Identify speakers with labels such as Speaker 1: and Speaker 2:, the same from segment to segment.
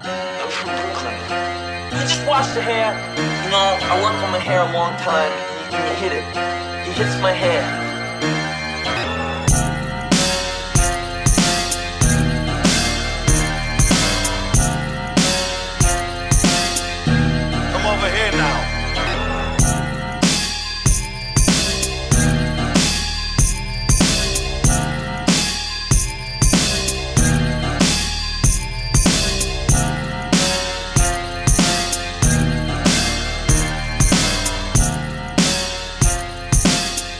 Speaker 1: I'm from Brooklyn. You just wash your hair. You know, I worked on my hair a long time. He hit it. He hits my hair.
Speaker 2: Come over here now.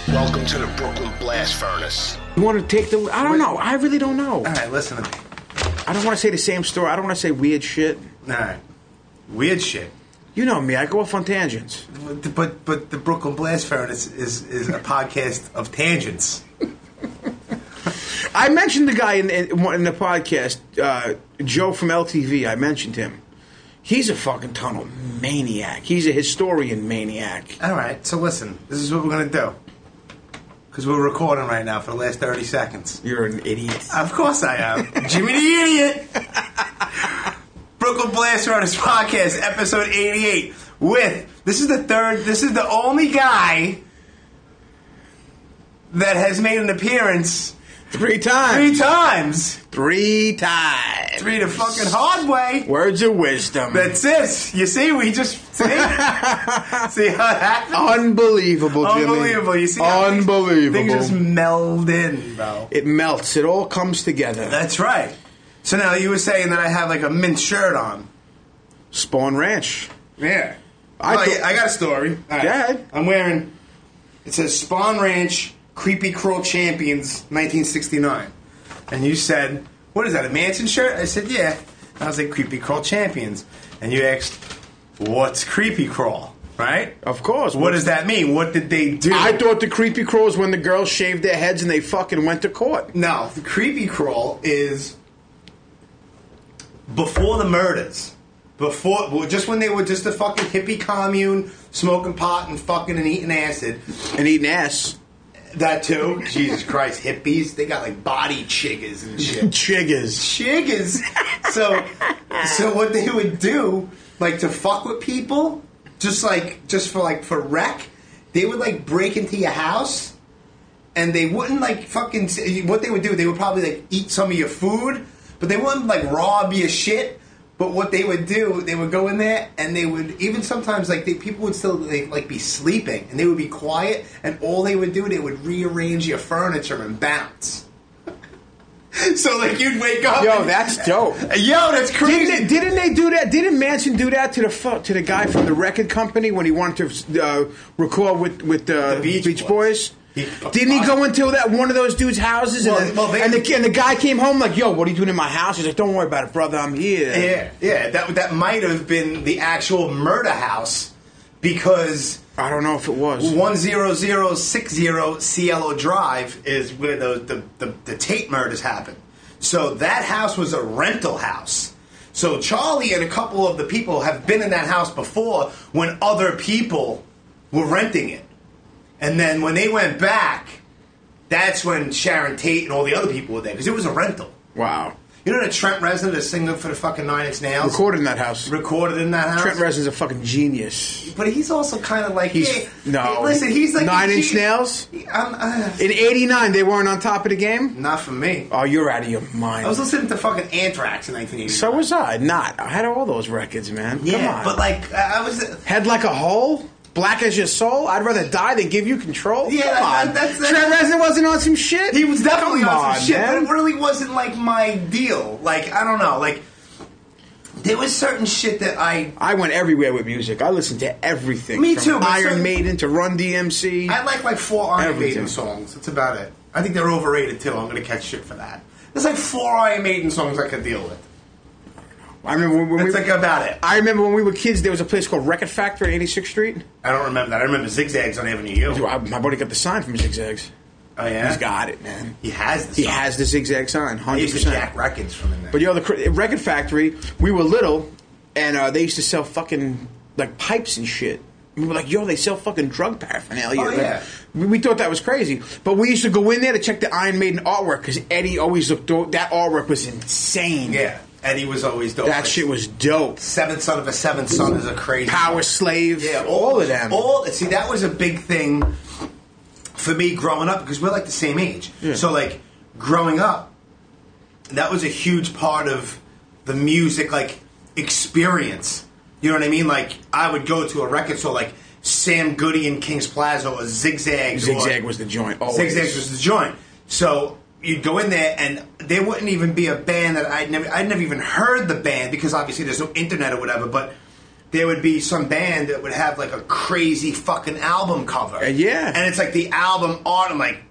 Speaker 3: Welcome to the Brooklyn Blast Furnace.
Speaker 4: You want to take the? I don't know. I really don't know.
Speaker 5: All right, listen to me.
Speaker 4: I don't want to say the same story. I don't want to say weird shit.
Speaker 5: All right, weird shit.
Speaker 4: You know me. I go off on tangents.
Speaker 5: But but, but the Brooklyn Blast Furnace is, is a podcast of tangents.
Speaker 4: I mentioned the guy in in, in the podcast, uh, Joe from LTV. I mentioned him. He's a fucking tunnel maniac. He's a historian maniac.
Speaker 5: All right, so listen. This is what we're gonna do. Because we're recording right now for the last thirty seconds.
Speaker 4: You're an idiot.
Speaker 5: Of course I am, Jimmy the Idiot. Brooklyn Blast Furnace podcast, episode eighty-eight. With this is the third. This is the only guy that has made an appearance
Speaker 4: Three
Speaker 5: three
Speaker 4: times.
Speaker 5: times.
Speaker 4: Three times.
Speaker 5: Three the fucking hard way.
Speaker 4: Words of wisdom.
Speaker 5: That's it. You see, we just see, see how that happened.
Speaker 4: unbelievable, Jimmy.
Speaker 5: Unbelievable. You see, how things-
Speaker 4: unbelievable.
Speaker 5: Things, just meld in, bro.
Speaker 4: it melts. It all comes together.
Speaker 5: That's right. So now you were saying that I have like a mint shirt on.
Speaker 4: Spawn Ranch.
Speaker 5: Oh, Yeah.
Speaker 4: I
Speaker 5: I,
Speaker 4: thought-
Speaker 5: I got a story. All right.
Speaker 4: Yeah.
Speaker 5: I'm wearing. It says Spawn Ranch Creepy Crawl Champions 1969, and you said, "What is that? A Manson shirt?" I said, "Yeah." And I was like, "Creepy Crawl Champions," and you asked, "What's Creepy Crawl?" Right?
Speaker 4: Of course.
Speaker 5: What does that mean? What did they do?
Speaker 4: I thought the creepy crawl was when the girls shaved their heads and they fucking went to court.
Speaker 5: No, the creepy crawl is before the murders. Before, well, just when they were just a fucking hippie commune, smoking pot and fucking and eating acid.
Speaker 4: And eating ass.
Speaker 5: That too. Jesus Christ, hippies. They got like body chiggers and shit.
Speaker 4: Chiggers.
Speaker 5: chiggers. So, so what they would do, like to fuck with people, just like just for like for wreck, they would like break into your house, and they wouldn't like fucking. s- What they would do, they would probably like eat some of your food, but they wouldn't like rob your shit. But what they would do, they would go in there, and they would even sometimes like they, people would still like, like be sleeping, and they would be quiet, and all they would do, they would rearrange your furniture and bounce. so like you'd wake up,
Speaker 4: Yo,
Speaker 5: and-
Speaker 4: that's dope.
Speaker 5: Yo, that's crazy.
Speaker 4: Didn't they, didn't they do that? Didn't Manson do that to the fu- to the guy from the record company when he wanted to uh, record with with uh,
Speaker 5: The
Speaker 4: Beach,
Speaker 5: Beach
Speaker 4: Boys?
Speaker 5: Boys. He-
Speaker 4: didn't he go into that one of those dudes' houses and,
Speaker 5: Well,
Speaker 4: then-
Speaker 5: well, they-
Speaker 4: and, the, and the guy came home like, "Yo, what are you doing in my house?" He's like, "Don't worry about it, brother. I'm here."
Speaker 5: yeah, yeah. That that might have been the actual murder house because
Speaker 4: I don't know if it was.
Speaker 5: one zero zero six zero Cielo Drive is where the the, the the Tate murders happened. So that house was a rental house. So Charlie and a couple of the people have been in that house before when other people were renting it. And then when they went back, that's when Sharon Tate and all the other people were there because it was a rental.
Speaker 4: Wow,
Speaker 5: You know that Trent Reznor, the singer for the fucking Nine Inch Nails,
Speaker 4: recorded in that house.
Speaker 5: recorded in that house.
Speaker 4: Trent Reznor's a fucking genius.
Speaker 5: but he's also kind of like
Speaker 4: He's
Speaker 5: hey,
Speaker 4: no.
Speaker 5: hey, listen, he's like
Speaker 4: nine inch
Speaker 5: he-
Speaker 4: nails.
Speaker 5: I'm, uh,
Speaker 4: In '89, they weren't on top of the game.
Speaker 5: not for me.
Speaker 4: Oh, you're out of your mind.
Speaker 5: I was listening to fucking Anthrax in 1980.
Speaker 4: so was I. Not. I had all those records, man. Come
Speaker 5: yeah,
Speaker 4: on.
Speaker 5: but like I I was.
Speaker 4: Head like a hole. Black as your soul. I'd rather die than give you control.
Speaker 5: Yeah,
Speaker 4: Come
Speaker 5: that-
Speaker 4: on.
Speaker 5: that's- that's-
Speaker 4: Trent Reznor wasn't on some shit.
Speaker 5: He was definitely
Speaker 4: Come
Speaker 5: on, some shit,
Speaker 4: man.
Speaker 5: but it really wasn't like my deal. Like I don't know, like there was certain shit that I
Speaker 4: I went everywhere with music. I listened to everything.
Speaker 5: Me
Speaker 4: from
Speaker 5: too, but
Speaker 4: Iron
Speaker 5: so-
Speaker 4: Maiden to Run DMC.
Speaker 5: I like like four Iron
Speaker 4: Everything.
Speaker 5: Maiden songs. That's about it. I think they're overrated too. I'm gonna catch shit for that. There's like four Iron Maiden songs I could deal with.
Speaker 4: I remember when, when we.
Speaker 5: That's like about it.
Speaker 4: I remember when we were kids, there was a place called Record Factory on 86th Street.
Speaker 5: I don't remember that. I remember zigzags on Avenue U.
Speaker 4: Dude, I- my buddy got the sign from Zigzags.
Speaker 5: Oh yeah,
Speaker 4: He's got it, man.
Speaker 5: He has the.
Speaker 4: He
Speaker 5: song.
Speaker 4: has the zigzag sign,
Speaker 5: I
Speaker 4: hundred
Speaker 5: used to jack
Speaker 4: percent.
Speaker 5: records from in there.
Speaker 4: But yo, the cr- record factory. We were little, and uh, they used to sell fucking like pipes and shit. We were like, yo, they sell fucking drug paraphernalia.
Speaker 5: Oh,
Speaker 4: Like,
Speaker 5: yeah.
Speaker 4: we, we thought that was crazy, but we used to go in there to check the Iron Maiden artwork because Eddie always looked. That artwork was insane.
Speaker 5: yeah, Eddie was always dope.
Speaker 4: That shit was dope.
Speaker 5: Seventh son of a seventh son is a crazy
Speaker 4: Power Slave.
Speaker 5: Yeah,
Speaker 4: all of them.
Speaker 5: All see, that was a big thing for me growing up because we're like the same age.
Speaker 4: Yeah.
Speaker 5: So like growing up, that was a huge part of the music like experience. You know what I mean? Like I would go to a record store like Sam Goody in Kings Plaza or Zigzag.
Speaker 4: Zigzag was the joint. Always.
Speaker 5: Zigzags was the joint. So you'd go in there, and there wouldn't even be a band that I'd never, I'd never even heard the band because obviously there's no internet or whatever. But there would be some band that would have like a crazy fucking album cover.
Speaker 4: Uh, yeah.
Speaker 5: and it's like the album art. I'm like,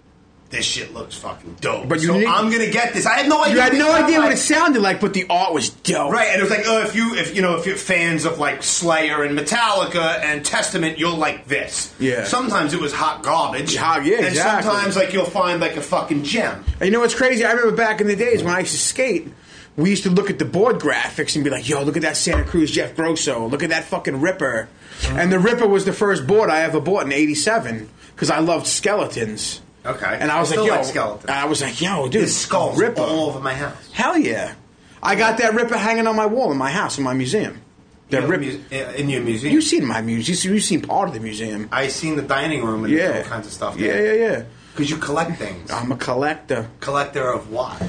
Speaker 5: this shit looks fucking dope.
Speaker 4: But you
Speaker 5: so
Speaker 4: need-
Speaker 5: I'm gonna get this. I had no idea.
Speaker 4: You had
Speaker 5: what
Speaker 4: no
Speaker 5: it sounded
Speaker 4: idea what
Speaker 5: like.
Speaker 4: it sounded like, but the art was dope.
Speaker 5: Right, and it was like, oh, if you if you know if you're fans of like Slayer and Metallica and Testament, you'll like this.
Speaker 4: Yeah.
Speaker 5: Sometimes it was hot garbage.
Speaker 4: Hot- yeah,
Speaker 5: And
Speaker 4: exactly.
Speaker 5: sometimes like you'll find like a fucking gem.
Speaker 4: And you know what's crazy? I remember back in the days when I used to skate, we used to look at the board graphics and be like, yo, look at that Santa Cruz Jeff Grosso. Look at that fucking Ripper. And the Ripper was the first board I ever bought in 87 because I loved skeletons.
Speaker 5: Okay.
Speaker 4: And I was
Speaker 5: I
Speaker 4: like,
Speaker 5: still
Speaker 4: yo.
Speaker 5: like skeletons.
Speaker 4: I was like, yo, dude.
Speaker 5: There's skulls
Speaker 4: Ripper.
Speaker 5: all over my house.
Speaker 4: Hell yeah. I got that Ripper hanging on my wall in my house, in my museum. That
Speaker 5: You know,
Speaker 4: Ripper.
Speaker 5: muse- in your museum.
Speaker 4: You've seen my museum. You've seen part of the museum.
Speaker 5: I seen the dining room and
Speaker 4: yeah.
Speaker 5: all kinds of stuff.
Speaker 4: Yeah, Uh-huh. yeah, yeah.
Speaker 5: Because you collect things.
Speaker 4: I'm a collector.
Speaker 5: Collector of what?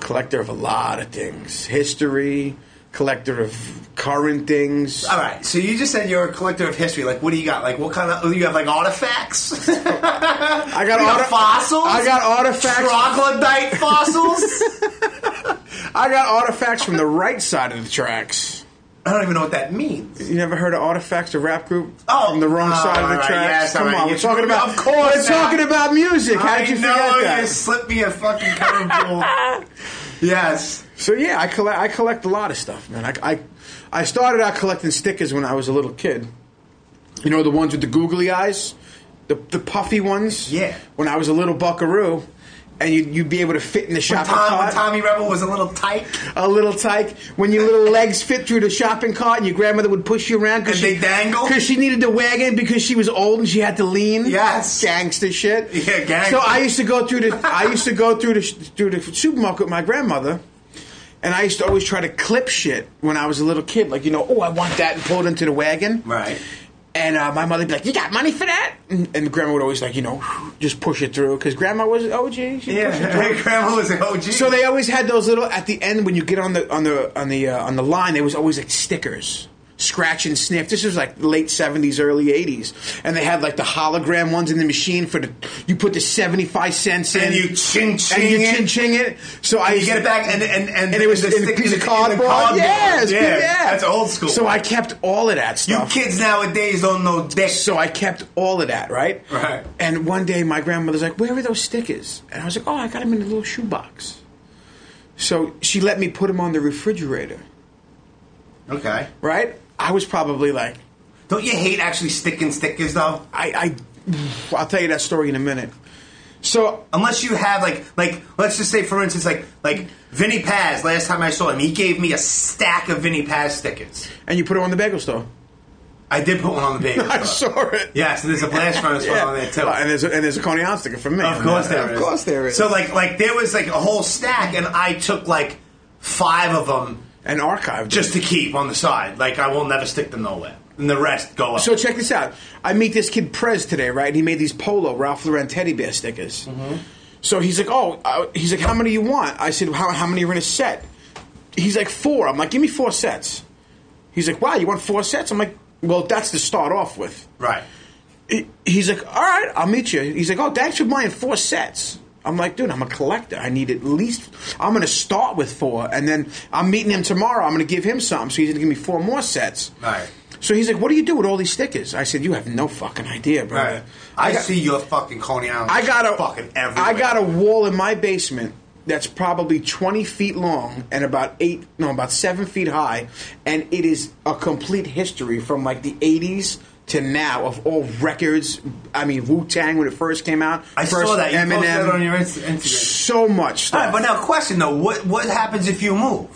Speaker 4: collector of a lot of things history collector of current things
Speaker 5: All right. So you just said you're a collector of history. Like, what do you got? Like, what kind of? You have like artifacts.
Speaker 4: i got,
Speaker 5: You got
Speaker 4: arti-
Speaker 5: fossils?
Speaker 4: i got artifacts
Speaker 5: Troglodyte fossils.
Speaker 4: i got artifacts from the right side of the tracks
Speaker 5: I don't even know what that means.
Speaker 4: you never heard of artifacts the rap group
Speaker 5: Oh,
Speaker 4: from the wrong
Speaker 5: oh,
Speaker 4: side of the
Speaker 5: all right,
Speaker 4: tracks
Speaker 5: yes, all
Speaker 4: come
Speaker 5: right,
Speaker 4: on
Speaker 5: you-
Speaker 4: we're talking about
Speaker 5: of course
Speaker 4: we're
Speaker 5: not.
Speaker 4: talking about music how'd you
Speaker 5: I
Speaker 4: forget
Speaker 5: know
Speaker 4: that
Speaker 5: you slipped me a fucking curveball. yes.
Speaker 4: so yeah i collect i collect a lot of stuff man I, I i started out collecting stickers when i was a little kid you know the ones with the googly eyes the, the puffy ones
Speaker 5: Yeah.
Speaker 4: when i was a little buckaroo and you'd, you'd be able to fit in the
Speaker 5: When,
Speaker 4: shopping
Speaker 5: Tom, when
Speaker 4: cart
Speaker 5: Tommy Rebel was a little tight,
Speaker 4: a little tight when your little legs fit through the shopping cart and your grandmother would push you around
Speaker 5: and they
Speaker 4: she,
Speaker 5: dangle.
Speaker 4: 'cause she needed to wagon because she was old and she had to lean.
Speaker 5: Yes.
Speaker 4: gangster shit.
Speaker 5: Yeah, gangster.
Speaker 4: So I used to go through the I used to go through the sh- through the supermarket with my grandmother, and I used to always try to clip shit when I was a little kid. Like you know, oh, I want that, and pull it into the wagon.
Speaker 5: Right.
Speaker 4: And uh, my mother'd be like, "You got money for that?" And, and grandma would always like, you know, just push it through because grandma was oh gee, she
Speaker 5: Yeah,
Speaker 4: push it through.
Speaker 5: her grandma was an OG.
Speaker 4: So they always had those little at the end when you get on the on the on the uh, on the line. There was always like stickers, scratch and sniff. This was like late seventies, early eighties, and they had like the hologram ones in the machine for the. You put the seventy five cents in,
Speaker 5: and you ching ching
Speaker 4: and you
Speaker 5: it,
Speaker 4: ching ching it. So I
Speaker 5: and you get it back, and and and,
Speaker 4: and it was
Speaker 5: the
Speaker 4: in a
Speaker 5: stick-
Speaker 4: piece
Speaker 5: the-
Speaker 4: of
Speaker 5: the
Speaker 4: cardboard. Yes,
Speaker 5: yeah,
Speaker 4: yeah,
Speaker 5: that's old school.
Speaker 4: So I kept all of that
Speaker 5: you
Speaker 4: stuff.
Speaker 5: kids nowadays don't know dick.
Speaker 4: So I kept all of that, right?
Speaker 5: Right.
Speaker 4: And one day my grandmother's like, "Where are those stickers?" And I was like, "Oh, I got them in a little shoebox." So she let me put them on the refrigerator,
Speaker 5: okay,
Speaker 4: right? I was probably like,
Speaker 5: don't you hate actually sticking stickers though?
Speaker 4: I, I I'll tell you that story in a minute. So
Speaker 5: Unless you have like like let's just say for instance like like Vinny Paz. Last time I saw him, he gave me a stack of Vinny Paz stickers.
Speaker 4: and you put them on the bagel store.
Speaker 5: I did put one on the bagel.
Speaker 4: I
Speaker 5: store.
Speaker 4: saw it.
Speaker 5: Uh, Yeah, so there's a blast furnace
Speaker 4: Yeah.
Speaker 5: one on there too.
Speaker 4: Uh, and there's a, and there's a Coney Island sticker for me.
Speaker 5: Of course there is.
Speaker 4: Of course there is.
Speaker 5: So like like there was like a whole stack, and I took like five of them
Speaker 4: an archive
Speaker 5: just to keep on the side. Like I will never stick them nowhere, and the rest go up.
Speaker 4: So check this out. I meet this kid Prez today, right? And he made these Polo Ralph Lauren teddy bear stickers.
Speaker 5: Mm-hmm.
Speaker 4: So he's like, "Oh, uh, he's like, how many you want?" I said, "How how many are in a set?" He's like, four. I'm like, "Give me four sets." He's like, "Wow, you want four sets?" I'm like, "Well, that's to start off with."
Speaker 5: right.
Speaker 4: He- He's like, "All right, I'll meet you." He's like, "Oh, thanks for buying four sets." I'm like, "Dude, I'm a collector. I need at least. I'm gonna start with four, and then I'm meeting him tomorrow. I'm gonna give him some, so he's gonna give me four more sets."
Speaker 5: Right.
Speaker 4: So he's like, "What do you do with all these stickers?" I said, "You have no fucking idea, bro.
Speaker 5: Right. I, see your fucking Coney Island.
Speaker 4: I got a
Speaker 5: fucking everywhere.
Speaker 4: I got a wall in my basement that's probably twenty feet long and about eight, no, about seven feet high, and it is a complete history from like the eighties to now of all records. I mean, Wu Tang when it first came out.
Speaker 5: I
Speaker 4: first
Speaker 5: saw that you
Speaker 4: Eminem.
Speaker 5: posted that on your Inst- Instagram.
Speaker 4: so much
Speaker 5: All
Speaker 4: stuff.
Speaker 5: right, but now question though, what what happens if you move?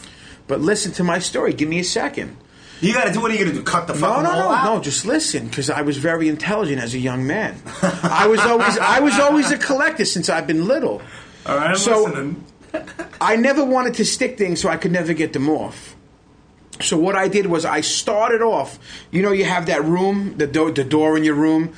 Speaker 4: but listen to my story. Give me a second.
Speaker 5: You got to do what are you going to do? Cut the
Speaker 4: No,
Speaker 5: fucking
Speaker 4: no,
Speaker 5: wall
Speaker 4: no,
Speaker 5: out?
Speaker 4: no. Just listen, because I was very intelligent as a young man. I was always, I was always a collector since I've been little.
Speaker 5: All right, I'm
Speaker 4: so
Speaker 5: listening.
Speaker 4: I never wanted to stick things, so I could never get them off. So what I did was I started off. You know, you have that room, the do- the door in your room.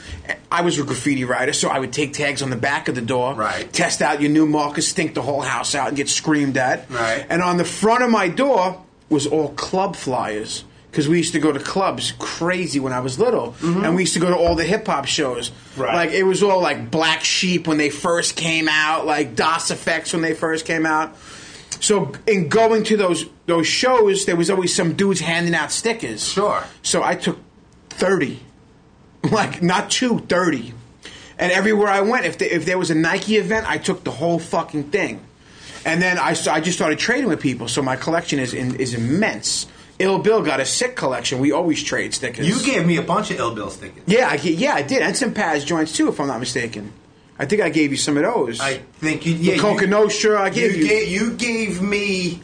Speaker 4: I was a graffiti writer, so I would take tags on the back of the door,
Speaker 5: Right.
Speaker 4: Test out your new markers, stink the whole house out, and get screamed at,
Speaker 5: Right.
Speaker 4: And on the front of my door was all club flyers because we used to go to clubs crazy when I was little, and we used to go to all the hip hop shows.
Speaker 5: Mm-hmm. Right.
Speaker 4: Like it was all like Black Sheep when they first came out, like DOS Effects when they first came out. So in going to those those shows, there was always some dudes handing out stickers.
Speaker 5: Sure.
Speaker 4: So I took thirty, like not two, 30. and everywhere I went, if the, if there was a Nike event, I took the whole fucking thing, and then I st- I just started trading with people. So my collection is in, is immense. Ill Bill got a sick collection. We always trade stickers.
Speaker 5: You gave me a bunch of ill bill stickers.
Speaker 4: Yeah, I, yeah, I did. And some Paz joints too, if I'm not mistaken. I think I gave you some of those.
Speaker 5: I think you.
Speaker 4: the
Speaker 5: Yeah,
Speaker 4: Coca
Speaker 5: you,
Speaker 4: Nostra, I
Speaker 5: you,
Speaker 4: gave you.
Speaker 5: gave, you gave me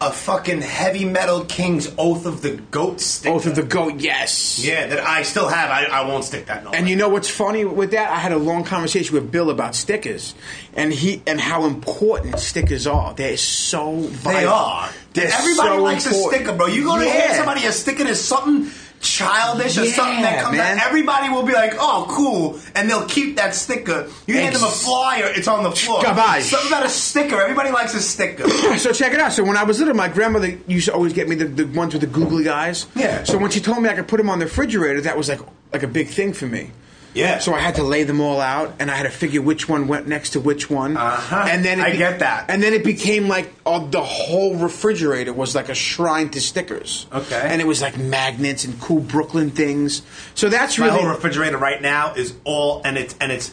Speaker 5: a fucking heavy metal king's oath of the goat sticker.
Speaker 4: Oath of Oh, the Goat, yes.
Speaker 5: Yeah, that I still have. I, I won't stick that. No.
Speaker 4: And you know what's funny with that? I had a long conversation with Bill about stickers, and he and how important stickers are. They're so vital.
Speaker 5: They are.
Speaker 4: They're
Speaker 5: Everybody
Speaker 4: so
Speaker 5: likes a
Speaker 4: important.
Speaker 5: sticker, bro. You go to
Speaker 4: Yeah.
Speaker 5: hand somebody a sticker that's something childish or
Speaker 4: Yeah,
Speaker 5: something that comes
Speaker 4: man.
Speaker 5: out. Everybody will be like, "Oh, cool," and they'll keep that sticker. You hand them a
Speaker 4: Ex-
Speaker 5: flyer, it's on the floor.
Speaker 4: Garbage.
Speaker 5: Something about a sticker. Everybody likes a sticker.
Speaker 4: So check it out. So when I was little, my grandmother used to always get me the, the ones with the googly eyes.
Speaker 5: Yeah.
Speaker 4: So when she told me I could put them on the refrigerator, that was like like a big thing for me.
Speaker 5: Yeah.
Speaker 4: So I had to lay them all out, and I had to figure which one went next to which one.
Speaker 5: Uh-huh.
Speaker 4: And then it
Speaker 5: I get that.
Speaker 4: And then it became like uh, the whole refrigerator was like a shrine to stickers.
Speaker 5: Okay.
Speaker 4: And it was like magnets and cool Brooklyn things. So that's
Speaker 5: My
Speaker 4: really
Speaker 5: whole refrigerator right now is all, and it's and it's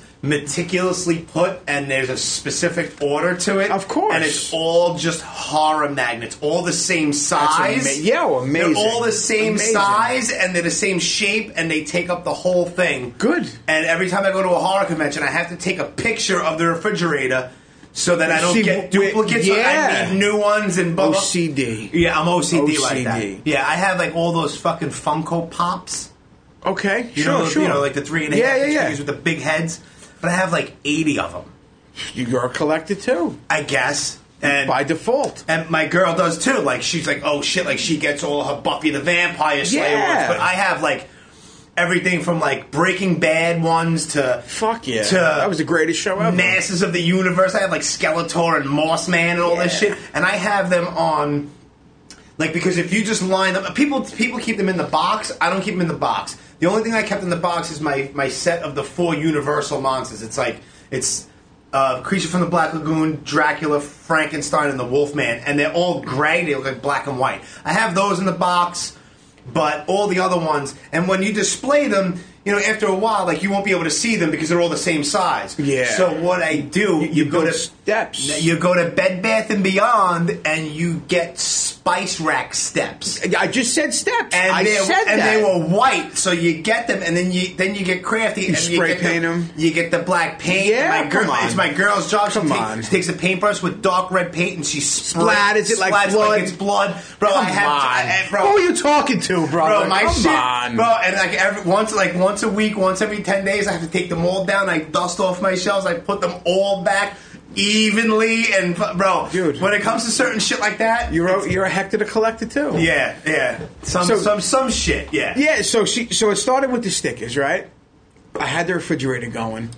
Speaker 5: meticulously put, and there's a specific order to it.
Speaker 4: Of course.
Speaker 5: and it's all just horror magnets, all the same size.
Speaker 4: ama- yeah, well, amazing.
Speaker 5: They're all the same
Speaker 4: Amazing.
Speaker 5: size, and they're the same shape, and they take up the whole thing.
Speaker 4: Good.
Speaker 5: And every time I go to a horror convention, I have to take a picture of the refrigerator so that I don't
Speaker 4: See,
Speaker 5: get
Speaker 4: w-
Speaker 5: duplicates.
Speaker 4: yeah.
Speaker 5: I need new ones and blah, blah.
Speaker 4: OCD.
Speaker 5: Yeah, I'm OCD, like
Speaker 4: OCD.
Speaker 5: that. Yeah, I have like all those fucking Funko Pops.
Speaker 4: Okay.
Speaker 5: You
Speaker 4: sure.
Speaker 5: know,
Speaker 4: sure.
Speaker 5: you know, like the three and a half
Speaker 4: Yeah, yeah,
Speaker 5: inch
Speaker 4: yeah.
Speaker 5: figures with the big heads. But I have like eighty of them,
Speaker 4: You're a collector too,
Speaker 5: I guess. And
Speaker 4: by default.
Speaker 5: and my girl does too. Like she's like, oh shit, like she gets all her Buffy the Vampire Slayer
Speaker 4: Yeah.
Speaker 5: ones. But I have like everything from like Breaking Bad ones to
Speaker 4: Fuck yeah.
Speaker 5: to
Speaker 4: that was the greatest show ever.
Speaker 5: Masters of the Universe. I have like Skeletor and Mossman and all this
Speaker 4: Yeah.
Speaker 5: shit, and I have them on. Like because if you just line them, people people keep them in the box. I don't keep them in the box. The only thing I kept in the box is my my set of the four Universal monsters. It's like it's uh, Creature from the Black Lagoon, Dracula, Frankenstein, and the Wolfman, and they're all gray. They look like black and white. I have those in the box, but all the other ones. And when you display them, you know after a while, like you won't be able to see them because they're all the same size.
Speaker 4: Yeah.
Speaker 5: So what I do, you,
Speaker 4: you
Speaker 5: go
Speaker 4: build
Speaker 5: to
Speaker 4: steps.
Speaker 5: You go to Bed Bath and Beyond, and you get spice rack steps.
Speaker 4: I just said steps.
Speaker 5: And
Speaker 4: I
Speaker 5: they,
Speaker 4: said
Speaker 5: and
Speaker 4: that.
Speaker 5: they were white, so you get them, and then you then you get crafty and
Speaker 4: spray
Speaker 5: you get
Speaker 4: paint
Speaker 5: the,
Speaker 4: 'em.
Speaker 5: You get the black paint. and
Speaker 4: Yeah,
Speaker 5: my girl,
Speaker 4: come on.
Speaker 5: It's my girl's job.
Speaker 4: Come
Speaker 5: she take-
Speaker 4: on.
Speaker 5: she takes a paintbrush with dark red paint and she spray-
Speaker 4: Splatters it like
Speaker 5: splats
Speaker 4: blood.
Speaker 5: it's blood, bro. I
Speaker 4: Come
Speaker 5: have,
Speaker 4: on.
Speaker 5: I- I- bro.
Speaker 4: Who are you talking to, bro?
Speaker 5: Bro, my
Speaker 4: Come
Speaker 5: shit,
Speaker 4: on.
Speaker 5: bro, and like every once, like once a week, once every ten days, I have to take them all down. I dust off my shelves. I put them all back evenly, and fu- bro,
Speaker 4: Dude.
Speaker 5: when it comes to certain shit like that,
Speaker 4: You're
Speaker 5: it's-
Speaker 4: a, you're a heck to the collector too.
Speaker 5: yeah, yeah, some
Speaker 4: So-
Speaker 5: some some shit, yeah,
Speaker 4: Yeah. So she so it started with the stickers, right? I had the refrigerator going,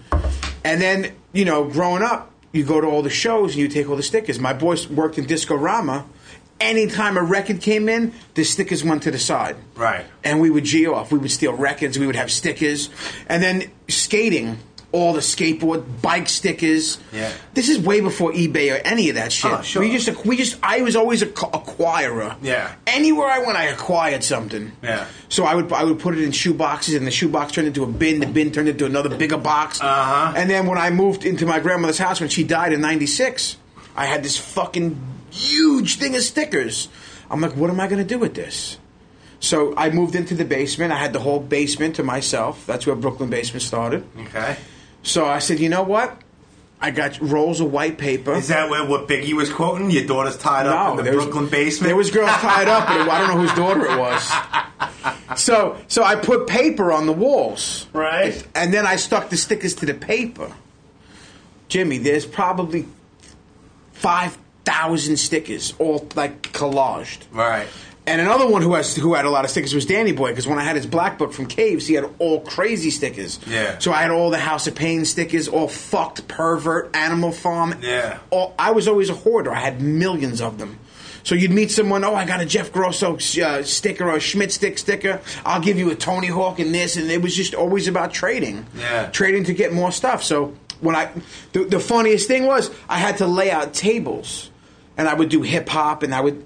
Speaker 4: and then you know, growing up, you go to all the shows and you take all the stickers. My boys worked in Discorama. Anytime a record came in, the stickers went to the side.
Speaker 5: Right.
Speaker 4: and we would G off. We would steal records. We would have stickers, and then skating. All the skateboard bike stickers.
Speaker 5: Yeah.
Speaker 4: this is way before eBay or any of that shit.
Speaker 5: Oh, sure.
Speaker 4: We just, we just, I was always a co- acquirer.
Speaker 5: Yeah.
Speaker 4: Anywhere I went, I acquired something.
Speaker 5: Yeah.
Speaker 4: So I would, I would put it in shoe boxes, and the shoe box turned into a bin. The bin turned into another bigger box.
Speaker 5: Uh-huh.
Speaker 4: And then when I moved into my grandmother's house when she died in '96, I had this fucking huge thing of stickers. I'm like, what am I going to do with this? So I moved into the basement. I had the whole basement to myself. That's where Brooklyn Basement started.
Speaker 5: Okay,
Speaker 4: So I said, you know what? I got rolls of white paper.
Speaker 5: is that where what Biggie was quoting? Your daughter's tied up in the
Speaker 4: there was-
Speaker 5: Brooklyn basement.
Speaker 4: There was girls tied up, but it, I don't know whose daughter it was. So, so I put paper on the walls,
Speaker 5: Right.
Speaker 4: And then I stuck the stickers to the paper. Jimmy, there's probably five thousand stickers, all like collaged.
Speaker 5: Right.
Speaker 4: And another one who has who had a lot of stickers was Danny Boy because when I had his black book from Caves, he had all crazy stickers.
Speaker 5: Yeah.
Speaker 4: So I had all the House of Pain stickers, all fucked pervert Animal Farm.
Speaker 5: Yeah.
Speaker 4: All, I was always a hoarder. I had millions of them. So you'd meet someone, oh, I got a Jeff Grosso uh, sticker or a Schmidt stick sticker. I'll give you a Tony Hawk and this, and it was just always about trading.
Speaker 5: Yeah.
Speaker 4: Trading to get more stuff. So when I, the, the funniest thing was I had to lay out tables and I would do hip hop, and I would.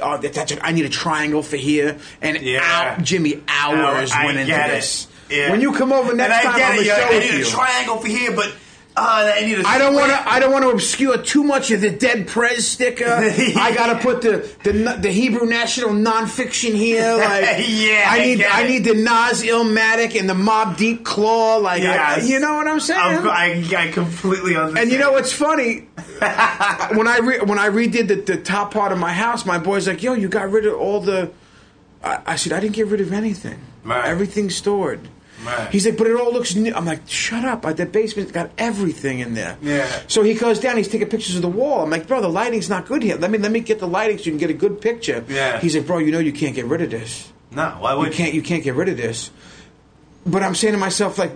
Speaker 4: Oh, that- that's a, I need a triangle for here, and
Speaker 5: Yeah.
Speaker 4: out, Jimmy hours
Speaker 5: I
Speaker 4: went into
Speaker 5: get it.
Speaker 4: this.
Speaker 5: Yeah.
Speaker 4: When you come over next
Speaker 5: and I
Speaker 4: time,
Speaker 5: get
Speaker 4: I'm
Speaker 5: it.
Speaker 4: gonna
Speaker 5: yeah,
Speaker 4: show
Speaker 5: I
Speaker 4: it
Speaker 5: need
Speaker 4: to
Speaker 5: a
Speaker 4: you.
Speaker 5: triangle for here, but uh, I need a.
Speaker 4: I don't want to. I don't want to obscure too much of the Dead Prez sticker. I got to put the, the na- the Hebrew National nonfiction here. Like,
Speaker 5: Yeah,
Speaker 4: I
Speaker 5: I
Speaker 4: need
Speaker 5: get
Speaker 4: I,
Speaker 5: it.
Speaker 4: need the Nas Illmatic and the Mob Deep Claw. Like, I-
Speaker 5: Yes.
Speaker 4: you know what I'm saying?
Speaker 5: I'm- I, I completely understand.
Speaker 4: And you know what's funny? when I re- when I redid the, the top part of my house, my boy's like, "Yo, you got rid of all the." I, I said, "I didn't get rid of anything.
Speaker 5: Right.
Speaker 4: Everything's stored."
Speaker 5: Right.
Speaker 4: He's like, "But it all looks new." I'm like, "Shut up!" I, the basement's got everything in there.
Speaker 5: Yeah.
Speaker 4: So he goes down. He's taking pictures of the wall. I'm like, "Bro, the lighting's not good here. Let me let me get the lighting so you can get a good picture."
Speaker 5: Yeah.
Speaker 4: He's like, "Bro, you know you can't get rid of this."
Speaker 5: No, why would
Speaker 4: you can't you can't get rid of this. But I'm saying to myself, like,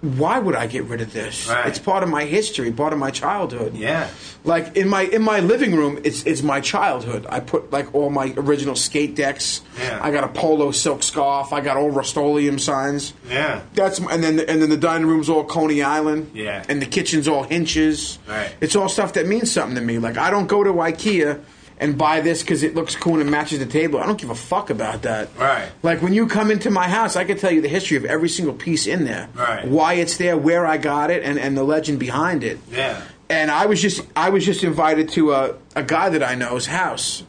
Speaker 4: why would I get rid of this?
Speaker 5: Right.
Speaker 4: It's part of my history, part of my childhood.
Speaker 5: Yeah.
Speaker 4: Like in my in my living room, it's it's my childhood. I put like all my original skate decks.
Speaker 5: Yeah.
Speaker 4: I got a polo silk scarf. I got all Rust-Oleum signs.
Speaker 5: Yeah.
Speaker 4: That's my- and then and then the dining room's all Coney Island.
Speaker 5: Yeah.
Speaker 4: And the kitchen's all hinges.
Speaker 5: Right.
Speaker 4: It's all stuff that means something to me. Like I don't go to IKEA and buy this because it looks cool and it matches the table. I don't give a fuck about that.
Speaker 5: Right.
Speaker 4: Like when you come into my house, I can tell you the history of every single piece in there.
Speaker 5: Right.
Speaker 4: Why it's there, where I got it, and and the legend behind it.
Speaker 5: Yeah.
Speaker 4: And I was just I was just invited to a a guy that I know's house.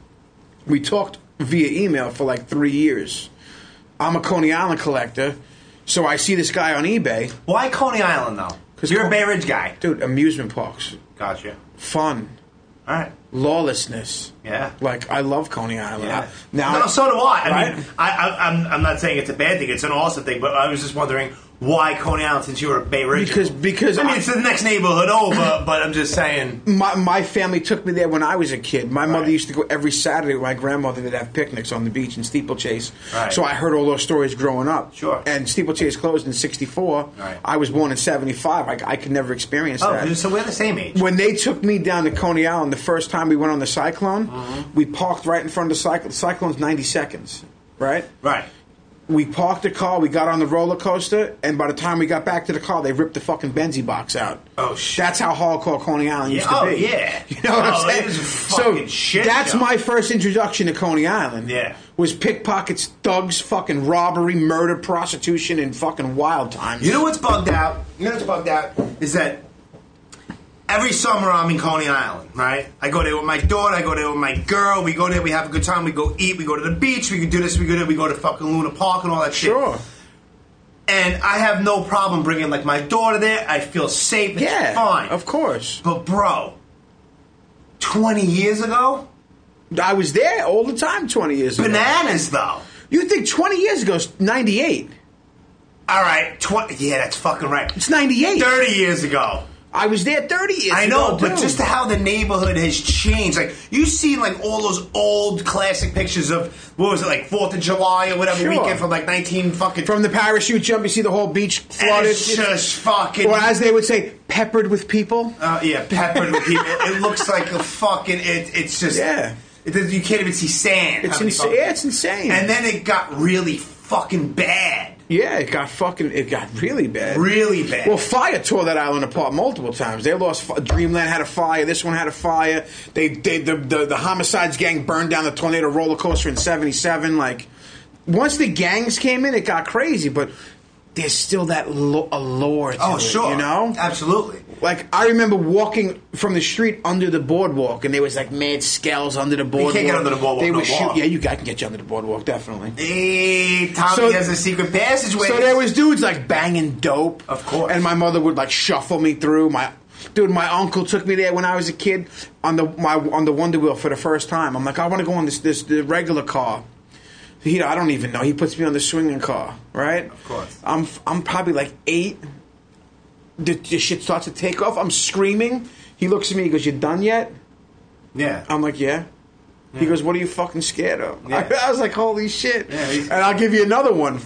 Speaker 4: We talked via email for like three years. I'm a Coney Island collector, so I see this guy on eBay.
Speaker 5: Why Coney Island though?
Speaker 4: 'Cause
Speaker 5: you're
Speaker 4: Con-
Speaker 5: a Bay Ridge guy.
Speaker 4: Dude, amusement parks,
Speaker 5: Gotcha.
Speaker 4: fun,
Speaker 5: All right.
Speaker 4: lawlessness.
Speaker 5: Yeah.
Speaker 4: Like I love Coney Island.
Speaker 5: Yeah.
Speaker 4: I- now,
Speaker 5: no, so do I. I
Speaker 4: Right?
Speaker 5: mean, I, I, I'm, I'm not saying it's a bad thing. It's an awesome thing. But I was just wondering why Coney Island, since you were a Bay Ridge.
Speaker 4: Because- because
Speaker 5: I mean,
Speaker 4: I-
Speaker 5: it's the next neighborhood over. but I'm just saying.
Speaker 4: my my family took me there when I was a kid. My mother
Speaker 5: Right.
Speaker 4: used to go every Saturday with my grandmother. They'd have picnics on the beach and steeplechase.
Speaker 5: Right.
Speaker 4: So I heard all those stories growing up.
Speaker 5: Sure.
Speaker 4: And steeplechase closed in '64.
Speaker 5: Right.
Speaker 4: I was born in '75. I, I could never experience that.
Speaker 5: Oh, so we're the same age.
Speaker 4: when they took me down to Coney Island the first time we went on the Cyclone,
Speaker 5: Mm-hmm.
Speaker 4: we parked right in front of the Cyclone. The Cyclone's 90 seconds, right?
Speaker 5: Right.
Speaker 4: We parked the car, we got on the roller coaster, and by the time we got back to the car, they ripped the fucking Benzie box out.
Speaker 5: Oh, shit.
Speaker 4: That's how hardcore Coney Island used to
Speaker 5: oh,
Speaker 4: be.
Speaker 5: yeah.
Speaker 4: You know what
Speaker 5: Oh,
Speaker 4: I'm
Speaker 5: it
Speaker 4: saying?
Speaker 5: was a
Speaker 4: so
Speaker 5: fucking shit
Speaker 4: that's
Speaker 5: show.
Speaker 4: my first introduction to Coney Island.
Speaker 5: Yeah.
Speaker 4: Was pickpockets, thugs, fucking robbery, murder, prostitution, and fucking wild times.
Speaker 5: You know what's bugged out? You know what's bugged out is that every summer I'm in Coney Island, right? I go there with my daughter, I go there with my girl. We go there, we have a good time, we go eat, we go to the beach, we do this, we go there, we go to fucking Luna Park and all that shit.
Speaker 4: Sure.
Speaker 5: And I have no problem bringing like my daughter there. I feel safe. It's
Speaker 4: Yeah.
Speaker 5: fine.
Speaker 4: Of course.
Speaker 5: But bro, twenty years ago,
Speaker 4: I was there all the time 20 years ago.
Speaker 5: bananas though.
Speaker 4: You think 20 years ago, is 98.
Speaker 5: All right, twenty. Yeah, that's fucking right.
Speaker 4: It's 98.
Speaker 5: Thirty years ago.
Speaker 4: I was there 30 years
Speaker 5: I know,
Speaker 4: ago.
Speaker 5: but
Speaker 4: too.
Speaker 5: just how the neighborhood has changed. Like you see, like all those old classic pictures of what was it, like Fourth of July or whatever
Speaker 4: Sure.
Speaker 5: weekend from like nineteen fucking.
Speaker 4: From the parachute jump, you see the whole beach
Speaker 5: and
Speaker 4: flooded.
Speaker 5: it's just fucking.
Speaker 4: or as they would say, peppered with people.
Speaker 5: uh, yeah, peppered with people. It looks like a fucking. It, it's just.
Speaker 4: Yeah.
Speaker 5: It, you can't even see sand.
Speaker 4: It's
Speaker 5: How many
Speaker 4: insa-
Speaker 5: fucking-
Speaker 4: yeah, it's insane.
Speaker 5: And then it got really fucking bad.
Speaker 4: yeah, it got fucking, it got really bad.
Speaker 5: Really bad.
Speaker 4: Well, fire tore that island apart multiple times. They lost. fi- Dreamland had a fire. This one had a fire. They, they the, the the homicides gang burned down the tornado roller coaster in '77. Like, once the gangs came in, it got crazy. But there's still that lo- allure to
Speaker 5: oh
Speaker 4: it,
Speaker 5: sure.
Speaker 4: you know.
Speaker 5: Absolutely.
Speaker 4: Like I remember walking from the street under the boardwalk, and there was like mad scales under the boardwalk.
Speaker 5: get under the boardwalk
Speaker 4: They
Speaker 5: no
Speaker 4: were
Speaker 5: more.
Speaker 4: Yeah, you I can get you under the boardwalk definitely.
Speaker 5: Hey, Tommy
Speaker 4: So-
Speaker 5: has a secret passageway.
Speaker 4: So there was dudes like banging dope.
Speaker 5: Of course.
Speaker 4: And my mother would like shuffle me through. My dude, my uncle took me there when I was a kid on the my on the Wonder Wheel for the first time. I'm like, I want to go on this this the regular car. He, I don't even know. He puts me on the swinging car, right? Of
Speaker 5: course.
Speaker 4: I'm I'm probably like eight. The, the shit starts to take off. I'm screaming. He looks at me. He goes, "You done yet?"
Speaker 5: Yeah.
Speaker 4: I'm like, "Yeah." He goes, "What are you fucking scared of?"
Speaker 5: Yeah.
Speaker 4: I, was like, "Holy shit!"
Speaker 5: Yeah, he's-
Speaker 4: and I'll give you another one.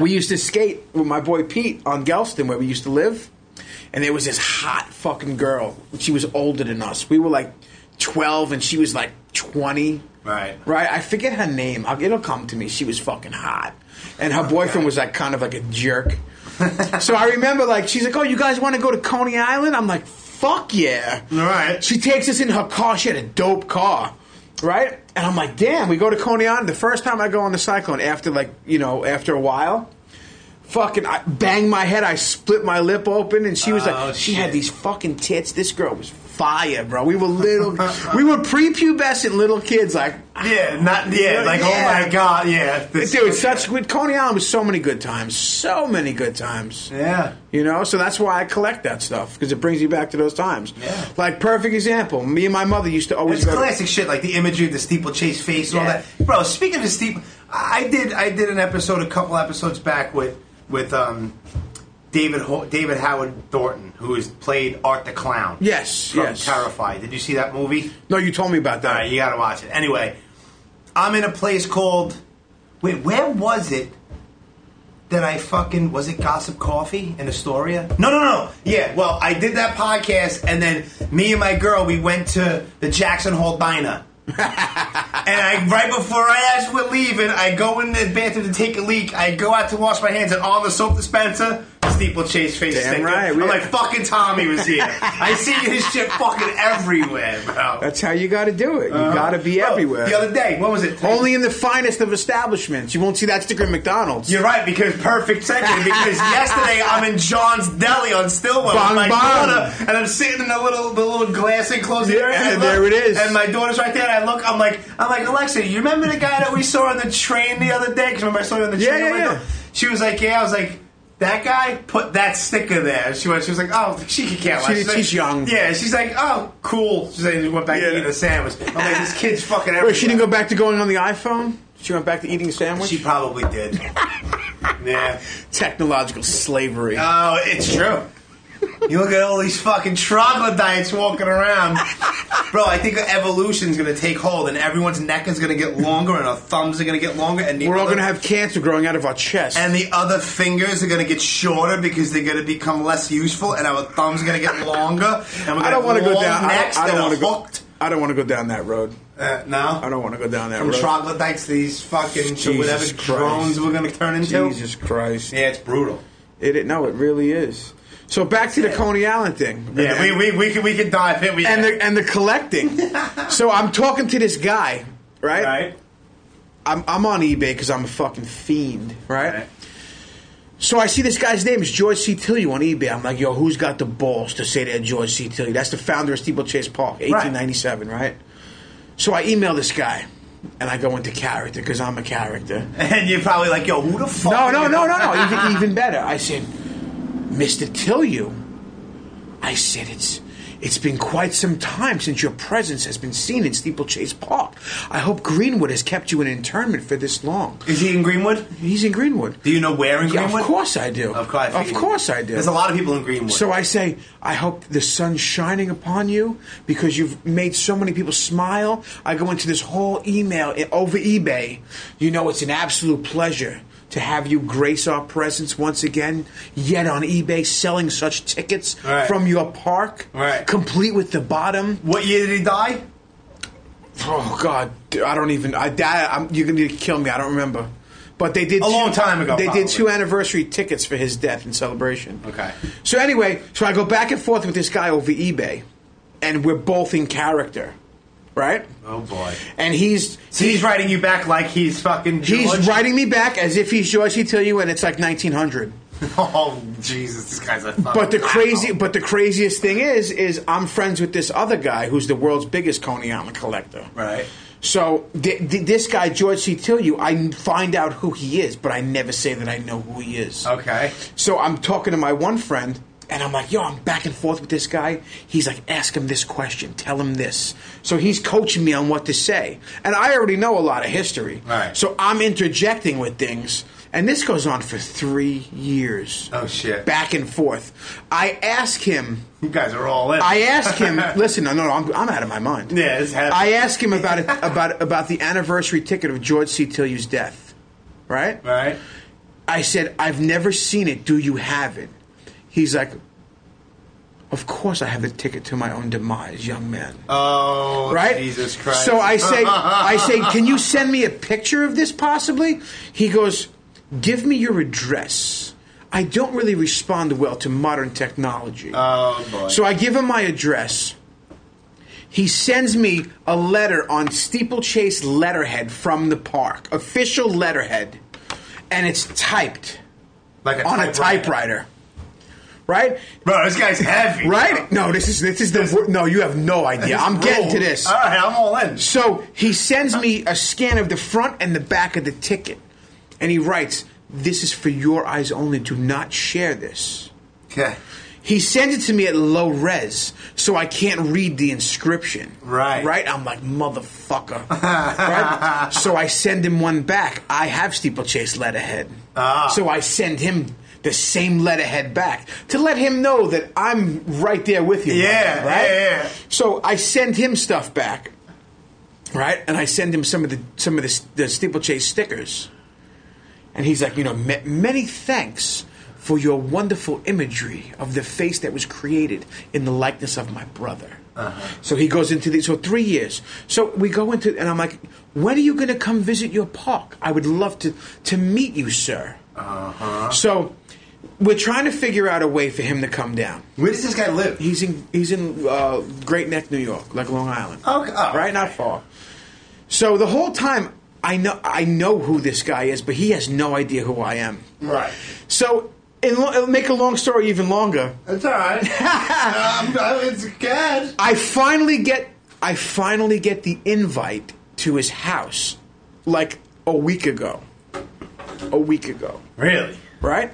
Speaker 4: we used to skate with my boy Pete on Galveston, where we used to live, and there was this hot fucking girl. She was older than us. We were like 12, and she was like 20.
Speaker 5: Right.
Speaker 4: Right, I forget her name. I'll- It'll come to me. She was fucking hot, and her boyfriend was like kind of like a jerk. so I remember, like, she's like, "Oh, you guys want to go to Coney Island?" I'm like, "Fuck yeah!"
Speaker 5: Right.
Speaker 4: She takes us in her car. She had a dope car, right? And I'm like, "Damn!" We go to Coney Island. The first time I go on the cyclone, after like you know, after a while, fucking I bang my head. I split my lip open, and she was
Speaker 5: Oh,
Speaker 4: like, she had
Speaker 5: shit.
Speaker 4: these fucking tits. This girl was fire, bro. We were little, we were prepubescent little kids, like.
Speaker 5: Yeah, not yeah, like
Speaker 4: Yeah.
Speaker 5: oh my god, yeah. This,
Speaker 4: Dude, such good. Coney Island was so many good times, so many good times.
Speaker 5: Yeah.
Speaker 4: You know, so that's why I collect that stuff because it brings you back to those times.
Speaker 5: Yeah.
Speaker 4: Like perfect example, me and my mother used to always
Speaker 5: It's
Speaker 4: go. to-
Speaker 5: classic shit, like the imagery of the steeplechase face and all
Speaker 4: Yeah.
Speaker 5: that. Bro, speaking of steeple, I I did I did an episode a couple episodes back with with um, David Ho- David Howard Thornton, who has played Art the Clown.
Speaker 4: Yes,
Speaker 5: from
Speaker 4: yes.
Speaker 5: Terrified. Did you see that movie?
Speaker 4: no, you told me about that.
Speaker 5: All right, you got to watch it. Anyway, I'm in a place called. Wait, where was it that I fucking was it Gossip Coffee in Astoria? No, no, no. Yeah, well, I did that podcast, and then me and my girl we went to the Jackson Hole Diner. and I right before I as we're leaving, I go in the bathroom to take a leak. I go out to wash my hands, and on the soap dispenser, steeplechase face
Speaker 4: Damn
Speaker 5: sticker.
Speaker 4: right, we-
Speaker 5: I'm like, fucking Tommy was here. I see his shit fucking everywhere, bro.
Speaker 4: That's how you got to do it. You got to be
Speaker 5: Bro,
Speaker 4: everywhere.
Speaker 5: Uh-huh. Oh, The other day, what was it?
Speaker 4: Only in the finest of establishments. You won't see that sticker at McDonald's.
Speaker 5: You're right because perfect second because yesterday I'm in John's Deli on Stillwell
Speaker 4: Bong
Speaker 5: with my
Speaker 4: bong.
Speaker 5: daughter and I'm sitting in the little the little glass enclosed
Speaker 4: Yeah,
Speaker 5: area
Speaker 4: and
Speaker 5: I
Speaker 4: there
Speaker 5: look,
Speaker 4: it is.
Speaker 5: and my daughter's right there and I look I'm like I'm like Alexa you remember the guy that we saw on the train the other day because remember I saw you on the
Speaker 4: Yeah,
Speaker 5: train
Speaker 4: yeah,
Speaker 5: I'm like,
Speaker 4: yeah.
Speaker 5: she was like yeah I was like that guy put that sticker there she was she was like oh she can count
Speaker 4: She-
Speaker 5: She's like-
Speaker 4: she's young.
Speaker 5: yeah she's like oh cool she's like she went back
Speaker 4: Yeah.
Speaker 5: to eating a sandwich I'm like this kid's fucking everywhere
Speaker 4: Wait, she didn't go back to going on the iPhone. She went back to eating a sandwich.
Speaker 5: she probably did yeah.
Speaker 4: Technological slavery.
Speaker 5: Oh, it's true. You look at all these fucking troglodytes walking around. Bro, I think evolution's gonna take hold and everyone's neck is gonna get longer and our thumbs are gonna get longer and the
Speaker 4: We're all
Speaker 5: other-
Speaker 4: going to have cancer growing out of our chest.
Speaker 5: and the other fingers are gonna get shorter because they're gonna become less useful and our thumbs are gonna get longer and we're gonna
Speaker 4: I don't
Speaker 5: want to
Speaker 4: go down. I
Speaker 5: necks
Speaker 4: don't, I don't
Speaker 5: that
Speaker 4: want
Speaker 5: are
Speaker 4: to go.
Speaker 5: hooked.
Speaker 4: I don't want to go down that road.
Speaker 5: Uh, no?
Speaker 4: I don't want to go down that
Speaker 5: From
Speaker 4: road.
Speaker 5: troglodytes to these fucking to
Speaker 4: Jesus
Speaker 5: whatever
Speaker 4: Christ.
Speaker 5: drones we're gonna turn into.
Speaker 4: Jesus Christ!
Speaker 5: Yeah, it's brutal.
Speaker 4: It, it no, it really is. So back to the Coney Island thing.
Speaker 5: Yeah, we, we, we, can, we can dive in. We,
Speaker 4: and the and the collecting. so I'm talking to this guy, right?
Speaker 5: right?
Speaker 4: I'm I'm on eBay because I'm a fucking fiend, right?
Speaker 5: Right.
Speaker 4: So I see this guy's name is George C. Tilly on eBay. I'm like, yo, who's got the balls to say they're George C. Tilly? That's the founder of Steeplechase Park, 1897, right? So I email this guy, and I go into character because I'm a character.
Speaker 5: And you're probably like, yo, who the fuck?
Speaker 4: No,
Speaker 5: are
Speaker 4: no,
Speaker 5: you?
Speaker 4: no, no, no. Even, even better. I said, Mr. Tilliu. I said, it's it's been quite some time since your presence has been seen in Steeplechase Park. I hope Greenwood has kept you in internment for this long.
Speaker 5: Is he in Greenwood?
Speaker 4: He's in Greenwood.
Speaker 5: Do you know where in
Speaker 4: Yeah,
Speaker 5: Greenwood?
Speaker 4: of course I do.
Speaker 5: Of course.
Speaker 4: Of course I do.
Speaker 5: There's a lot of people in Greenwood.
Speaker 4: So I say, I hope the sun's shining upon you because you've made so many people smile. I go into this whole email i- over eBay. You know, it's an absolute pleasure to have you grace our presence once again, yet on eBay selling such tickets
Speaker 5: Right.
Speaker 4: from your park,
Speaker 5: Right.
Speaker 4: complete with the bottom.
Speaker 5: what year did he die?
Speaker 4: Oh God, dude, I don't even. I that I'm, you're gonna kill me. I don't remember. But they did
Speaker 5: A long time ago,
Speaker 4: They
Speaker 5: probably.
Speaker 4: did two anniversary tickets for his death in celebration.
Speaker 5: Okay.
Speaker 4: So anyway, so I go back and forth with this guy over eBay, and we're both in character, right?
Speaker 5: Oh boy.
Speaker 4: And he's
Speaker 5: So he's writing you back like he's fucking.
Speaker 4: he's
Speaker 5: George.
Speaker 4: writing me back as if he's George He tell you, and it's like 1900.
Speaker 5: Oh Jesus, this guy's a. Fucking
Speaker 4: But the
Speaker 5: wow.
Speaker 4: crazy, but the craziest thing is, is I'm friends with this other guy who's the world's biggest Coney Island collector.
Speaker 5: Right.
Speaker 4: So th- th- this guy George C. Tilliu, I n- find out who he is, but I never say that I know who he is.
Speaker 5: Okay.
Speaker 4: So I'm talking to my one friend, and I'm like, "Yo, I'm back and forth with this guy." He's like, "Ask him this question, tell him this." So he's coaching me on what to say, and I already know a lot of history.
Speaker 5: Right.
Speaker 4: So I'm interjecting with things, And this goes on for three years.
Speaker 6: Oh, shit.
Speaker 4: Back and forth. I ask him.
Speaker 6: You guys are all in.
Speaker 4: I ask him. listen, no, no, I'm, I'm out of my mind.
Speaker 6: Yeah, it's happening.
Speaker 4: I ask him about it, about about the anniversary ticket of George C. Tilleu's death. Right.
Speaker 6: right?
Speaker 4: I said, I've never seen it. Do you have it? He's like, Of course I have the ticket to my own demise, young man.
Speaker 6: Oh,
Speaker 4: right?
Speaker 6: Jesus Christ.
Speaker 4: So I say, I say, Can you send me a picture of this possibly? He goes, Give me your address. I don't really respond well to modern technology.
Speaker 6: Oh, boy.
Speaker 4: So I give him my address. He sends me a letter on steeplechase letterhead from the park, official letterhead, and it's typed
Speaker 6: like a
Speaker 4: on a
Speaker 6: typewriter.
Speaker 4: typewriter. Right?
Speaker 6: Bro, this guy's heavy.
Speaker 4: Right? No, this is this is the wor- no. You have no idea. I'm getting to this.
Speaker 6: All right, I'm all in.
Speaker 4: So he sends me a scan of the front and the back of the ticket, and he writes, "This is for your eyes only. Do not share this."
Speaker 6: Okay.
Speaker 4: He sends it to me at low res, so I can't read the inscription.
Speaker 6: Right.
Speaker 4: Right? I'm like, motherfucker. right? So I send him one back. I have steeplechase letterhead. Ah. So I send him the same letterhead back to let him know that I'm right there with you.
Speaker 6: Yeah,
Speaker 4: brother, Right?
Speaker 6: yeah, yeah.
Speaker 4: So I send him stuff back. Right? And I send him some of the some of the, the steeplechase stickers. And he's like, you know, "Ma- many thanks for your wonderful imagery of the face that was created in the likeness of my brother.
Speaker 6: Uh-huh.
Speaker 4: So he goes into the, so three years. So we go into, and I'm like, when are you going to come visit your park? I would love to, to meet you, sir.
Speaker 6: Uh-huh.
Speaker 4: So we're trying to figure out a way for him to come down.
Speaker 6: Where does this guy live?
Speaker 4: He's in, he's in uh, Great Neck, New York, like Long Island.
Speaker 6: Okay, oh.
Speaker 4: Right? Not far. So the whole time, I know, I know who this guy is, but he has no idea who I am.
Speaker 6: right.
Speaker 4: So, in lo- it'll make a long story even longer,
Speaker 6: That's all right. um, I- it's good.
Speaker 4: I finally get I finally get the invite to his house like a week ago. A week ago,
Speaker 6: Really?
Speaker 4: right?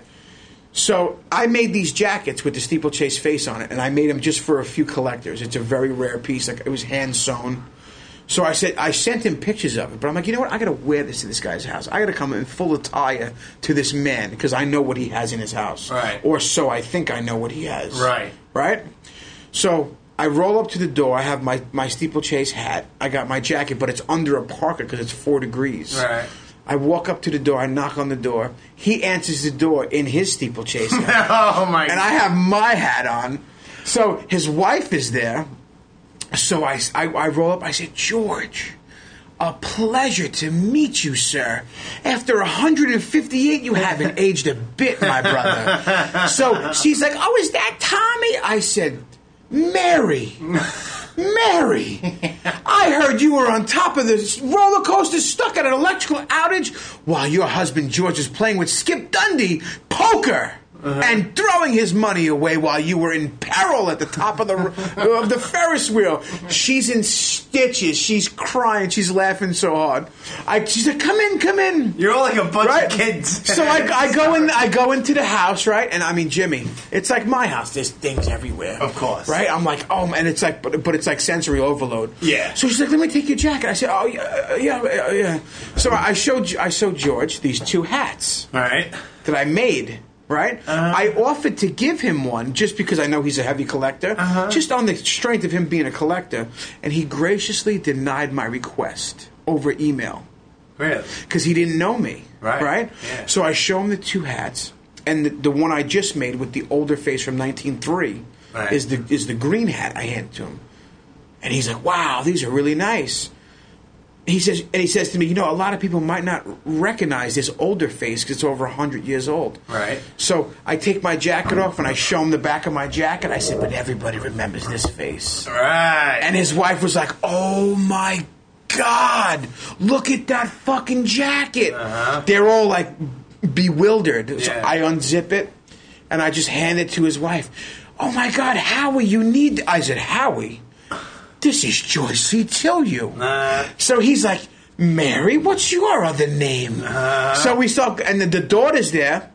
Speaker 4: So I made these jackets with the steeplechase face on it, and I made them just for a few collectors. It's a very rare piece; like it was hand sewn. So I said I sent him pictures of it, but I'm like, you know what? I got to wear this to this guy's house. I got to come in full attire to this man because I know what he has in his house,
Speaker 6: Right.
Speaker 4: Or so I think I know what he has,
Speaker 6: Right.
Speaker 4: Right. So I roll up to the door. I have my my steeplechase hat. I got my jacket, but it's under a parka because it's four degrees.
Speaker 6: Right.
Speaker 4: I walk up to the door. I knock on the door. He answers the door in his steeplechase hat,
Speaker 6: Oh, my
Speaker 4: and I have my hat on. So his wife is there. So I, I, I roll up. I say, George, a pleasure to meet you, sir. After 158, you haven't aged a bit, my brother. So she's like, Oh, is that Tommy? I said, Mary. Mary, I heard you were on top of this roller coaster stuck at an electrical outage while your husband George was playing with Skip Dundee poker and throwing his money away while you were in peril at the top of the of the Ferris wheel. She's in stitches. She's crying. She's laughing so hard. I, she's like, "Come in, come in."
Speaker 6: You're all like a bunch
Speaker 4: right?
Speaker 6: of kids.
Speaker 4: So I, I go in. I go into the house, right? And I mean, Jimmy, it's like my house. There's things everywhere.
Speaker 6: Of course.
Speaker 4: right? I'm like, oh, and it's like, but, but it's like sensory overload.
Speaker 6: Yeah.
Speaker 4: So she's like, let me take your jacket. I said, oh yeah, yeah, yeah, yeah. So I showed I showed George these two hats
Speaker 6: All right.
Speaker 4: that I made. Right,
Speaker 6: Uh-huh.
Speaker 4: I offered to give him one just because I know he's a heavy collector,
Speaker 6: Uh-huh.
Speaker 4: just on the strength of him being a collector, and he graciously denied my request over email
Speaker 6: Really?
Speaker 4: because he didn't know me.
Speaker 6: Right,
Speaker 4: Right.
Speaker 6: yeah.
Speaker 4: So I show him the two hats, and the, the one I just made with the older face from 1903
Speaker 6: Right.
Speaker 4: is the is the green hat I hand to him, and he's like, "Wow, these are really nice." He says, and he says to me, "You know, a lot of people might not recognize this older face because it's over 100 years old."
Speaker 6: Right.
Speaker 4: So I take my jacket off and I show him the back of my jacket. I said, "But everybody remembers this face."
Speaker 6: All right.
Speaker 4: And his wife was like, "Oh my god, look at that fucking jacket!" They're all like bewildered. So
Speaker 6: Uh-huh. Yeah.
Speaker 4: I unzip it and I just hand it to his wife. Oh my god, Howie, you need. I said, Howie, this is Joyce C. Tillieu.
Speaker 6: Uh,
Speaker 4: So he's like, Mary, what's your other name?
Speaker 5: Uh-huh.
Speaker 4: so we start, and then the daughter's there,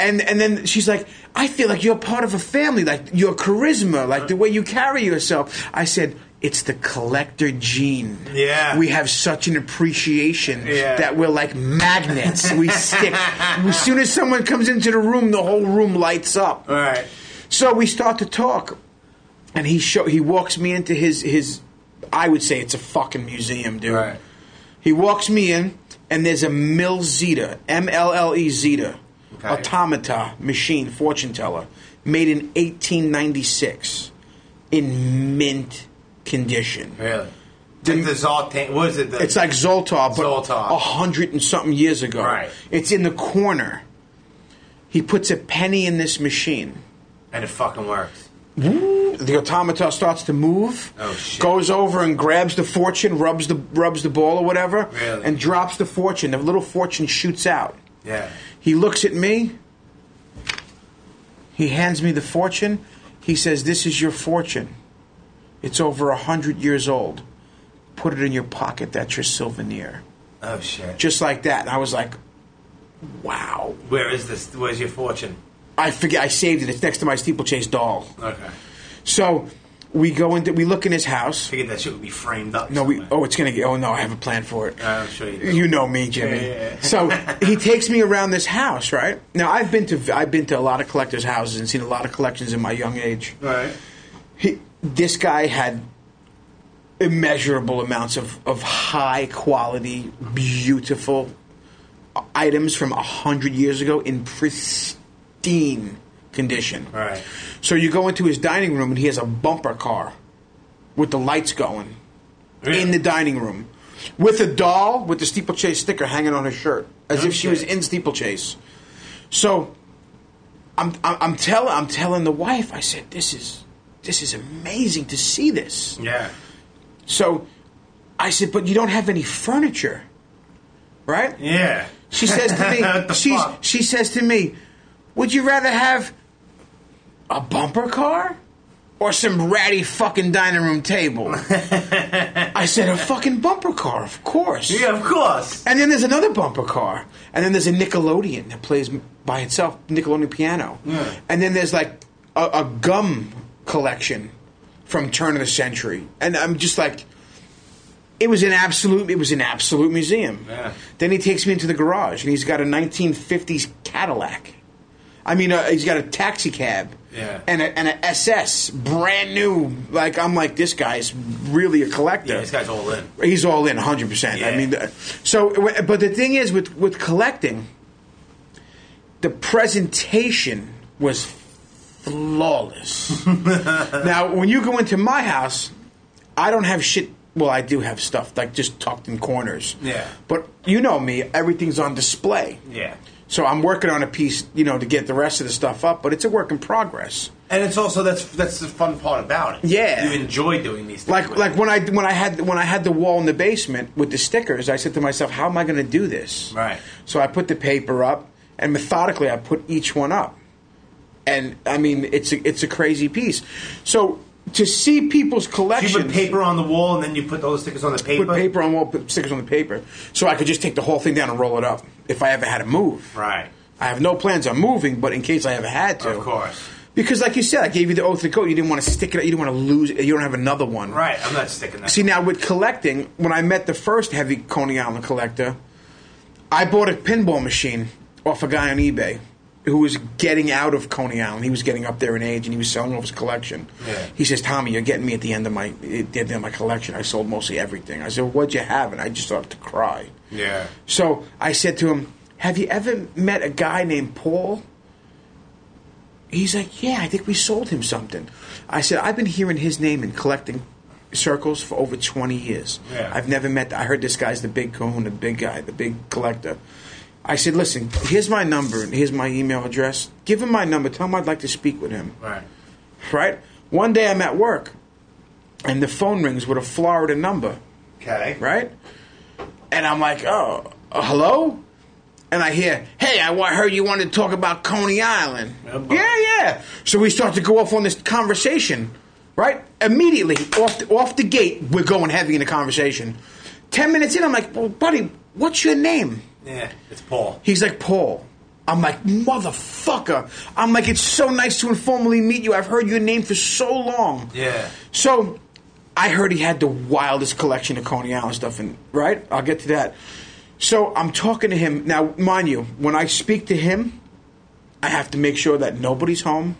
Speaker 4: and and then she's like, I feel like you're part of a family, like your charisma, like the way you carry yourself. I said, it's the collector gene.
Speaker 5: Yeah.
Speaker 4: We have such an appreciation
Speaker 5: Yeah.
Speaker 4: that we're like magnets. we stick. As soon as someone comes into the room, the whole room lights up.
Speaker 5: All right.
Speaker 4: So we start to talk, and he show he walks me into his his. I would say it's a fucking museum, dude.
Speaker 5: Right.
Speaker 4: He walks me in, and there's a Mill Zeta, M L L E Zeta,
Speaker 5: Okay.
Speaker 4: automata machine fortune teller, made in 1896, in mint condition.
Speaker 5: Really? Like the Zoltan. What is it? The,
Speaker 4: It's like Zoltar, but
Speaker 5: Zoltar.
Speaker 4: a hundred and something years ago.
Speaker 5: Right.
Speaker 4: It's in the corner. He puts a penny in this machine.
Speaker 5: and it fucking works.
Speaker 4: the automata starts to move.
Speaker 5: Oh, shit.
Speaker 4: Goes over and grabs the fortune, rubs the rubs the ball or whatever,
Speaker 5: Really?
Speaker 4: and drops the fortune. The little fortune shoots out.
Speaker 5: Yeah.
Speaker 4: He looks at me. He hands me the fortune. He says, "This is your fortune. It's over a hundred years old. Put it in your pocket. That's your souvenir."
Speaker 5: Oh shit.
Speaker 4: Just like that. And I was like, "Wow."
Speaker 5: Where is this? Where's your fortune?
Speaker 4: I forget. I saved it. It's next to my steeplechase doll.
Speaker 5: Okay.
Speaker 4: So we go into we look in his house.
Speaker 5: Figured that shit would be framed up.
Speaker 4: No, we.
Speaker 5: somewhere.
Speaker 4: Oh, it's gonna get. Oh no, I have a plan for it.
Speaker 5: I'm sure you do.
Speaker 4: You know me, Jimmy.
Speaker 5: Yeah, yeah, yeah.
Speaker 4: So he takes me around this house, right? Now I've been to I've been to a lot of collectors' houses and seen a lot of collections in my young age.
Speaker 5: All right.
Speaker 4: He, this guy had immeasurable amounts of of high quality, beautiful items from a hundred years ago in pristine condition.
Speaker 5: All right.
Speaker 4: So you go into his dining room and he has a bumper car with the lights going in the dining room with a doll with the steeplechase sticker hanging on her shirt as if she was
Speaker 5: Okay.
Speaker 4: in steeplechase. So I'm I'm, I'm telling I'm telling the wife I said this is this is amazing to see this.
Speaker 5: Yeah.
Speaker 4: So I said but you don't have any furniture. Right?
Speaker 5: Yeah.
Speaker 4: She says to
Speaker 5: What
Speaker 4: me,
Speaker 5: the
Speaker 4: she's,
Speaker 5: fuck?
Speaker 4: she says to me, would you rather have a bumper car or some ratty fucking dining room table? I said, a fucking bumper car, of course.
Speaker 5: Yeah, of course.
Speaker 4: And then there's another bumper car. And then there's a Nickelodeon that plays by itself, Nickelodeon piano.
Speaker 5: Yeah.
Speaker 4: And then there's like a, a gum collection from turn of the century. And I'm just like, it was an absolute, it was an absolute museum.
Speaker 5: Yeah.
Speaker 4: Then he takes me into the garage and he's got a 1950s Cadillac. I mean, uh, he's got a taxi cab
Speaker 5: Yeah.
Speaker 4: and a and a SS, brand new. Like I'm like, this guy's really a collector.
Speaker 5: Yeah, this guy's all in.
Speaker 4: He's all in, hundred percent. I
Speaker 5: Yeah.
Speaker 4: mean, the- so but the thing is with with collecting, the presentation was flawless. now, when you go into my house, I don't have shit. Well, I do have stuff like just tucked in corners.
Speaker 5: Yeah.
Speaker 4: But you know me, everything's on display.
Speaker 5: Yeah.
Speaker 4: So I'm working on a piece, you know, to get the rest of the stuff up, but it's a work in progress.
Speaker 5: And it's also that's that's the fun part about it.
Speaker 4: Yeah.
Speaker 5: You enjoy doing these things.
Speaker 4: Like
Speaker 5: with
Speaker 4: like
Speaker 5: it.
Speaker 4: when I when I had when I had the wall in the basement with the stickers, I said to myself, "How am I going to do this?"
Speaker 5: Right.
Speaker 4: So I put the paper up, and methodically I put each one up, and I mean it's a, it's a crazy piece. So to see people's
Speaker 5: you put
Speaker 4: collections,
Speaker 5: paper on the wall and then you put all the stickers on the paper.
Speaker 4: put paper on wall, put stickers on the paper, so I could just take the whole thing down and roll it up if I ever had to move.
Speaker 5: Right.
Speaker 4: I have no plans on moving, but in case I ever had to,
Speaker 5: Of course.
Speaker 4: Because like you said, I gave you the oath to go. You didn't want to stick it. You didn't want to lose. it. You don't have another one.
Speaker 5: Right. I'm not sticking that.
Speaker 4: See now with collecting, when I met the first heavy Coney Island collector, I bought a pinball machine off a guy on eBay who was getting out of Coney Island. He was getting up there in age, and he was selling off his collection.
Speaker 5: Yeah.
Speaker 4: He says, "Tommy, you're getting me at the end of my at the end of my collection. I sold mostly everything." I said, well, "What'd you have?" And I just started to cry.
Speaker 5: Yeah.
Speaker 4: So I said to him, Have you ever met a guy named Paul? He's like, Yeah, I think we sold him something. I said, I've been hearing his name in collecting circles for over 20 years.
Speaker 5: Yeah.
Speaker 4: I've never met, I heard this guy's the big coon, the big guy, the big collector. I said, Listen, here's my number and here's my email address. Give him my number. Tell him I'd like to speak with him
Speaker 5: Right.
Speaker 4: right? One day I'm at work, and the phone rings with a Florida number,
Speaker 5: Okay.
Speaker 4: right? And I'm like, oh, uh, hello? And I hear, hey, I wa- heard you wanted to talk about Coney Island.
Speaker 5: Yeah, boy.
Speaker 4: Yeah, yeah. So we start to go off on this conversation, right? Immediately, off the, off the gate, we're going heavy in the conversation. Ten minutes in, I'm like, well, buddy, what's your name?
Speaker 5: Yeah. It's Paul.
Speaker 4: He's like, Paul. I'm like, motherfucker. I'm like, it's so nice to informally meet you. I've heard your name for so long.
Speaker 5: Yeah.
Speaker 4: So I heard he had the wildest collection of Coney Island stuff, and right, I'll get to that. So I'm talking to him now. Mind you, when I speak to him, I have to make sure that nobody's home,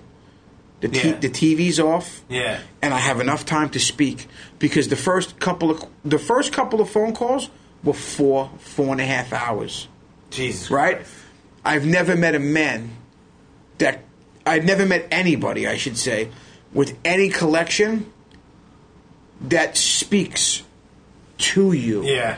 Speaker 4: the t-
Speaker 5: Yeah.
Speaker 4: the TV's off,
Speaker 5: Yeah.
Speaker 4: and I have enough time to speak because the first couple of the first couple of phone calls were four four and a half hours
Speaker 5: Jesus.
Speaker 4: right?
Speaker 5: Christ.
Speaker 4: I've never met a man that I've never met anybody, I should say, with any collection that speaks to you,
Speaker 5: Yeah.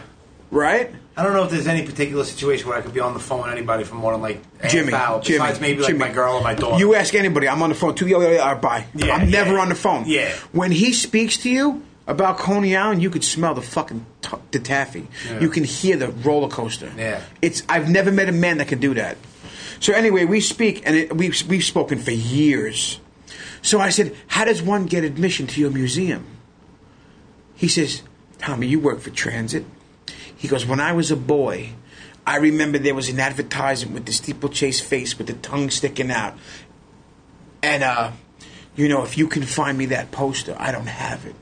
Speaker 4: right?
Speaker 5: I don't know if there's any particular situation where I could be on the phone with anybody for more than like a
Speaker 4: Jimmy,
Speaker 5: half hour.
Speaker 4: Jimmy,
Speaker 5: Besides maybe like
Speaker 4: Jimmy.
Speaker 5: my girl or my daughter.
Speaker 4: You ask anybody, I'm on the phone too. Yo, yo, yo, all right, bye.
Speaker 5: Yeah,
Speaker 4: I'm never
Speaker 5: yeah.
Speaker 4: on the phone.
Speaker 5: Yeah.
Speaker 4: When he speaks to you about Coney Island, you could smell the fucking t- the taffy.
Speaker 5: Yeah.
Speaker 4: You can hear the roller coaster.
Speaker 5: Yeah.
Speaker 4: It's I've never met a man that can do that. So anyway, we speak and it, we've we've spoken for years. So I said, "How does one get admission to your museum?" He says, "Tommy, you work for Transit." He goes, "When I was a boy, I remember there was an advertisement with the steeplechase face with the tongue sticking out, and uh, you know, if you can find me that poster, I don't have it.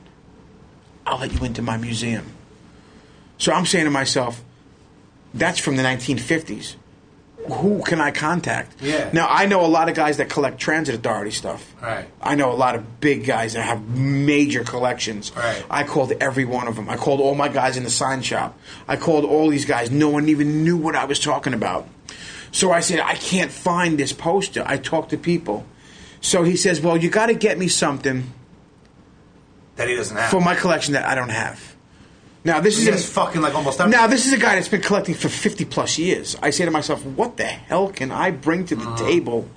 Speaker 4: I'll let you into my museum." So I'm saying to myself, "That's from the 1950s." Who can I contact?
Speaker 5: Yeah.
Speaker 4: Now I know a lot of guys that collect transit authority stuff.
Speaker 5: Right.
Speaker 4: I know a lot of big guys that have major collections.
Speaker 5: Right.
Speaker 4: I called every one of them. I called all my guys in the sign shop. I called all these guys. No one even knew what I was talking about. So I said, I can't find this poster. I talked to people. So he says, Well, you got to get me something
Speaker 5: That he doesn't have.
Speaker 4: for my collection that I don't have. Now, this
Speaker 5: He
Speaker 4: is.
Speaker 5: has fucking like almost everything.
Speaker 4: Now, this is a guy that's been collecting for 50 plus years. I say to myself, what the hell can I bring to the
Speaker 5: Uh-huh.
Speaker 4: table?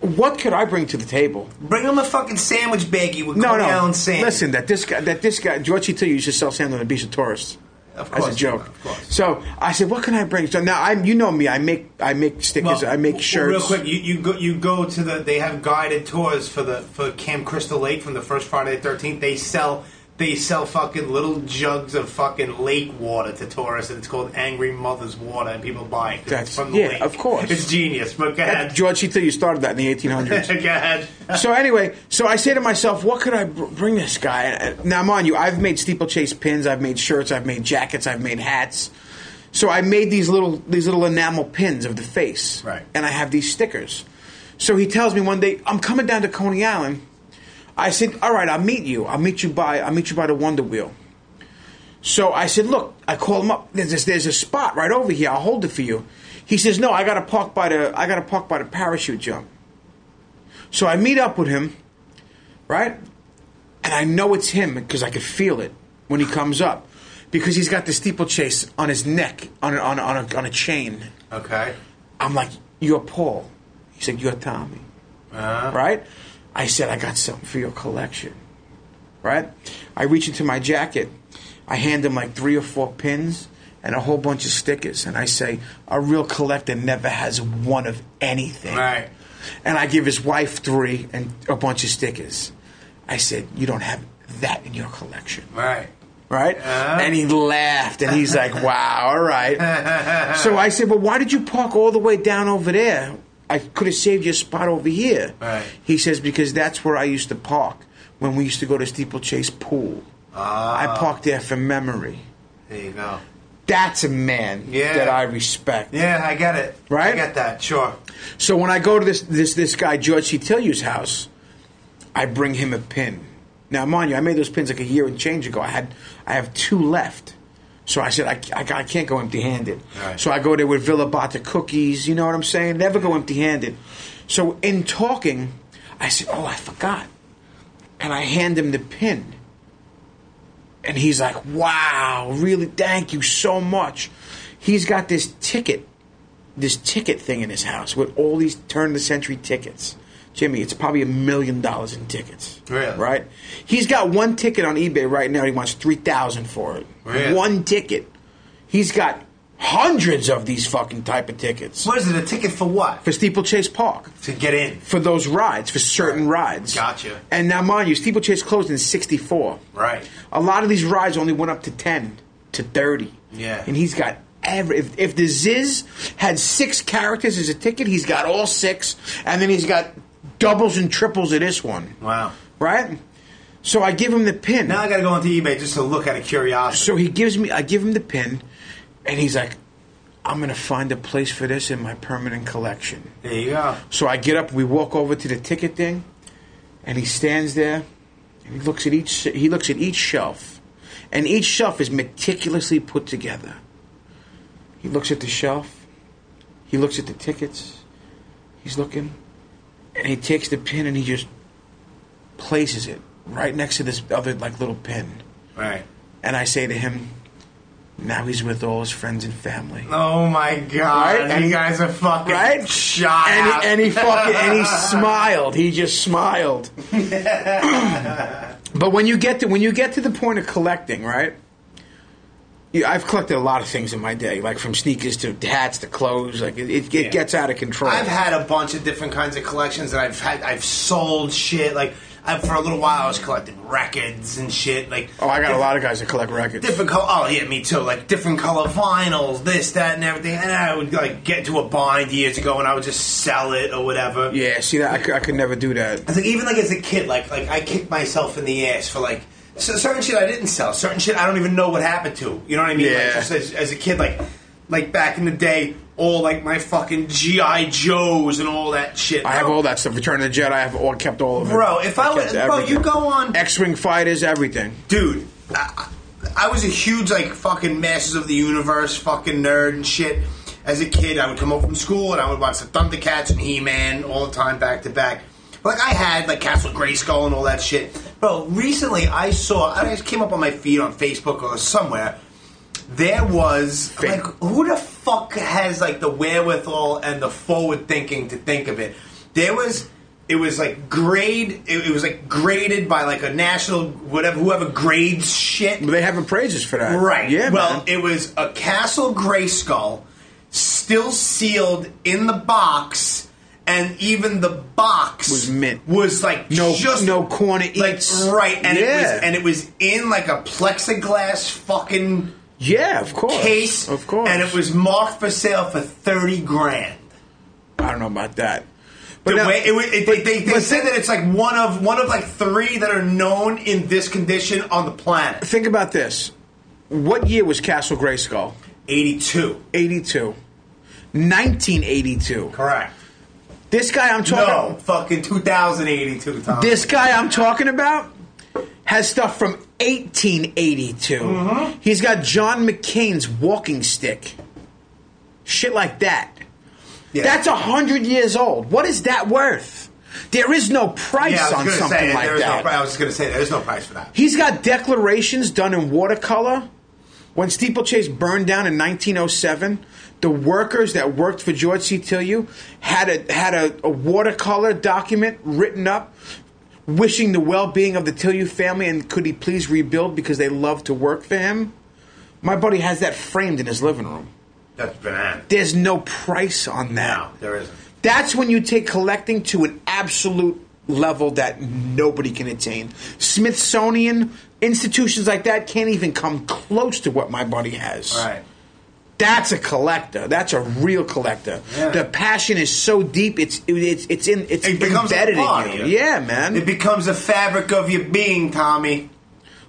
Speaker 4: What could I bring to the table?
Speaker 5: Bring him a fucking sandwich baggie with
Speaker 4: No,
Speaker 5: Coney
Speaker 4: no.
Speaker 5: Island sand.
Speaker 4: Listen, that this guy, that this guy, George Tito used to sell sand on the beach of tourists.
Speaker 5: Of
Speaker 4: as
Speaker 5: course,
Speaker 4: a joke.
Speaker 5: of course.
Speaker 4: So I said, "What can I bring?" So now I'm, you know me, I make, I make stickers, I make shirts.
Speaker 5: Real quick, you, you go you go to the they have guided tours for the for Camp Crystal Lake from the first Friday the thirteenth. They sell they sell fucking little jugs of fucking lake water to tourists, and it's called Angry Mother's Water, and people buy it. 'cause
Speaker 4: That's-
Speaker 5: it's from the
Speaker 4: yeah,
Speaker 5: lake.
Speaker 4: of course.
Speaker 5: it's genius. But go
Speaker 4: That-
Speaker 5: ahead,
Speaker 4: George Tito, you started that in the 1800s.
Speaker 5: go ahead.
Speaker 4: so anyway, so I say to myself, what could I br- bring this guy? And, uh, Now, mind you, I've made steeplechase pins, I've made shirts, I've made jackets, I've made hats. So I made these little these little enamel pins of the face,
Speaker 5: Right.
Speaker 4: And I have these stickers. So he tells me one day, I'm coming down to Coney Island. I said, all right, I'll meet you. I'll meet you by I'll meet you by the Wonder Wheel. So I said, look, I called him up. There's this, there's a spot right over here. I'll hold it for you. He says, no, I got to park by the I got to park by the parachute jump. So I meet up with him, right? And I know it's him because I could feel it when he comes up, because he's got the steeplechase on his neck on a, on a, on a, on a chain.
Speaker 5: Okay,
Speaker 4: I'm like, you're Paul. He said, you're Tommy. Right? I said, I got something for your collection. Right? I reach into my jacket. I hand him like three or four pins and a whole bunch of stickers. And I say, a real collector never has one of anything.
Speaker 5: Right.
Speaker 4: And I give his wife three and a bunch of stickers. I said, you don't have that in your collection
Speaker 5: all right.
Speaker 4: right?
Speaker 5: Uh-huh.
Speaker 4: and he laughed and he's like, wow, all right. so I said, well, why did you park all the way down over there? I could have saved you a spot over here.
Speaker 5: Right.
Speaker 4: He says, because that's where I used to park when we used to go to Steeplechase Pool.
Speaker 5: Ah.
Speaker 4: I parked there for memory.
Speaker 5: There you go.
Speaker 4: That's a man
Speaker 5: Yeah.
Speaker 4: that I respect.
Speaker 5: Yeah, I get it.
Speaker 4: Right?
Speaker 5: I get that. Sure.
Speaker 4: So when I go to this this this guy George Cetiliu's house, I bring him a pin. Now, mind you, I made those pins like a year and change ago. I had I have two left, so I said I, I, I can't go empty handed.
Speaker 5: Right.
Speaker 4: So I go there with Villa Bata cookies. You know what I'm saying? Never go empty handed. So in talking, I said, "Oh, I forgot," and I hand him the pin. And he's like, "Wow, really? Thank you so much." He's got this ticket this ticket thing in his house with all these turn of the century tickets. Jimmy, it's probably a million dollars in tickets.
Speaker 5: Really?
Speaker 4: Right? He's got one ticket on eBay right now. He wants three thousand for it.
Speaker 5: Really?
Speaker 4: One ticket. He's got hundreds of these fucking type of tickets
Speaker 5: What is it? A ticket for what?
Speaker 4: for Steeplechase Park
Speaker 5: to get in.
Speaker 4: for those rides for certain rides.
Speaker 5: Gotcha.
Speaker 4: And now, mind you, Steeplechase closed in '64.
Speaker 5: Right.
Speaker 4: A lot of these rides only went up to 10 to 30.
Speaker 5: Yeah.
Speaker 4: And he's got every. If, if the Ziz had six characters as a ticket, he's got all six. And then he's got doubles and triples of this one.
Speaker 5: Wow.
Speaker 4: Right? So I give him the pin.
Speaker 5: Now I gotta go onto eBay just to look out of curiosity.
Speaker 4: So he gives me, I give him the pin, and he's like, I'm going to find a place for this in my permanent collection.
Speaker 5: there you go.
Speaker 4: So I get up, we walk over to the ticket thing, and he stands there, and he looks at each, he looks at each shelf, and each shelf is meticulously put together. He looks at the shelf, he looks at the tickets, he's looking, and he takes the pin and he just places it right next to this other like little pin.
Speaker 5: Right.
Speaker 4: And I say to him, now he's with all his friends and family.
Speaker 5: Oh my god.
Speaker 4: Right? And
Speaker 5: you
Speaker 4: he-
Speaker 5: guys are fucking
Speaker 4: Right?
Speaker 5: shot.
Speaker 4: And
Speaker 5: out.
Speaker 4: he, and he fucking and he smiled. He just smiled. but when you get to when you get to the point of collecting, right? You, I've collected a lot of things in my day, like from sneakers to hats to clothes. Like it, it, it
Speaker 5: Yeah.
Speaker 4: gets out of control.
Speaker 5: I've had a bunch of different kinds of collections that I've had. I've sold shit. Like I, for a little while, I was collecting records and shit. Like
Speaker 4: oh, I got a lot of guys that collect records.
Speaker 5: different color. Oh yeah, me too. Like different color vinyls, this, that, and everything. And I would like get into a bind years ago, and I would just sell it or whatever.
Speaker 4: Yeah, see that I, cou- I could never do that.
Speaker 5: It's like even like as a kid, like like I kicked myself in the ass for like c- certain shit I didn't sell, certain shit I don't even know what happened to. You know what I mean? Like,
Speaker 4: Yeah.
Speaker 5: just as, as a kid, like like back in the day, all like my fucking GI Joes and all that shit.
Speaker 4: I have
Speaker 5: bro.
Speaker 4: all that stuff. Return of the Jedi. I have all kept all of it.
Speaker 5: Bro, if I would,
Speaker 4: kept
Speaker 5: bro,
Speaker 4: everything.
Speaker 5: you go on,
Speaker 4: X-wing fighters, everything.
Speaker 5: dude. I, I was a huge like fucking Masters of the Universe fucking nerd and shit. As a kid, I would come home from school and I would watch the Thundercats and He Man all the time back to back. Like I had like Castle Grayskull and all that shit. Bro, recently I saw I just came up on my feed on Facebook or somewhere. There was
Speaker 4: Fake.
Speaker 5: like who the fuck has like the wherewithal and the forward thinking to think of it? There was it was like grade it, it was like graded by like a national whatever whoever grades shit.
Speaker 4: They have appraisers for that,
Speaker 5: Right.
Speaker 4: Yeah.
Speaker 5: Well,
Speaker 4: man.
Speaker 5: it was a Castle Grayskull still sealed in the box, and even the box
Speaker 4: Was mint.
Speaker 5: Was like
Speaker 4: No-
Speaker 5: just
Speaker 4: no corner
Speaker 5: like
Speaker 4: eats.
Speaker 5: right, and it
Speaker 4: Yeah.
Speaker 5: was and it was in like a plexiglass fucking
Speaker 4: yeah, of course,
Speaker 5: case,
Speaker 4: of course,
Speaker 5: and it was marked for sale for thirty grand.
Speaker 4: I don't know about that.
Speaker 5: The
Speaker 4: now-
Speaker 5: way it, wa- it,
Speaker 4: but-
Speaker 5: they, they, they
Speaker 4: but
Speaker 5: said
Speaker 4: thi-
Speaker 5: that it's like one of one of like three that are known in this condition on the planet.
Speaker 4: Think about this. What year was Castle Grayskull?
Speaker 5: Eighty two,
Speaker 4: 82. 1982.
Speaker 5: correct?
Speaker 4: This guy I'm talking
Speaker 5: No, fucking two thousand eighty two. Tom.
Speaker 4: This guy I'm talking about has stuff from 1882.
Speaker 5: Mm-hmm.
Speaker 4: He's got John McCain's walking stick. Shit like that.
Speaker 5: Yeah.
Speaker 4: That's a 100 years old. What is that worth? There is no price
Speaker 5: yeah, I was
Speaker 4: on
Speaker 5: gonna
Speaker 4: something
Speaker 5: say,
Speaker 4: like
Speaker 5: there's
Speaker 4: that.
Speaker 5: No, pri- I was just going to say there's no price for that.
Speaker 4: He's got declarations done in watercolor. When Steeplechase burned down in 1907, the workers that worked for George C. Tillieu had a had a, a watercolor document written up, wishing the well-being of the Tillieu family and could he please rebuild because they loved to work for him. My buddy has that framed in his living room.
Speaker 5: That's banana.
Speaker 4: There's no price on that.
Speaker 5: No, there isn't.
Speaker 4: That's when you take collecting to an absolute level that nobody can attain. Smithsonian institutions like that can't even come close to what my buddy has.
Speaker 5: All right.
Speaker 4: That's a collector. That's a real collector.
Speaker 5: Yeah.
Speaker 4: The passion is so deep. It's it's it's in it's
Speaker 5: It becomes
Speaker 4: embedded
Speaker 5: a part
Speaker 4: in
Speaker 5: of
Speaker 4: you.
Speaker 5: you.
Speaker 4: Yeah, man.
Speaker 5: It becomes a fabric of your being, Tommy.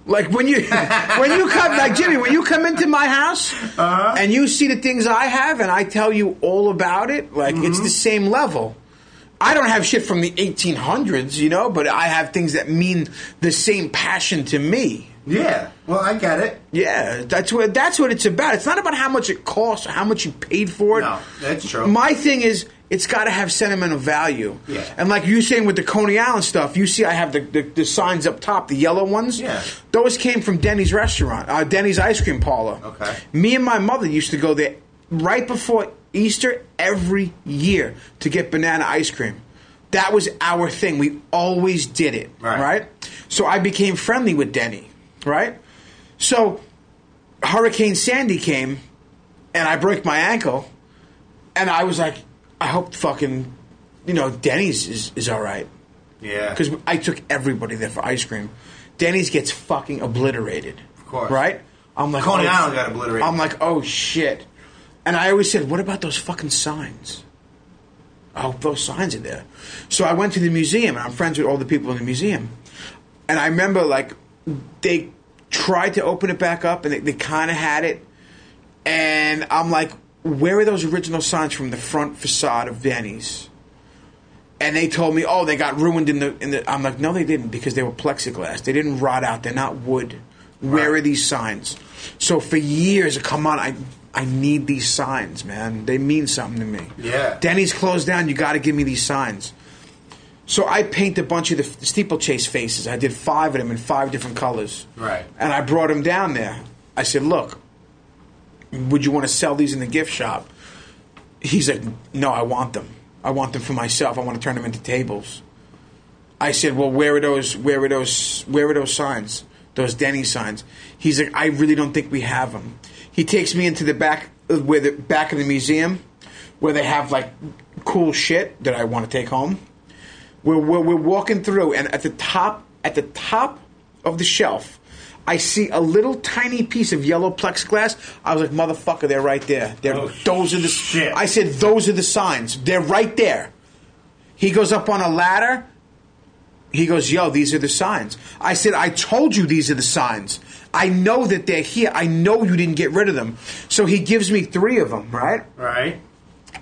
Speaker 4: Like when you when you come like Jimmy, when you come into my house and you see the things I have and I tell you all about it, like it's the same level. I don't have shit from the 1800s, you know, but I have things that mean the same passion to me.
Speaker 5: Yeah. Well, I get it.
Speaker 4: Yeah, that's what that's what it's about. It's not about how much it costs or how much you paid for it.
Speaker 5: No, that's true.
Speaker 4: My thing is, it's got to have sentimental value.
Speaker 5: Yeah.
Speaker 4: And like you saying with the Coney Island stuff, you see, I have the, the, the signs up top, the yellow ones.
Speaker 5: Yeah.
Speaker 4: Those came from Denny's restaurant, uh, Denny's ice cream parlor.
Speaker 5: Okay.
Speaker 4: Me and my mother used to go there right before Easter every year to get banana ice cream. That was our thing. We always did it.
Speaker 5: Right.
Speaker 4: right? So I became friendly with Denny. Right. So Hurricane Sandy came and I broke my ankle and I was like, I hope fucking, you know, Denny's is, is all right.
Speaker 5: Yeah.
Speaker 4: Because I took everybody there for ice cream. Denny's gets fucking obliterated. Of
Speaker 5: course.
Speaker 4: Right? I'm like,
Speaker 5: Coney
Speaker 4: oh,
Speaker 5: Island got obliterated.
Speaker 4: I'm like, oh shit. And I always said, what about those fucking signs? Oh, those signs are there. So I went to the museum, and I'm friends with all the people in the museum. And I remember like they tried to open it back up, and they, they kind of had it. And I'm like, where are those original signs from the front facade of Vanny's? And they told me, oh, they got ruined in the in the. I'm like, no, they didn't because they were plexiglass. They didn't rot out. They're not wood. Where are these signs? So for years, come on, I I need these signs, man. They mean something to me.
Speaker 5: Yeah.
Speaker 4: Denny's closed down. You got to give me these signs. So I paint a bunch of the f- steeplechase faces. I did five of them in five different colors.
Speaker 5: Right.
Speaker 4: And I brought them down there. I said, "Look, would you want to sell these in the gift shop?" He's like, "No, I want them. I want them for myself. I want to turn them into tables." I said, "Well, where are those? Where are those? Where are those signs? Those Denny signs?" He's like, "I really don't think we have them." He takes me into the back, uh, where the back of the museum, where they have like cool shit that I want to take home. We're, we're we're walking through, and at the top, at the top of the shelf, I see a little tiny piece of yellow plexiglass. I was like, "Motherfucker, they're right there. They're,
Speaker 5: Oh,
Speaker 4: those are the
Speaker 5: shit.
Speaker 4: I said, "Those are the signs. They're right there." He goes up on a ladder. He goes, Yo, these are the signs. I said, I told you these are the signs. I know that they're here. I know you didn't get rid of them. So he gives me three of them, right?
Speaker 5: Right.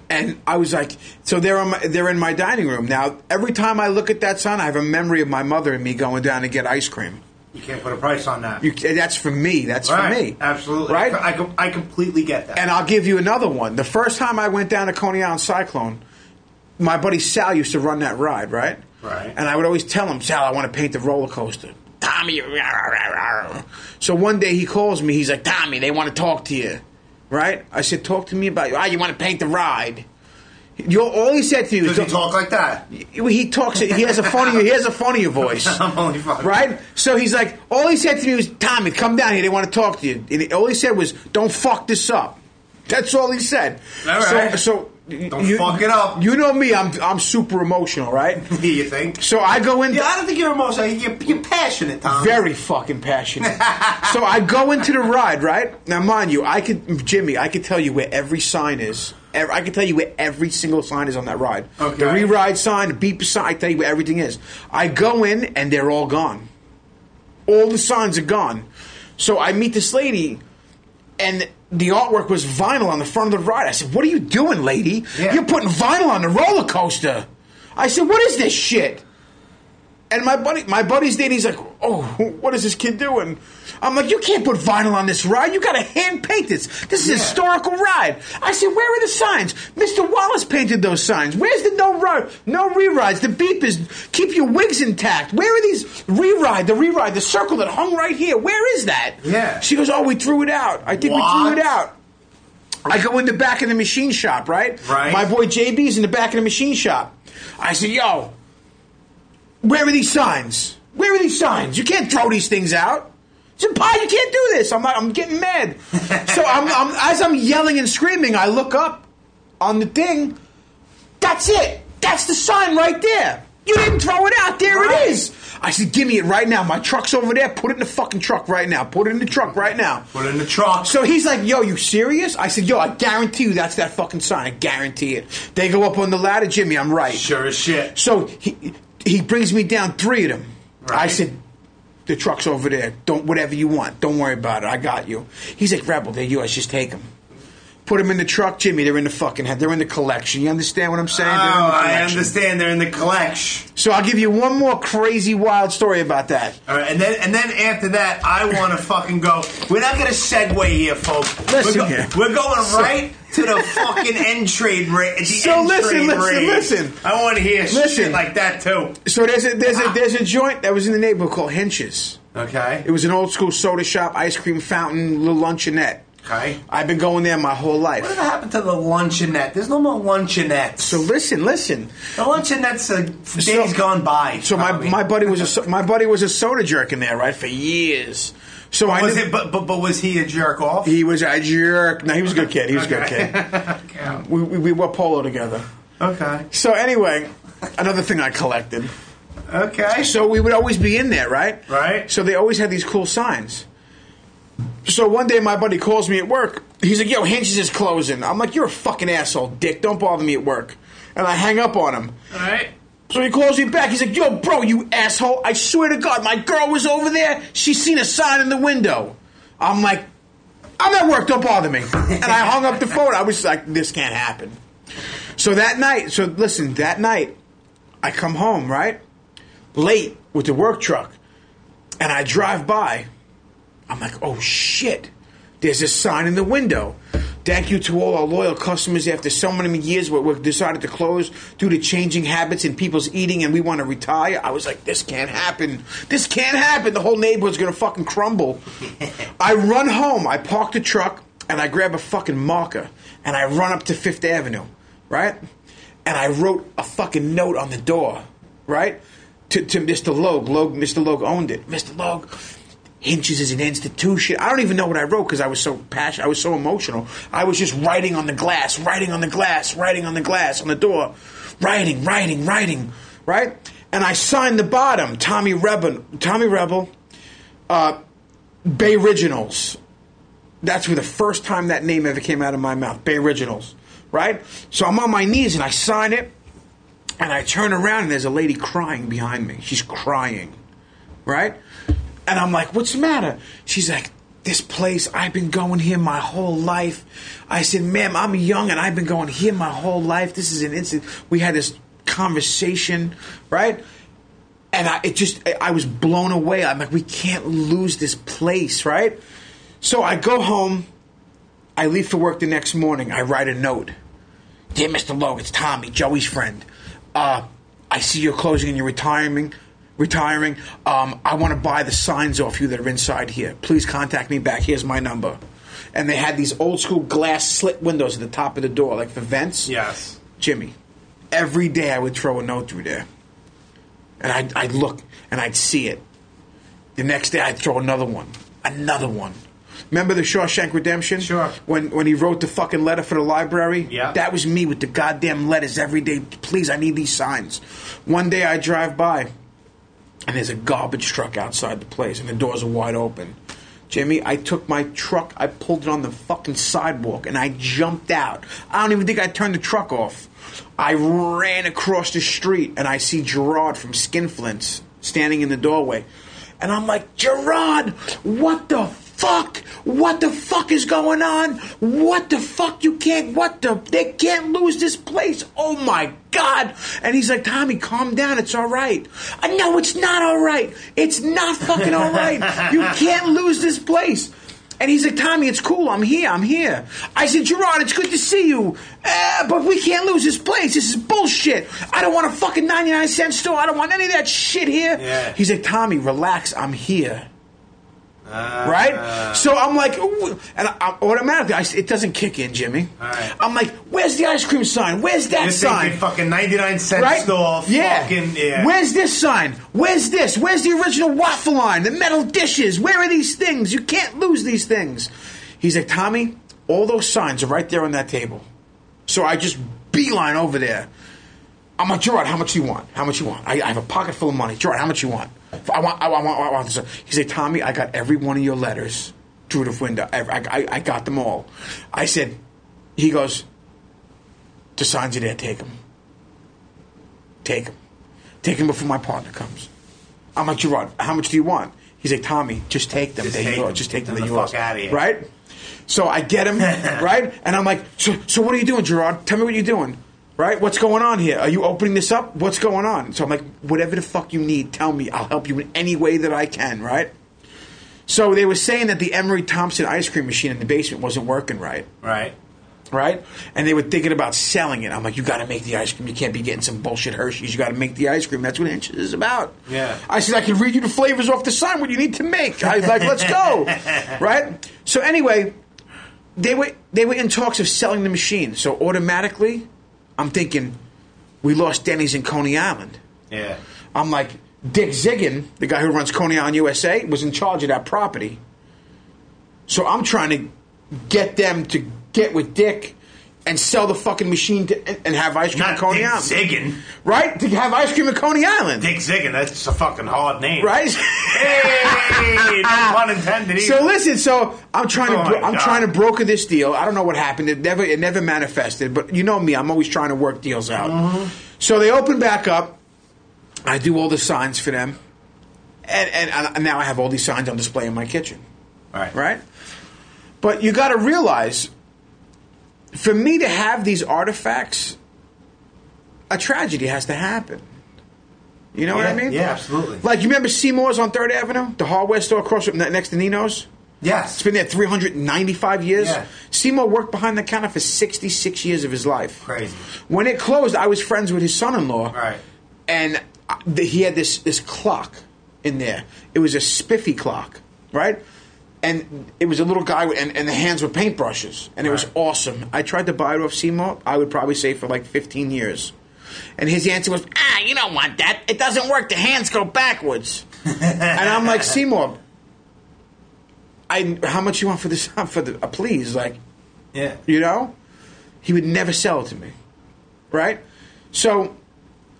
Speaker 4: And I was like, So they're, on my, they're in my dining room. Now, every time I look at that sign, I have a memory of my mother and me going down to get ice cream.
Speaker 5: You can't put a price on that.
Speaker 4: You, that's for me. That's
Speaker 5: right.
Speaker 4: for me.
Speaker 5: Absolutely.
Speaker 4: Right?
Speaker 5: I, com- I completely get that.
Speaker 4: And I'll give you another one. The first time I went down to Coney Island Cyclone, my buddy Sal used to run that ride, right?
Speaker 5: Right.
Speaker 4: And I would always tell him, Sal, I want to paint the roller coaster. Tommy. rah, rah, rah, rah, rah." So one day he calls me. He's like, Tommy, they want to talk to you, right? I said, talk to me about Ah, you want to paint the ride? You all he said to you
Speaker 5: Does he talk like that?
Speaker 4: he talks. He has a funnier. He has a funnier voice.
Speaker 5: I'm only fucking.
Speaker 4: Right? So he's like, all he said to me was, Tommy, come down here. They want to talk to you. And he- all he said was, don't fuck this up. That's all he said.
Speaker 5: All
Speaker 4: So,
Speaker 5: right.
Speaker 4: so
Speaker 5: Don't fuck it up.
Speaker 4: You know me. I'm I'm super emotional, right?
Speaker 5: you think?
Speaker 4: So I go in.
Speaker 6: Yeah, I don't think you're emotional. You're, you're passionate, Tom.
Speaker 4: Very fucking passionate. so I go into the ride, right? Now, mind you, I could, Jimmy, I could tell you where every sign is. Ev- I could tell you where every single sign is on that ride.
Speaker 5: Okay.
Speaker 4: The re-ride sign, the beep sign, I tell you where everything is. I go in and they're all gone. All the signs are gone. So I meet this lady and the artwork was vinyl on the front of the ride. I said, "What are you doing, lady?
Speaker 5: Yeah.
Speaker 4: You're putting vinyl on the roller coaster." I said, "What is this shit?" And my buddy, my buddy's there. and He's like, "Oh, what is this kid doing?" I'm like, "You can't put vinyl on this ride. You got to hand paint this. This is a
Speaker 5: Yeah.
Speaker 4: historical ride." I said, "Where are the signs? Mr. Wallace painted those signs. Where's the no ride, no re-rides? The beep is keep your wigs intact. Where are these re-ride, the re-ride, the circle that hung right here? Where is that?"
Speaker 5: Yeah.
Speaker 4: She goes, "Oh, we threw it out. I think we
Speaker 5: What?
Speaker 4: threw it out." I go in the back of the machine shop, right?
Speaker 5: Right.
Speaker 4: My boy JB's in the back of the machine shop. I said, "Yo, where are these signs? Where are these signs? You can't throw these things out." He said, "Pa, you can't do this." I'm like, I'm getting mad. so I'm, I'm as I'm yelling and screaming, I look up on the thing. That's it. That's the sign right there. You didn't throw it out. There it is. I said, give me it right now. My truck's over there. Put it in the fucking truck right now. Put it in the truck right now.
Speaker 5: Put it in the truck.
Speaker 4: So he's like, yo, you serious? I said, yo, I guarantee you that's that fucking sign. I guarantee it. They go up on the ladder, Jimmy, I'm right.
Speaker 5: sure as shit.
Speaker 4: So he he brings me down three of them. I
Speaker 5: Right.
Speaker 4: said, the truck's over there. Don't whatever you want. Don't worry about it. I got you. He's like, Rebel, they're yours. Just take them. Put them in the truck, Jimmy. They're in the fucking head. They're in the collection. You understand what I'm saying?
Speaker 5: Oh,
Speaker 4: They're in the
Speaker 5: I
Speaker 4: collection.
Speaker 5: understand. They're in the collection.
Speaker 4: So I'll give you one more crazy, wild story about that.
Speaker 5: All right, and then and then after that, I want to fucking go. We're not gonna segue here, folks.
Speaker 4: Listen
Speaker 5: we're,
Speaker 4: here.
Speaker 5: we're going right to the fucking end trade rate. The
Speaker 4: So
Speaker 5: end
Speaker 4: listen,
Speaker 5: trade
Speaker 4: listen,
Speaker 5: rage.
Speaker 4: listen.
Speaker 5: I want to hear
Speaker 4: Listen.
Speaker 5: shit like that too.
Speaker 4: So there's a there's a there's a joint that was in the neighborhood called Hench's.
Speaker 5: Okay.
Speaker 4: It was an old school soda shop, ice cream fountain, little luncheonette.
Speaker 5: okay.
Speaker 4: I've been going there my whole
Speaker 5: What
Speaker 4: life.
Speaker 5: happened to the luncheonette? There's no more luncheonettes.
Speaker 4: So listen, listen.
Speaker 5: the luncheonette's a days
Speaker 4: So-
Speaker 5: gone by.
Speaker 4: So my,
Speaker 5: probably.
Speaker 4: my buddy was a so- my buddy was a soda jerk in there, right, for years. So I
Speaker 5: was
Speaker 4: knew-
Speaker 5: it? But, but but was he a jerk off?
Speaker 4: he was a jerk. No, he was a good kid. He was a good kid.
Speaker 5: okay.
Speaker 4: We, we, we were polo together.
Speaker 5: Okay.
Speaker 4: So anyway, another thing I collected.
Speaker 5: Okay.
Speaker 4: So we would always be in there, right?
Speaker 5: Right.
Speaker 4: So they always had these cool signs. So one day my buddy calls me at work. He's like, "Yo, Hinges is closing." I'm like, "You're a fucking asshole, dick. Don't bother me at work." And I hang up on him.
Speaker 5: All right.
Speaker 4: So he calls me back. He's like, "Yo, bro, you asshole! I swear to God, my girl was over there. She seen a sign in the window." I'm like, "I'm at work. Don't bother me." And I hung up the phone. I was like, "This can't happen." So that night, so listen, that night, I come home right late with the work truck, and I drive by. I'm like, "Oh shit!" There's a sign in the window. Thank you to all our loyal customers after so many years we- we've decided to close due to changing habits and people's eating and we want to retire. I was like, this can't happen. This can't happen. The whole neighborhood's going to fucking crumble. I run home. I park the truck and I grab a fucking marker and I run up to Fifth Avenue, right? And I wrote a fucking note on the door, right? To, to Mr. Logue. Logue. Mr. Logue owned it. Mr. Logue, Hinges is an institution. I don't even know what I wrote because I was so passionate. I was so emotional. I was just writing on the glass, writing on the glass, writing on the glass on the door, writing, writing, writing, right? And I signed the bottom, Tommy Rebel, Tommy Rebel, uh, Bay Originals. That's where the first time that name ever came out of my mouth, Bay Originals, right? So I'm on my knees and I sign it, and I turn around and there's a lady crying behind me. She's crying right? And I'm like, what's the matter? She's like, this place, I've been going here my whole life. I said, ma'am, I'm young and I've been going here my whole life. This is an instant. We had this conversation, right? And I, it just, I- I was blown away. I'm like, we can't lose this place, right? So I go home. I leave for work the next morning. I write a note. Dear Mr. Logue, it's Tommy, Joey's friend. Uh, I see you're closing and you're retiring. Retiring. Um, I want to buy the signs off you that are inside here. Please contact me back. Here's my number. And they had these old school glass slit windows at the top of the door, like for vents.
Speaker 5: Yes.
Speaker 4: Jimmy, every day I would throw a note through there. And I'd, I'd look and I'd see it. The next day I'd throw another one. Another one. Remember the Shawshank Redemption?
Speaker 5: Sure.
Speaker 4: When when he wrote the fucking letter for the library?
Speaker 5: Yeah.
Speaker 4: That was me with the goddamn letters every day. Please, I need these signs. One day I drive by and there's a garbage truck outside the place, and the doors are wide open. Jimmy, I took my truck, I pulled it on the fucking sidewalk, and I jumped out. I don't even think I turned the truck off. I ran across the street, and I see Gerard from Skinflints standing in the doorway. And I'm like, Gerard, what the fuck? What the fuck is going on? What the fuck? You can't, what the, they can't lose this place. Oh my God. And he's like, Tommy, calm down. It's all right. I know it's not all right. It's not fucking all right. You can't lose this place. And he's like, Tommy, it's cool. I'm here. I'm here. I said, Gerard, it's good to see you. Uh, but we can't lose this place. This is bullshit. I don't want a fucking 99 cent store. I don't want any of that shit here.
Speaker 5: Yeah.
Speaker 4: He's like, Tommy, relax. I'm here right? So I'm like, ooh, and I, I- automatically, I s it doesn't kick in, Jimmy.
Speaker 5: Alright.
Speaker 4: I'm like, where's the ice cream sign? Where's that
Speaker 5: You're
Speaker 4: sign?
Speaker 5: thinking fucking 99 cent
Speaker 4: right?
Speaker 5: store.
Speaker 4: yeah.
Speaker 5: Fucking, yeah.
Speaker 4: Where's this sign? Where's this? Where's the original waffle line? The metal dishes? Where are these things? You can't lose these things. He's like, Tommy, all those signs are right there on that table. So I just beeline over there. I'm like, Gerard, how much do you want? How much you want? I, I have a pocket full of money. Gerard, how much you want? I want, I want, I want, I want this. He's like, Tommy, I got every one of your letters through the window. I, I, I- I got them all. I said, he goes, the signs are there, take them. Take them. Take them before my partner comes. I'm like, Gerard, how much do you want? He's like, Tommy, just take them.
Speaker 5: Just
Speaker 4: they're
Speaker 5: take
Speaker 4: yours.
Speaker 5: them.
Speaker 4: Just take them.
Speaker 5: Get
Speaker 4: They're
Speaker 5: the
Speaker 4: yours.
Speaker 5: fuck outta here.
Speaker 4: Right? So I get him, right? And I'm like, so, so what are you doing, Gerard? Tell me what you're doing. Right? What's going on here? Are you opening this up? What's going on? So I'm like, whatever the fuck you need, tell me. I'll help you in any way that I can, right? So they were saying that the Emery Thompson ice cream machine in the basement wasn't working right
Speaker 5: Right.
Speaker 4: right? And they were thinking about selling it. I'm like, you got to make the ice cream. You can't be getting some bullshit Hershey's. You got to make the ice cream. That's what Inches is about.
Speaker 5: Yeah.
Speaker 4: I said, I can read you the flavors off the sign. What you need to make? I was like, let's go, right? So anyway, they were they were in talks of selling the machine. So automatically, I'm thinking, we lost Denny's in Coney Island.
Speaker 5: Yeah.
Speaker 4: I'm like, Dick Ziggin, the guy who runs Coney Island USA, was in charge of that property. So I'm trying to get them to get with Dick and sell the fucking machine to, and, and have ice cream
Speaker 5: Not
Speaker 4: at Coney
Speaker 5: Dick
Speaker 4: Island.
Speaker 5: Ziggin.
Speaker 4: Right? To have ice cream at Coney Island.
Speaker 5: Dick Ziggin. That's a fucking hard name.
Speaker 4: Right?
Speaker 5: Hey, no pun intended.
Speaker 4: So
Speaker 5: either.
Speaker 4: listen, so I'm trying
Speaker 5: Oh
Speaker 4: to bro-
Speaker 5: my
Speaker 4: I'm
Speaker 5: God.
Speaker 4: trying to broker this deal. I don't know what happened. It never
Speaker 5: Mm-hmm.
Speaker 4: it never manifested, but you know me, I'm always trying to work deals out. So they open back up I do all the signs for them, and and, and now I have all these signs on display in my kitchen,
Speaker 5: All right.
Speaker 4: right? But you got to realize, for me to have these artifacts, a tragedy has to happen. You know what I
Speaker 5: Yeah,
Speaker 4: mean?
Speaker 5: yeah, absolutely.
Speaker 4: Like you remember Seymour's on Third Avenue, the hardware store across from, next to Nino's.
Speaker 5: Yes.
Speaker 4: It's been there 395 years.
Speaker 5: Yeah.
Speaker 4: Seymour worked behind the counter for 66 years of his life.
Speaker 5: Crazy.
Speaker 4: When it closed, I was friends with his son-in-law.
Speaker 5: Right.
Speaker 4: And I- th- he had this this clock in there. It was a spiffy clock, right? And it was a little guy, with, and, and the hands were paintbrushes, and it was
Speaker 5: Right.
Speaker 4: awesome. I tried to buy it off Seymour. I would probably say for like 15 years. And his answer was, "Ah, you don't want that. It doesn't work. The hands go backwards." and I'm like, "Seymour, I how much you want for this? For the uh, please, like
Speaker 5: Yeah.
Speaker 4: you know? He would never sell it to me. Right? So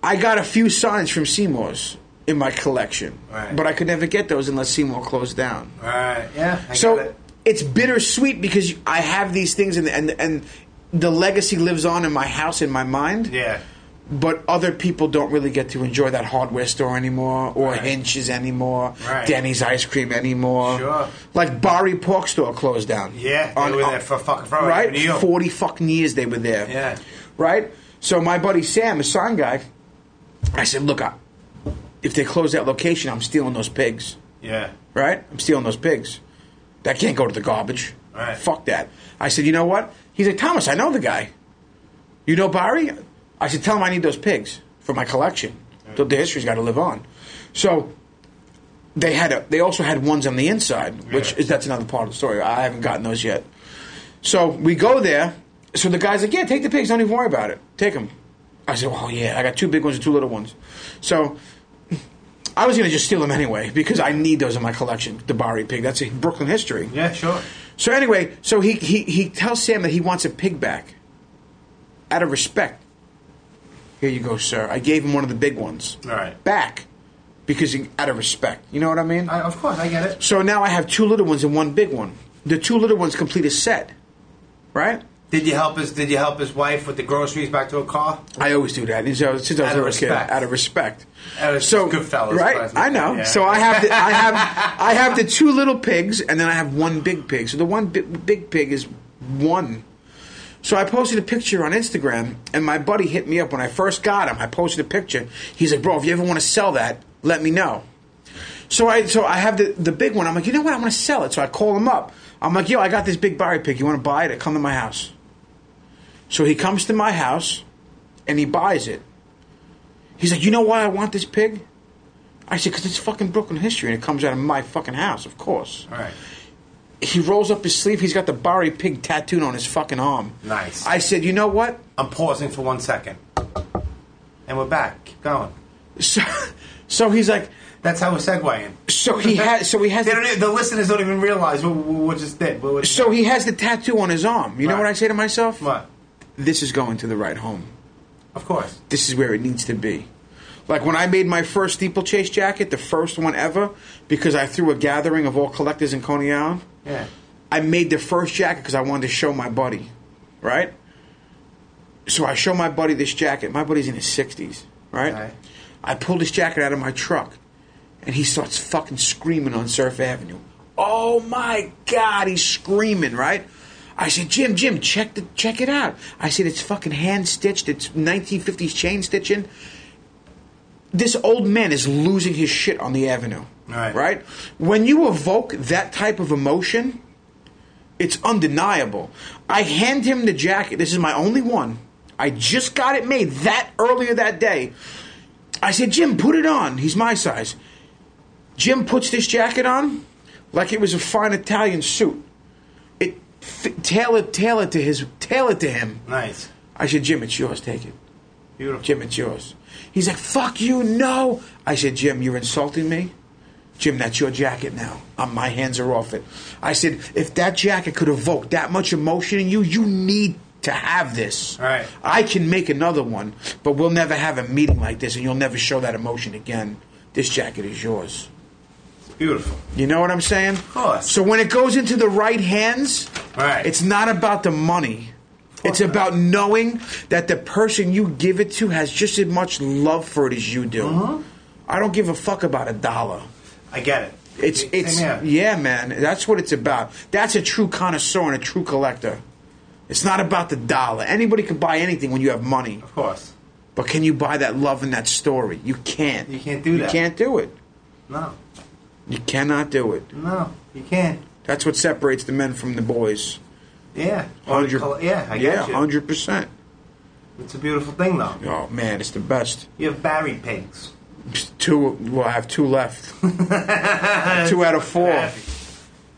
Speaker 4: I got a few signs from Seymour's in my collection.
Speaker 5: Right.
Speaker 4: But I could never get those unless Seymour closed down.
Speaker 5: All right. Yeah. I
Speaker 4: so
Speaker 5: get it.
Speaker 4: it's bittersweet because you- I have these things and, and and the legacy lives on in my house in my mind.
Speaker 5: Yeah.
Speaker 4: But other people don't really get to enjoy that hardware store anymore, or
Speaker 5: Right.
Speaker 4: Hinges anymore,
Speaker 5: Right.
Speaker 4: Danny's ice cream anymore.
Speaker 5: Sure.
Speaker 4: Like Barry Pork Store closed down.
Speaker 5: Yeah. They
Speaker 4: On-
Speaker 5: were
Speaker 4: on-
Speaker 5: there for fucking forever.
Speaker 4: right?
Speaker 5: Oh, New York.
Speaker 4: Forty fucking years they were there.
Speaker 5: Yeah.
Speaker 4: Right. So my buddy Sam, a sign guy, I said, look, I, if they close that location, I'm stealing those pigs.
Speaker 5: Yeah.
Speaker 4: Right. I'm stealing those pigs. That can't go to the garbage.
Speaker 5: Right.
Speaker 4: Fuck that. I said, you know what? He's like, Thomas, I know the guy. You know Barry? I said, tell him I need those pigs for my collection. The, the history's got to live on. So they had a, they also had ones on the inside, which
Speaker 5: Yeah.
Speaker 4: is that's another part of the story. I haven't gotten those yet. So we go there. So the guy's like, yeah, take the pigs. Don't even worry about it. Take them. I said, oh yeah, I got two big ones and two little ones. So I was gonna just steal them anyway because I need those in my collection. The Barry pig. That's a Brooklyn history.
Speaker 5: Yeah. Sure.
Speaker 4: So anyway, so he, he, he tells Sam that he wants a pig back. Out of respect. Here you go, sir. I gave him one of the big ones.
Speaker 5: All right.
Speaker 4: Back. Because he, out of respect. You know what I mean?
Speaker 5: I, of course, I get it.
Speaker 4: so now I have two little ones and one big one. The two little ones complete a set. Right?
Speaker 5: Did you help his Did you help his wife with the groceries back to a car?
Speaker 4: I always do that. Since I was, since I was
Speaker 5: Out of
Speaker 4: a little kid,
Speaker 5: respect.
Speaker 4: out of respect.
Speaker 5: Out of-
Speaker 4: so
Speaker 5: Goodfellas,
Speaker 4: right?
Speaker 5: classic.
Speaker 4: I know.
Speaker 5: Yeah.
Speaker 4: So I have the, I have I have the two little pigs, and then I have one big pig. So the one bi- big pig is one. So I posted a picture on Instagram, and my buddy hit me up when I first got him. I posted a picture. He's like, "Bro, if you ever want to sell that, let me know." So I so I have the the big one. I'm like, you know what? I want to sell it. So I call him up. I'm like, yo, I got this big Barry pig. You want to buy it? Come to my house. So he comes to my house, and he buys it. He's like, you know why I want this pig? I said, because it's fucking Brooklyn history, and it comes out of my fucking house, of course.
Speaker 5: All right.
Speaker 4: He rolls up his sleeve. He's got the Barry pig tattooed on his fucking arm.
Speaker 5: Nice.
Speaker 4: I said, you know what?
Speaker 5: I'm pausing for one second, and we're back. Keep going.
Speaker 4: So, so he's like,
Speaker 5: That's how we're segueing.
Speaker 4: so he has, so he has.
Speaker 5: They don't, e- the listeners don't even realize what, what what just did. What, what,
Speaker 4: So he has the tattoo on his arm. You know
Speaker 5: Right.
Speaker 4: what I say to myself?
Speaker 5: What?
Speaker 4: This is going to the right home.
Speaker 5: Of course.
Speaker 4: This is where it needs to be. Like when I made my first steeplechase jacket, the first one ever, because I threw a gathering of all collectors in Coney Island.
Speaker 5: Yeah.
Speaker 4: I made the first jacket because I wanted to show my buddy, right? So I show my buddy this jacket. My buddy's in his sixties, right?
Speaker 5: Right.
Speaker 4: I pull this jacket out of my truck, and he starts fucking screaming on Surf Avenue. Oh my god, he's screaming, right? I said, Jim, Jim, check the check it out. I said, it's fucking hand stitched. It's 1950s chain stitching. This old man is losing his shit on the avenue,
Speaker 5: Right.
Speaker 4: Right? When you evoke that type of emotion, it's undeniable. I hand him the jacket. This is my only one. I just got it made that earlier that day. I said, Jim, put it on. He's my size. Jim puts this jacket on like it was a fine Italian suit. It fit, tailored, tailored to his, tailored to him.
Speaker 5: Nice.
Speaker 4: I said, Jim, it's yours. Take it.
Speaker 5: Beautiful.
Speaker 4: Jim, it's yours. He's like, fuck you, no. I said, Jim, you're insulting me? Jim, that's your jacket now. Um, my hands are off it. I said, if that jacket could evoke that much emotion in you, you need to have this.
Speaker 5: Right.
Speaker 4: I can make another one, but we'll never have a meeting like this, and you'll never show that emotion again. This jacket is yours.
Speaker 5: Beautiful.
Speaker 4: You know what I'm saying? Of
Speaker 5: course.
Speaker 4: So when it goes into the right hands,
Speaker 5: Right.
Speaker 4: it's not about the money. It's about
Speaker 5: Mm-hmm.
Speaker 4: knowing that the person you give it to has just as much love for it as you do. I don't give a fuck about a dollar.
Speaker 5: I get it.
Speaker 4: It's
Speaker 5: Same
Speaker 4: it's
Speaker 5: here.
Speaker 4: yeah, man. That's what it's about. That's a true connoisseur and a true collector. It's not about the dollar. Anybody can buy anything when you have money,
Speaker 5: Of course.
Speaker 4: but can you buy that love and that story? You can't.
Speaker 5: You can't do that.
Speaker 4: You can't do it.
Speaker 5: No,
Speaker 4: You cannot do it.
Speaker 5: no, you can't.
Speaker 4: That's what separates the men from the boys.
Speaker 5: Yeah,
Speaker 4: Hundred.
Speaker 5: Yeah, I
Speaker 4: yeah,
Speaker 5: get you.
Speaker 4: hundred percent.
Speaker 5: It's a beautiful thing, though.
Speaker 4: Oh man, it's the best.
Speaker 5: You have Barry pigs.
Speaker 4: Two. Well, I have two left. two out of four.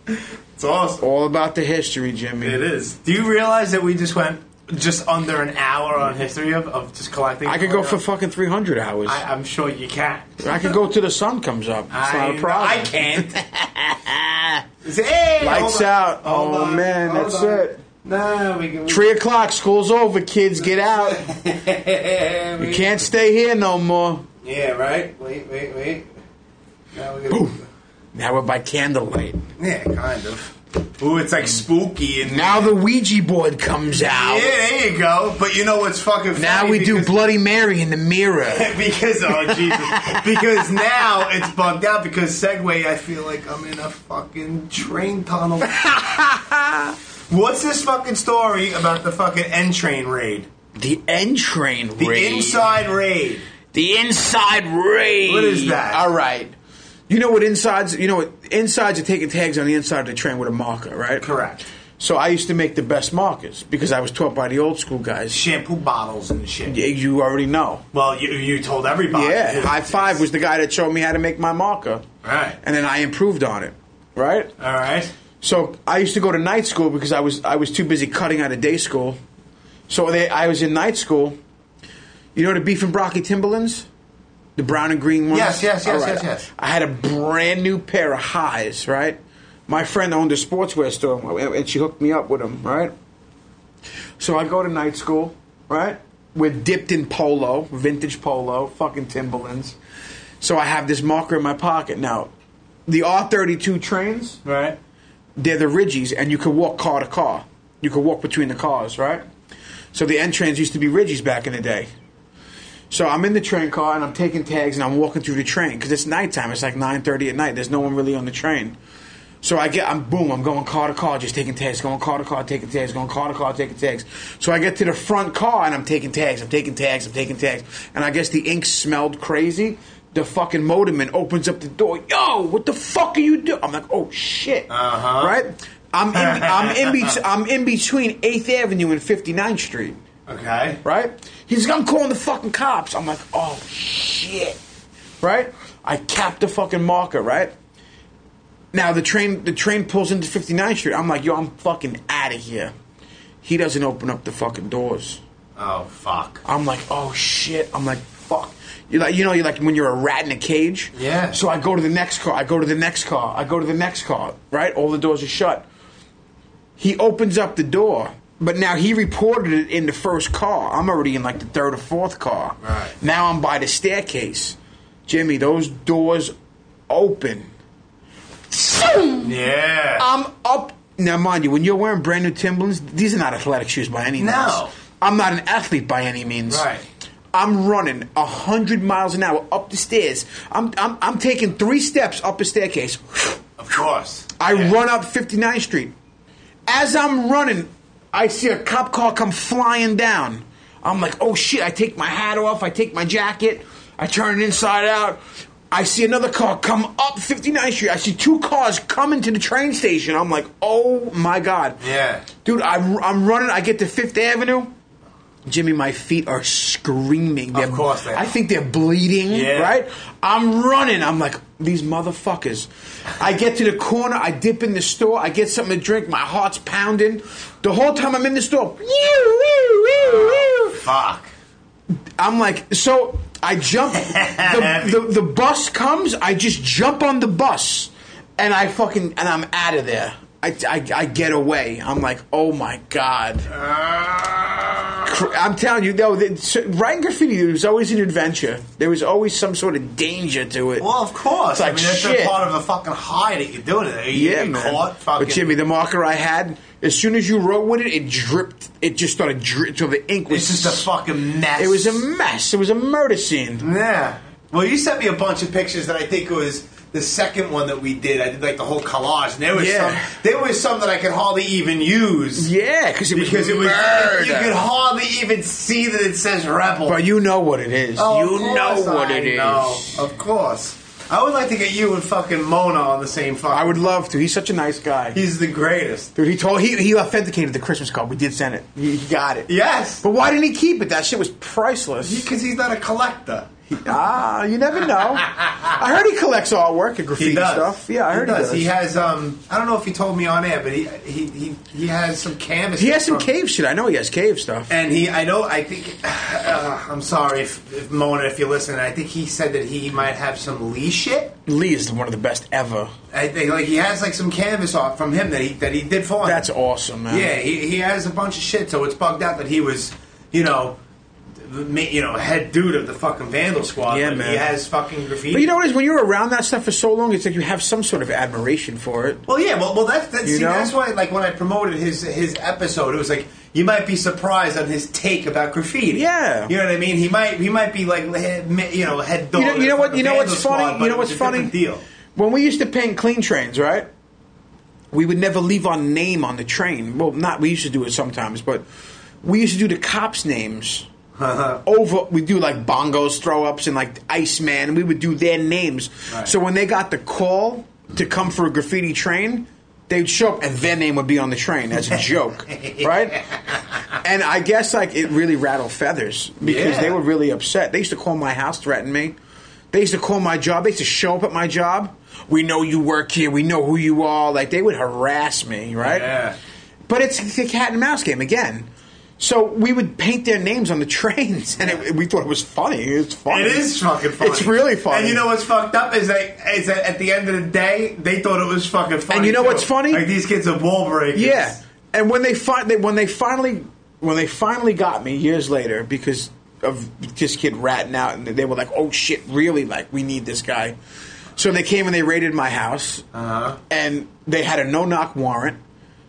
Speaker 5: It's awesome.
Speaker 4: All about the history, Jimmy.
Speaker 5: It is. Do you realize that we just went just under an hour on history of, of just collecting?
Speaker 4: I could go for fucking three hundred hours.
Speaker 5: Oh, I, I'm sure you can.
Speaker 4: I could go till the sun comes up. It's not a problem.
Speaker 5: I can't. hey,
Speaker 4: Lights
Speaker 5: hold on.
Speaker 4: out.
Speaker 5: Hold
Speaker 4: Oh,
Speaker 5: on.
Speaker 4: man,
Speaker 5: Hold
Speaker 4: that's
Speaker 5: on.
Speaker 4: it.
Speaker 5: No, we can.
Speaker 4: Three o'clock, school's over. Kids, get out. You can't stay here no more.
Speaker 5: Yeah, right. Wait, wait, wait. Now we gotta.
Speaker 4: Now we're by candlelight.
Speaker 5: Yeah, kind of. Ooh, it's like spooky and
Speaker 4: Now the Ouija board comes out.
Speaker 5: Yeah, there you go. But you know what's fucking funny?
Speaker 4: Now we do
Speaker 5: because-
Speaker 4: Bloody Mary in the mirror.
Speaker 5: because oh Jesus, because now it's bugged out because Segway. I feel like I'm in a fucking train tunnel. What's this fucking story about the fucking N train raid?
Speaker 4: The N train
Speaker 5: The
Speaker 4: raid.
Speaker 5: inside raid.
Speaker 4: The inside raid.
Speaker 5: What is that?
Speaker 4: All right. You know what insides? You know what insides are taking tags on the inside of the train with a marker, right?
Speaker 5: Correct.
Speaker 4: So I used to make the best markers because I was taught by the old school guys.
Speaker 5: Shampoo bottles and shit.
Speaker 4: Yeah, You already know.
Speaker 5: Well, you, you told everybody.
Speaker 4: Yeah, high five was the guy that showed me how to make my marker,
Speaker 5: All right.
Speaker 4: and then I improved on it. Right.
Speaker 5: All right.
Speaker 4: So I used to go to night school because I was I was too busy cutting out of day school. So they, I was in night school. You know the beef and broccoli Timberlands, the brown and green ones.
Speaker 5: Yes, yes, yes,
Speaker 4: All
Speaker 5: yes, yes.
Speaker 4: I had a brand new pair of highs. Right. My friend owned a sportswear store, and she hooked me up with them. Right. So I go to night school. Right. We're dipped in polo, vintage polo, fucking Timberlands. So I have this marker in my pocket now. The R thirty two trains
Speaker 5: All right.
Speaker 4: they're the ridgies, and you could walk car to car. You could walk between the cars, right? So the N trains used to be ridgies back in the day. So I'm in the train car and I'm taking tags and I'm walking through the train because it's nighttime. It's like 9:30 at night. There's no one really on the train. So I get, I'm boom, I'm going car to car, just taking tags, going car to car, taking tags, going car to car, taking tags. So I get to the front car and I'm taking tags, I'm taking tags, I'm taking tags. And I guess the ink smelled crazy. The fucking motorman opens up the door. Yo, what the fuck are you doing? I'm like, oh shit. Uh-huh. Right? I'm in, I'm in, bet- I'm in between 8th Avenue and 59th Street.
Speaker 5: Okay.
Speaker 4: Right? He's like, I'm calling the fucking cops. I'm like, oh shit. Right? I capped the fucking marker, right? Now the train the train pulls into 59th Street. I'm like, yo, I'm fucking out of here. He doesn't open up the fucking doors.
Speaker 5: Oh fuck.
Speaker 4: I'm like, oh shit. I'm like, fuck. You like, you know, you like when you're a rat in a cage.
Speaker 5: Yeah.
Speaker 4: So I go to the next car. I go to the next car. I go to the next car. Right. All the doors are shut. He opens up the door, but now he reported it in the first car. I'm already in like the third or fourth car.
Speaker 5: Right.
Speaker 4: Now I'm by the staircase. Jimmy, those doors open.
Speaker 5: Yeah.
Speaker 4: I'm up. Now, mind you, when you're wearing brand new Timberlands, these are not athletic shoes by any means.
Speaker 5: No.
Speaker 4: I'm not an athlete by any means.
Speaker 5: Right.
Speaker 4: I'm running hundred miles an hour up the stairs. I'm, I'm I'm taking three steps up a staircase.
Speaker 5: of course.
Speaker 4: I
Speaker 5: Yeah.
Speaker 4: run up 59th Street. As I'm running, I see a cop car come flying down. I'm like, oh shit, I take my hat off, I take my jacket, I turn it inside out. I see another car come up 59th Street. I see two cars coming to the train station. I'm like, oh my God.
Speaker 5: Yeah.
Speaker 4: Dude, I'm, I'm running, I get to Fifth Avenue. Jimmy, my feet are screaming. They're-
Speaker 5: course they are.
Speaker 4: I think they're bleeding,
Speaker 5: Yeah.
Speaker 4: right? I'm running. I'm like, these motherfuckers. I get to the corner, I dip in the store, I get something to drink, my heart's pounding. The whole time I'm in the store, woo, woo, woo, woo.
Speaker 5: Fuck.
Speaker 4: I'm like, so I jump. The, the, the bus comes. I just jump on the bus, and I fucking and I'm out of there. I, I, I get away. I'm like, oh my god. Cr- I'm telling you, though, that- so- writing graffiti there was always an adventure. There was always some sort of danger to it.
Speaker 5: Well, of course.
Speaker 4: It's like
Speaker 5: I mean, that's
Speaker 4: shit.
Speaker 5: a part of the fucking high that you're doing it. You
Speaker 4: yeah,
Speaker 5: get
Speaker 4: man.
Speaker 5: Caught, fucking,
Speaker 4: But Jimmy, the marker I had, as soon as you wrote with it, it dripped. It just started dripping. So the ink was
Speaker 5: it's just a fucking mess.
Speaker 4: It was a mess. It was a murder scene.
Speaker 5: yeah. Well, you sent me a bunch of pictures that I think was the second one that we did. I did like the whole collage, and there was
Speaker 4: Yeah.
Speaker 5: some. There was some that I could hardly even use
Speaker 4: Yeah, because it was
Speaker 5: because it was.
Speaker 4: murder.
Speaker 5: You could hardly even see that it says rebel.
Speaker 4: but you know what it is.
Speaker 5: Oh, of
Speaker 4: you know
Speaker 5: course
Speaker 4: what
Speaker 5: I
Speaker 4: it is.
Speaker 5: know. Of course, I would like to get you and fucking Mona on the same fucking.
Speaker 4: I would love to. He's such a nice guy.
Speaker 5: He's the greatest.
Speaker 4: Dude, he told he, he authenticated the Christmas card. We did send it. He, he got it.
Speaker 5: Yes,
Speaker 4: But why didn't he keep it? That shit was priceless.
Speaker 5: because he's not a collector.
Speaker 4: ah, you never know. I heard he collects artwork and graffiti
Speaker 5: He does.
Speaker 4: stuff. Yeah, I heard
Speaker 5: he does. He has. Um, I don't know if he told me on air, but he he he, he has some canvas.
Speaker 4: He has some
Speaker 5: from-
Speaker 4: cave shit. I know he has cave stuff.
Speaker 5: And he, I know, I think. Uh, I'm sorry if, if Mona, if you're listening. I think he said that he might have some Lee shit.
Speaker 4: Lee is one of the best ever.
Speaker 5: I think like he has like some canvas off from him that he that he did for him.
Speaker 4: That's awesome, man.
Speaker 5: Yeah, he, he has a bunch of shit, so it's bugged out that he was, you know, ma- you know, head dude of the fucking Vandal Squad.
Speaker 4: Yeah,
Speaker 5: but
Speaker 4: man.
Speaker 5: He has fucking graffiti.
Speaker 4: But you know what it is? When you're around that stuff for so long, it's like you have some sort of admiration for it.
Speaker 5: Well, yeah, well, well that's that,
Speaker 4: You
Speaker 5: see,
Speaker 4: know?
Speaker 5: that's why, like, when I promoted his his episode, it was like you might be surprised on his take about graffiti.
Speaker 4: Yeah.
Speaker 5: you know what I mean. He might he might be like head, mi- you know head dog.
Speaker 4: You know,
Speaker 5: of
Speaker 4: you know
Speaker 5: the
Speaker 4: what? You know
Speaker 5: fucking
Speaker 4: what's
Speaker 5: Vandal
Speaker 4: funny?
Speaker 5: Squad, but
Speaker 4: you know
Speaker 5: it
Speaker 4: what's
Speaker 5: was a
Speaker 4: funny?
Speaker 5: different Deal.
Speaker 4: When we used to paint clean trains, right? We would never leave our name on the train. Well, not we used to do it sometimes, but we used to do the cops' names. Over, we do like bongos throw ups and like Iceman. We would do their names.
Speaker 5: Right.
Speaker 4: So when they got the call to come for a graffiti train, they'd show up and their name would be on the train as a joke, right? And I guess like it really rattled feathers because
Speaker 5: Yeah.
Speaker 4: they were really upset. They used to call my house, threaten me. They used to call my job. They used to show up at my job. We know you work here. We know who you are. Like they would harass me, right?
Speaker 5: Yeah.
Speaker 4: But it's the cat and mouse game again. So we would paint their names on the trains, and it, we thought it was funny. It's funny.
Speaker 5: It is fucking funny.
Speaker 4: It's really funny.
Speaker 5: And you know what's fucked up is that is that at the end of the day they thought it was fucking funny.
Speaker 4: And you know
Speaker 5: too.
Speaker 4: what's funny?
Speaker 5: Like these kids are ball breakers.
Speaker 4: Yeah, and when they, fi- they when they finally when they finally got me years later because of this kid ratting out, and they were like, "Oh shit, really? Like we need this guy." So they came and they raided my house, and they had a no knock warrant.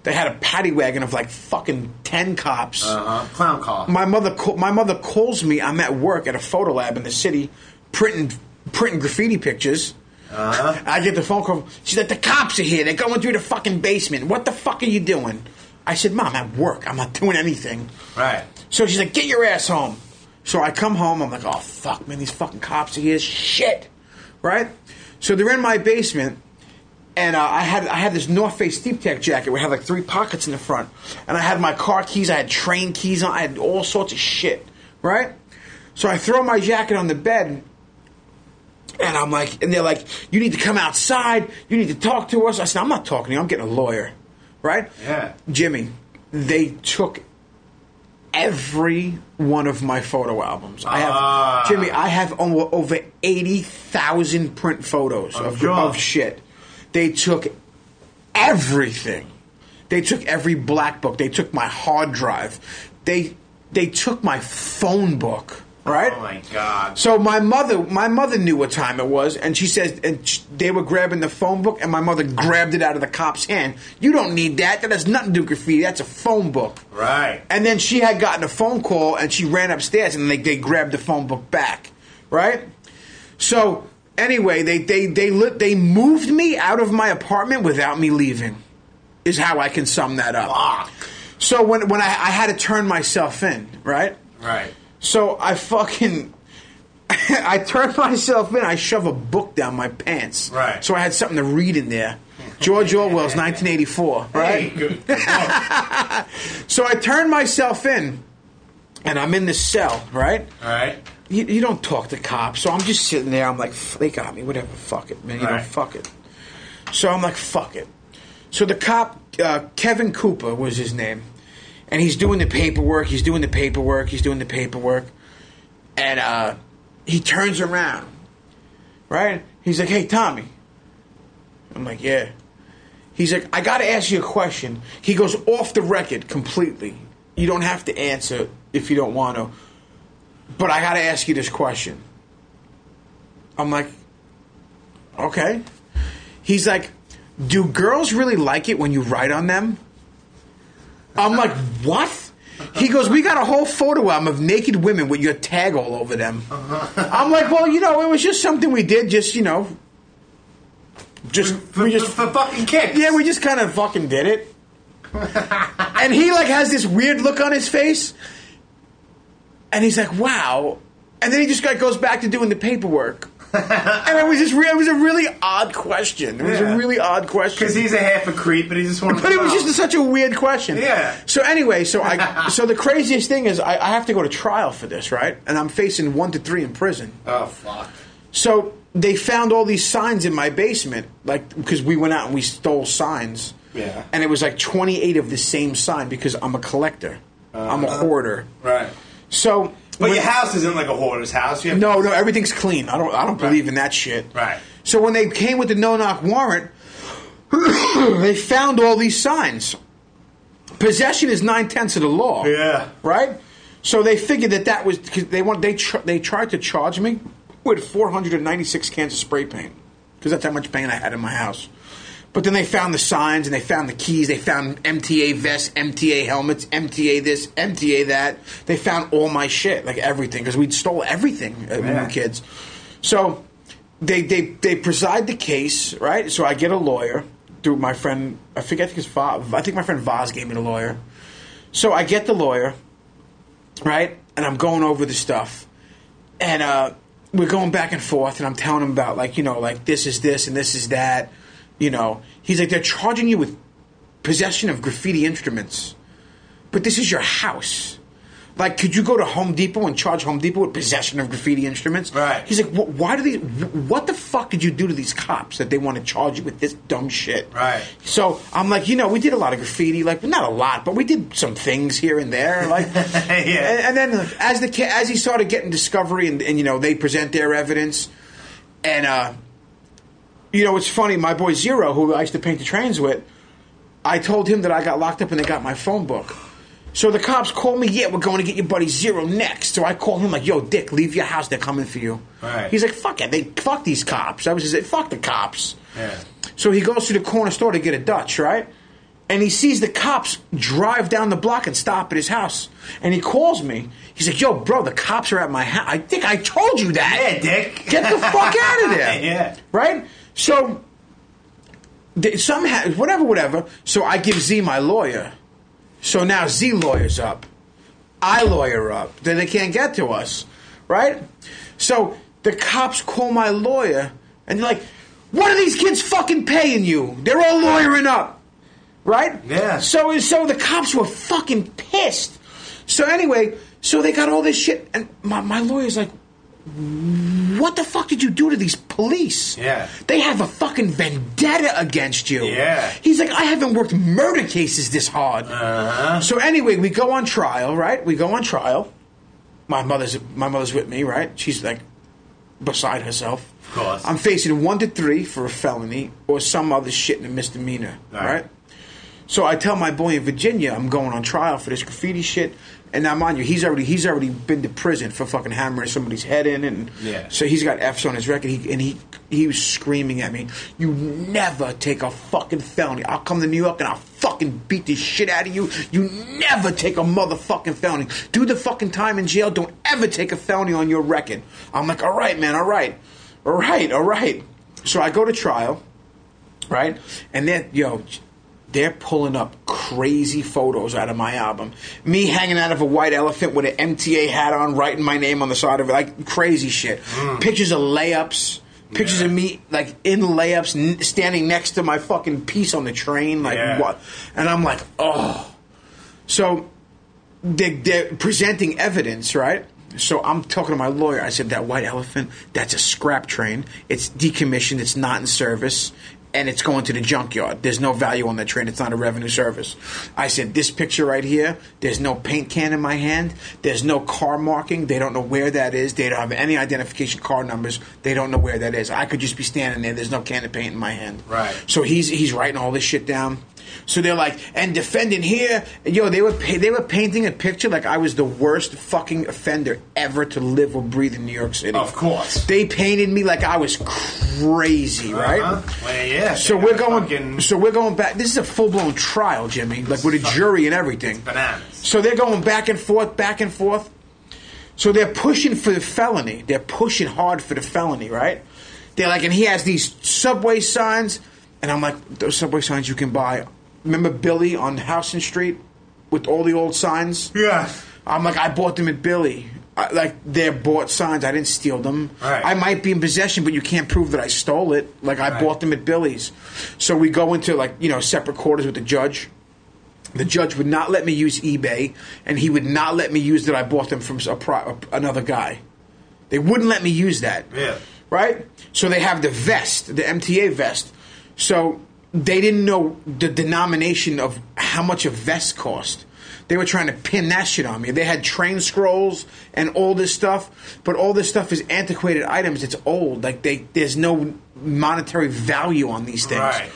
Speaker 4: They had a paddy wagon of like fucking ten cops.
Speaker 5: Uh-huh. Clown car.
Speaker 4: My mother ca- my mother calls me. I'm at work at a photo lab in the city, printing printing graffiti pictures. I get the phone call. She's like, "The cops are here. They're going through the fucking basement. What the fuck are you doing?" I said, "Mom, I'm at work. I'm not doing anything."
Speaker 5: right.
Speaker 4: So she's like, "Get your ass home." So I come home. I'm like, "Oh fuck, man, these fucking cops are here. Shit, right?" So they're in my basement, and uh, I had I had this North Face Deep Tech jacket. We had like three pockets in the front, and I had my car keys. I had train keys on. I had all sorts of shit, right? So I throw my jacket on the bed, and I'm like, and they're like, "You need to come outside. You need to talk to us." I said, "I'm not talking to you. I'm getting a lawyer, right?"
Speaker 5: Yeah.
Speaker 4: Jimmy, they took every one of my photo albums. I have
Speaker 5: Ah.
Speaker 4: Jimmy. I have over, over eighty thousand print photos of,
Speaker 5: sure.
Speaker 4: of shit. They took everything. They took every black book. They took my hard drive. They they took my phone book. Right.
Speaker 5: Oh my god.
Speaker 4: So my mother, my mother knew what time it was, and she says, and sh- they were grabbing the phone book, and my mother grabbed it out of the cop's hand. You don't need that. That has nothing to do with graffiti. That's a phone book.
Speaker 5: Right.
Speaker 4: And then she had gotten a phone call, and she ran upstairs, and they, they grabbed the phone book back, right? So anyway, they they they lit, they moved me out of my apartment without me leaving. Is how I can sum that up.
Speaker 5: Fuck.
Speaker 4: So when when I, I had to turn myself in, right?
Speaker 5: Right.
Speaker 4: So I fucking. I turned myself in. I shove a book down my pants.
Speaker 5: Right.
Speaker 4: So I had something to read in there. George Orwell's 1984. Right.
Speaker 5: Hey, good. good luck.
Speaker 4: So I turned myself in, and I'm in the cell. Right.
Speaker 5: All right.
Speaker 4: You, you don't talk to cops, so I'm just sitting there. I'm like, "F- they got me. Whatever. Fuck it, man. You know,
Speaker 5: Right.
Speaker 4: fuck it. So I'm like, fuck it. So the cop, uh, Kevin Cooper was his name, and he's doing the paperwork. He's doing the paperwork. He's doing the paperwork, and uh, he turns around, right? He's like, "Hey, Tommy." I'm like, "Yeah." He's like, "I got to ask you a question." He goes off the record completely. You don't have to answer if you don't want to, but I got to ask you this question. I'm like, "Okay." He's like, "Do girls really like it when you write on them?" I'm like, "What?" He goes, "We got a whole photo album of naked women with your tag all over them." I'm like, "Well, you know, it was just something we did, just you know, just
Speaker 5: For,
Speaker 4: we just
Speaker 5: for, fucking kicks.
Speaker 4: yeah, we just kind of fucking did it." and he like has this weird look on his face, and he's like, "Wow," and then he just like, goes back to doing the paperwork. and it was just re- it was a really odd question. It was
Speaker 5: Yeah.
Speaker 4: a really odd question
Speaker 5: because he's a half a creep, but he just wanted.
Speaker 4: but
Speaker 5: to
Speaker 4: it was
Speaker 5: know.
Speaker 4: just such a weird question.
Speaker 5: Yeah.
Speaker 4: So anyway, so I so the craziest thing is I, I have to go to trial for this, right? And I'm facing one to three in prison.
Speaker 5: oh fuck.
Speaker 4: So they found all these signs in my basement, like because we went out and we stole signs.
Speaker 5: Yeah.
Speaker 4: And it was like 28 of the same sign because I'm a collector. I'm a hoarder.
Speaker 5: Uh-huh. Right.
Speaker 4: So.
Speaker 5: But
Speaker 4: when-
Speaker 5: your house isn't like a hoarder's house. You have
Speaker 4: no, no, everything's clean. I don't, I don't believe in that shit.
Speaker 5: Right.
Speaker 4: So when they came with the no knock warrant, they found all these signs. Possession is nine tenths of the law.
Speaker 5: Yeah.
Speaker 4: Right. So they figured that that was 'cause they want they tr- they tried to charge me with four hundred and ninety six cans of spray paint because that's how much paint I had in my house. But then they found the signs and they found the keys. They found MTA vests, MTA helmets, MTA this, MTA that. They found all my shit, like everything, because we stole everything uh, when we
Speaker 5: Yeah.
Speaker 4: were kids. So they they they preside the case, right? So I get a lawyer through my friend. I think I think it's Voz. I think my friend Voz gave me the lawyer. So I get the lawyer, right? And I'm going over the stuff, and uh, we're going back and forth, and I'm telling him about like you know like this is this and this is that, you know. He's like they're charging you with possession of graffiti instruments, but this is your house. Like, could you go to Home Depot and charge Home Depot with possession of graffiti instruments?
Speaker 5: Right.
Speaker 4: He's like, "Wh- why do they? wh- What the fuck did you do to these cops that they want to charge you with this dumb shit?
Speaker 5: Right.
Speaker 4: So I'm like, you know, we did a lot of graffiti, like not a lot, but we did some things here and there, like.
Speaker 5: Yeah.
Speaker 4: And, and then like, as the ki- as he started getting discovery, and, and you know they present their evidence, and uh, you know it's funny. My boy Zero, who I used to paint the trains with, I told him that I got locked up and they got my phone book. So the cops call me, yeah, we're going to get your buddy Zero next. So I call him like, yo, Dick, leave your house, they're coming for you.
Speaker 5: Right.
Speaker 4: He's like, fuck it, they fuck these cops. I was just like, fuck the cops.
Speaker 5: Yeah.
Speaker 4: So he goes to the corner store to get a Dutch, right? And he sees the cops drive down the block and stop at his house. And he calls me. He's like, yo, bro, the cops are at my house. I think I told you that.
Speaker 5: Yeah, dick.
Speaker 4: Get the fuck out of there.
Speaker 5: Yeah.
Speaker 4: Right? So, th- somehow, whatever, whatever. So I give Z my lawyer. So now Z lawyers up. I lawyer up. Then they can't get to us. Right? So the cops call my lawyer and they're like, what are these kids fucking paying you? They're all lawyering up. Right?
Speaker 5: Yeah.
Speaker 4: So so the cops were fucking pissed. So anyway, so they got all this shit and my, my lawyer's like, what the fuck did you do to these police?
Speaker 5: Yeah.
Speaker 4: They have a fucking vendetta against you.
Speaker 5: Yeah.
Speaker 4: He's like, I haven't worked murder cases this hard.
Speaker 5: Uh-huh.
Speaker 4: So anyway, we go on trial, right? We go on trial. My mother's my mother's with me, right? She's like beside herself. Of
Speaker 5: course.
Speaker 4: I'm facing one to three for a felony or some other shit in a misdemeanor.
Speaker 5: All right.
Speaker 4: right? So I tell my boy in Virginia I'm going on trial for this graffiti shit. And now mind you, he's already he's already been to prison for fucking hammering somebody's head in and
Speaker 5: Yeah.
Speaker 4: so he's got F's on his record he, and he he was screaming at me, You never take a fucking felony. I'll come to New York and I'll fucking beat the shit out of you. You never take a motherfucking felony. Do the fucking time in jail, don't ever take a felony on your record. I'm like, Alright, man, alright. Alright, alright. So I go to trial right? And then yo, they're pulling up crazy photos out of my album. Me hanging out of a white elephant with an MTA hat on, writing my name on the side of it, like crazy shit. Pictures of layups. Pictures of me like in layups, n- standing next to my fucking piece on the train, like
Speaker 5: Yeah.
Speaker 4: what? And I'm like, oh. So they, they're presenting evidence, right? So I'm talking to my lawyer. I said that white elephant, that's a scrap train. It's decommissioned. It's not in service, and it's going to the junkyard. There's no value on that train. It's not a revenue service. I said this picture right here. There's no paint can in my hand. There's no car marking. They don't know where that is. They don't have any identification car numbers. They don't know where that is. I could just be standing there. There's no can of paint in my hand.
Speaker 5: Right.
Speaker 4: So he's he's writing all this shit down. So they're like, and defendant here, yo, they were pa- they were painting a picture like I was the worst fucking offender ever to live or breathe in New York City.
Speaker 5: Of course.
Speaker 4: they painted me like I was crazy, right?
Speaker 5: Uh-huh. Well, yeah.
Speaker 4: So
Speaker 5: they
Speaker 4: we're
Speaker 5: got
Speaker 4: going.
Speaker 5: fucking
Speaker 4: So we're going back. This is a full blown trial, Jimmy, like with a jury and everything.
Speaker 5: bananas.
Speaker 4: So they're going back and forth, back and forth. So they're pushing for the felony. They're pushing hard for the felony, right? They're like, and he has these subway signs, and I'm like, those subway signs you can buy. Remember Billy on Houston Street with all the old signs?
Speaker 5: Yeah.
Speaker 4: I'm like, I bought them at Billy. I, like they're bought signs. I didn't steal them.
Speaker 5: Right.
Speaker 4: I might be in possession, but you can't prove that I stole it. Like I
Speaker 5: Right.
Speaker 4: bought them at Billy's. So we go into like you know separate quarters with the judge. The judge would not let me use eBay, and he would not let me use that I bought them from a pro- another guy. They wouldn't let me use that.
Speaker 5: Yeah.
Speaker 4: Right. So they have the vest, the MTA vest. So they didn't know the denomination of how much a vest cost. They were trying to pin that shit on me. They had train scrolls and all this stuff, but all this stuff is antiquated items. It's old. Like they, there's no monetary value on these things.
Speaker 5: Right.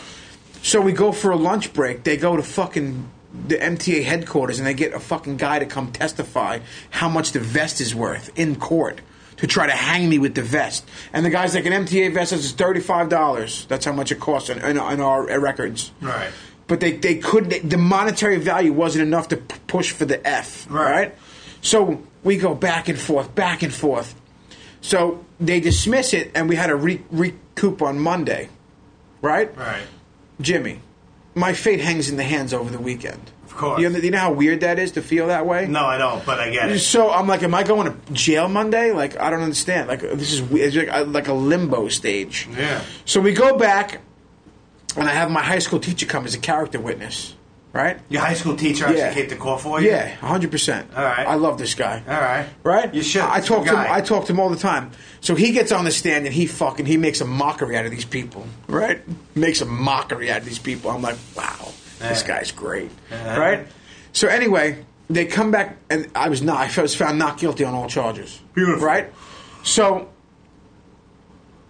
Speaker 4: So we go for a lunch break. They go to fucking the MTA headquarters and they get a fucking guy to come testify how much the vest is worth in court to try to hang me with the vest. And the guy's like, an MTA vest is $35. That's how much it costs in, in, in our uh, records.
Speaker 5: Right.
Speaker 4: But they, they could they, the monetary value wasn't enough to p- push for the F.
Speaker 5: Right.
Speaker 4: So we go back and forth, back and forth. So they dismiss it and we had to re- recoup on Monday. Right?
Speaker 5: Right.
Speaker 4: Jimmy, my fate hangs in the hands over the weekend. Of
Speaker 5: course.
Speaker 4: You know, you know how weird that is to feel that way?
Speaker 5: No, I don't, but I get it.
Speaker 4: So I'm like, am I going to jail Monday? Like, I don't understand. Like, this is weird. It's like, a- like a limbo stage.
Speaker 5: Yeah.
Speaker 4: So we go back, and I have my high school teacher come as a character witness, right?
Speaker 5: Your high school teacher actually came to call for you?
Speaker 4: Yeah, 100%.
Speaker 5: All right.
Speaker 4: I love this guy.
Speaker 5: All right.
Speaker 4: Right?
Speaker 5: You should.
Speaker 4: I
Speaker 5: He's a
Speaker 4: talk to him.
Speaker 5: guy.
Speaker 4: I talk to him all the time. So he gets on the stand and he fucking he makes a mockery out of these people. Right? Makes a mockery out of these people. I'm like, wow, this
Speaker 5: Yeah.
Speaker 4: guy's great.
Speaker 5: Yeah.
Speaker 4: Right? So anyway, they come back and I was not. I was found not guilty on all charges.
Speaker 5: Beautiful.
Speaker 4: Right? So.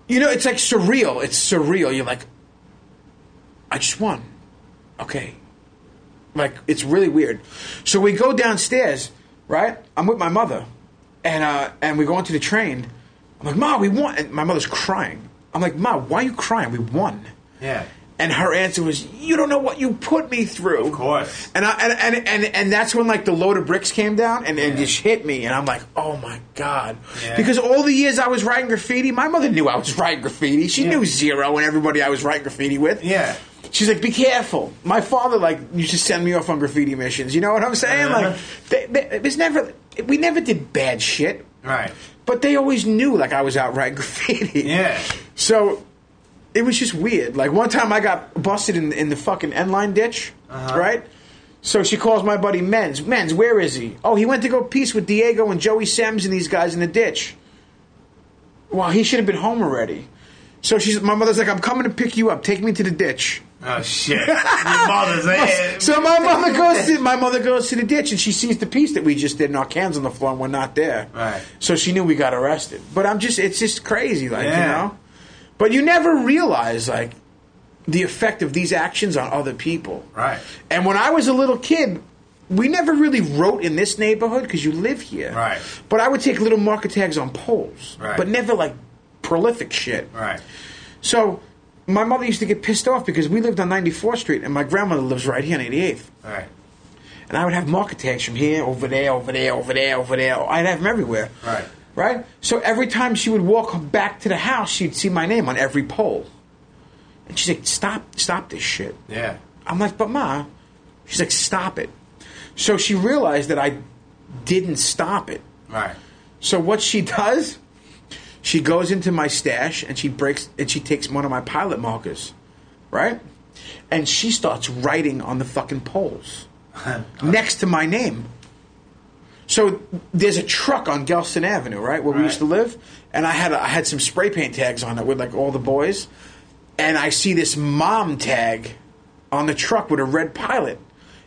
Speaker 4: You know, it's like surreal. It's surreal. You're like, I just won. Okay. Like, it's really weird. So we go downstairs, right? I'm with my mother. And uh, and we go onto the train. I'm like, Ma, we won. And my mother's crying. I'm like, Ma, why are you crying? We won.
Speaker 5: Yeah.
Speaker 4: And her answer was, You don't know what you put me through.
Speaker 5: Of course.
Speaker 4: And, I, and, and and and that's when like the load of bricks came down and, and just hit me and I'm like oh my god
Speaker 5: Yeah.
Speaker 4: because all the years I was writing graffiti my mother knew I was writing graffiti she
Speaker 5: Yeah.
Speaker 4: knew zero and everybody I was writing graffiti with
Speaker 5: Yeah.
Speaker 4: she's like be careful my father like used to send me off on graffiti missions you know what I'm saying
Speaker 5: Uh-huh.
Speaker 4: like they, they, it was never we never did bad shit
Speaker 5: Right.
Speaker 4: but they always knew like I was out writing graffiti
Speaker 5: Yeah.
Speaker 4: so it was just weird. Like one time I got busted in in the fucking end line ditch, right? So she calls my buddy Men's. Men's, where is he? Oh, he went to go peace with Diego and Joey Sems and these guys in the ditch. Well, he should have been home already. So she's my mother's like, I'm coming to pick you up. Take me to the ditch.
Speaker 5: Oh, shit. eh? Your mother's there.
Speaker 4: So my mother goes to my mother goes to the ditch and she sees the piece that we just did and our cans on the floor and we're not there.
Speaker 5: Right.
Speaker 4: So she knew we got arrested. But I'm just it's just crazy, like
Speaker 5: Yeah.
Speaker 4: you know. But you never realize like the effect of these actions on other people.
Speaker 5: Right.
Speaker 4: And when I was a little kid, we never really wrote in this neighborhood because you live here.
Speaker 5: Right.
Speaker 4: But I would take little marker tags on poles.
Speaker 5: Right.
Speaker 4: But never like prolific shit.
Speaker 5: Right.
Speaker 4: So my mother used to get pissed off because we lived on 94th Street and my grandmother lives right here on 88th.
Speaker 5: Right.
Speaker 4: And I would have market tags from here, over there, over there, over there, over there. I'd have them everywhere.
Speaker 5: Right.
Speaker 4: Right? So every time she would walk back to the house, she'd see my name on every pole. And she's like, stop, stop this shit.
Speaker 5: Yeah.
Speaker 4: I'm like, but ma, she's like, stop it. So she realized that I didn't stop it.
Speaker 5: Right.
Speaker 4: So what she does, she goes into my stash and she breaks and she takes one of my pilot markers, right? And she starts writing on the fucking poles next to my name. So there's a truck on Galston Avenue, right, where we
Speaker 5: Right.
Speaker 4: used to live, and I had a, I had some spray paint tags on it with like all the boys, and I see this mom tag on the truck with a red pilot,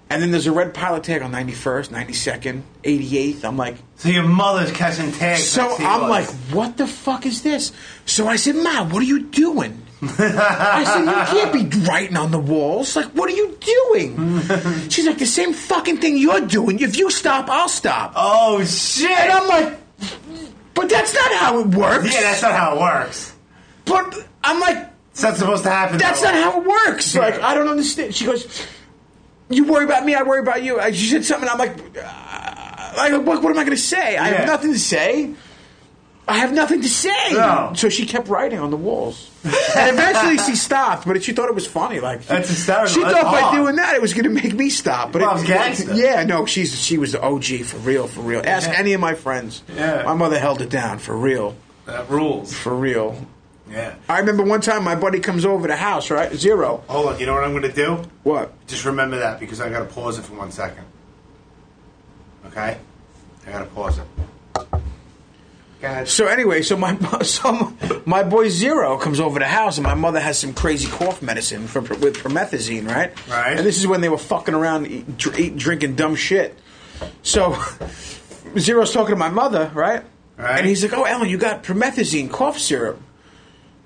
Speaker 4: and then there's a red pilot tag on 91st, 92nd, 88th. I'm like,
Speaker 5: So your mother's catching tags.
Speaker 4: so
Speaker 5: she
Speaker 4: I'm
Speaker 5: was.
Speaker 4: like, what the fuck is this? So I said, Ma, what are you doing? I said, You can't be writing on the walls. Like, what are you doing? She's like, The same fucking thing you're doing. If you stop, I'll stop.
Speaker 5: Oh shit!
Speaker 4: And I'm like, But that's not how it works.
Speaker 5: yeah, that's not how it works.
Speaker 4: But I'm like,
Speaker 5: It's not supposed to happen.
Speaker 4: That's not
Speaker 5: that way.
Speaker 4: how it works. Like, I don't understand. She goes, You worry about me, I worry about you. Uh, She said something, I'm like, uh, like what, what am I going to say? I
Speaker 5: Yeah.
Speaker 4: have nothing to say. I have nothing to say.
Speaker 5: No.
Speaker 4: So she kept writing on the walls. and eventually she stopped, but she thought it was funny. Like
Speaker 5: That's hysterical.
Speaker 4: She
Speaker 5: That's
Speaker 4: thought by
Speaker 5: hard.
Speaker 4: doing that it was going to make me stop. But it-
Speaker 5: Mom's gangster.
Speaker 4: Yeah, no, she's she was the OG for real, for real. Ask
Speaker 5: Yeah.
Speaker 4: any of my friends.
Speaker 5: Yeah.
Speaker 4: My mother held it down for real,
Speaker 5: That rules.
Speaker 4: for real.
Speaker 5: Yeah.
Speaker 4: I remember one time my buddy comes over the house, right? Zero.
Speaker 5: Hold on. Oh, You know what I'm going to do?
Speaker 4: What?
Speaker 5: Just remember that because I got to pause it for one second. Okay? I got to pause it. God.
Speaker 4: So anyway, so my so my boy Zero comes over the house, and my mother has some crazy cough medicine for, with promethazine, right?
Speaker 5: Right.
Speaker 4: And this is when they were fucking around, eat, dr- eat, drinking dumb shit. So Zero's talking to my mother, right?
Speaker 5: Right.
Speaker 4: And he's like, "Oh, Ellen, you got promethazine cough syrup."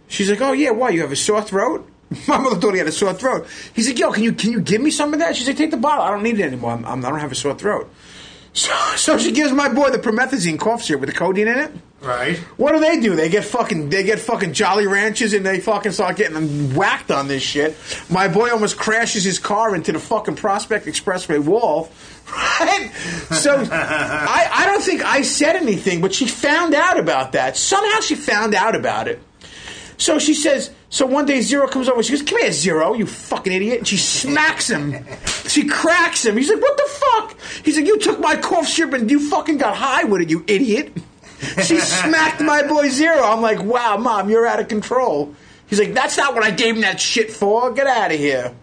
Speaker 4: She's like, "Oh yeah, why? You have a sore throat?" My mother thought he had a sore throat. He's like, "Yo, can you can you give me some of that?" She's like, "Take the bottle. I don't need it anymore. I'm, I'm, I don't have a sore throat." So, so she gives my boy the promethazine cough syrup with the codeine in it.
Speaker 5: Right?
Speaker 4: What do they do? They get fucking they get fucking Jolly Ranchers and they fucking start getting whacked on this shit. My boy almost crashes his car into the fucking Prospect Expressway wall. Right? So I, I don't think I said anything, but she found out about that. Somehow she found out about it. So she says, so one day Zero comes over. She goes, Come here, Zero, you fucking idiot. And she smacks him. She cracks him. He's like, What the fuck? He's like, You took my cough syrup and you fucking got high with it, you idiot. She smacked my boy Zero. I'm like, Wow, mom, you're out of control. He's like, That's not what I gave him that shit for. Get out of here.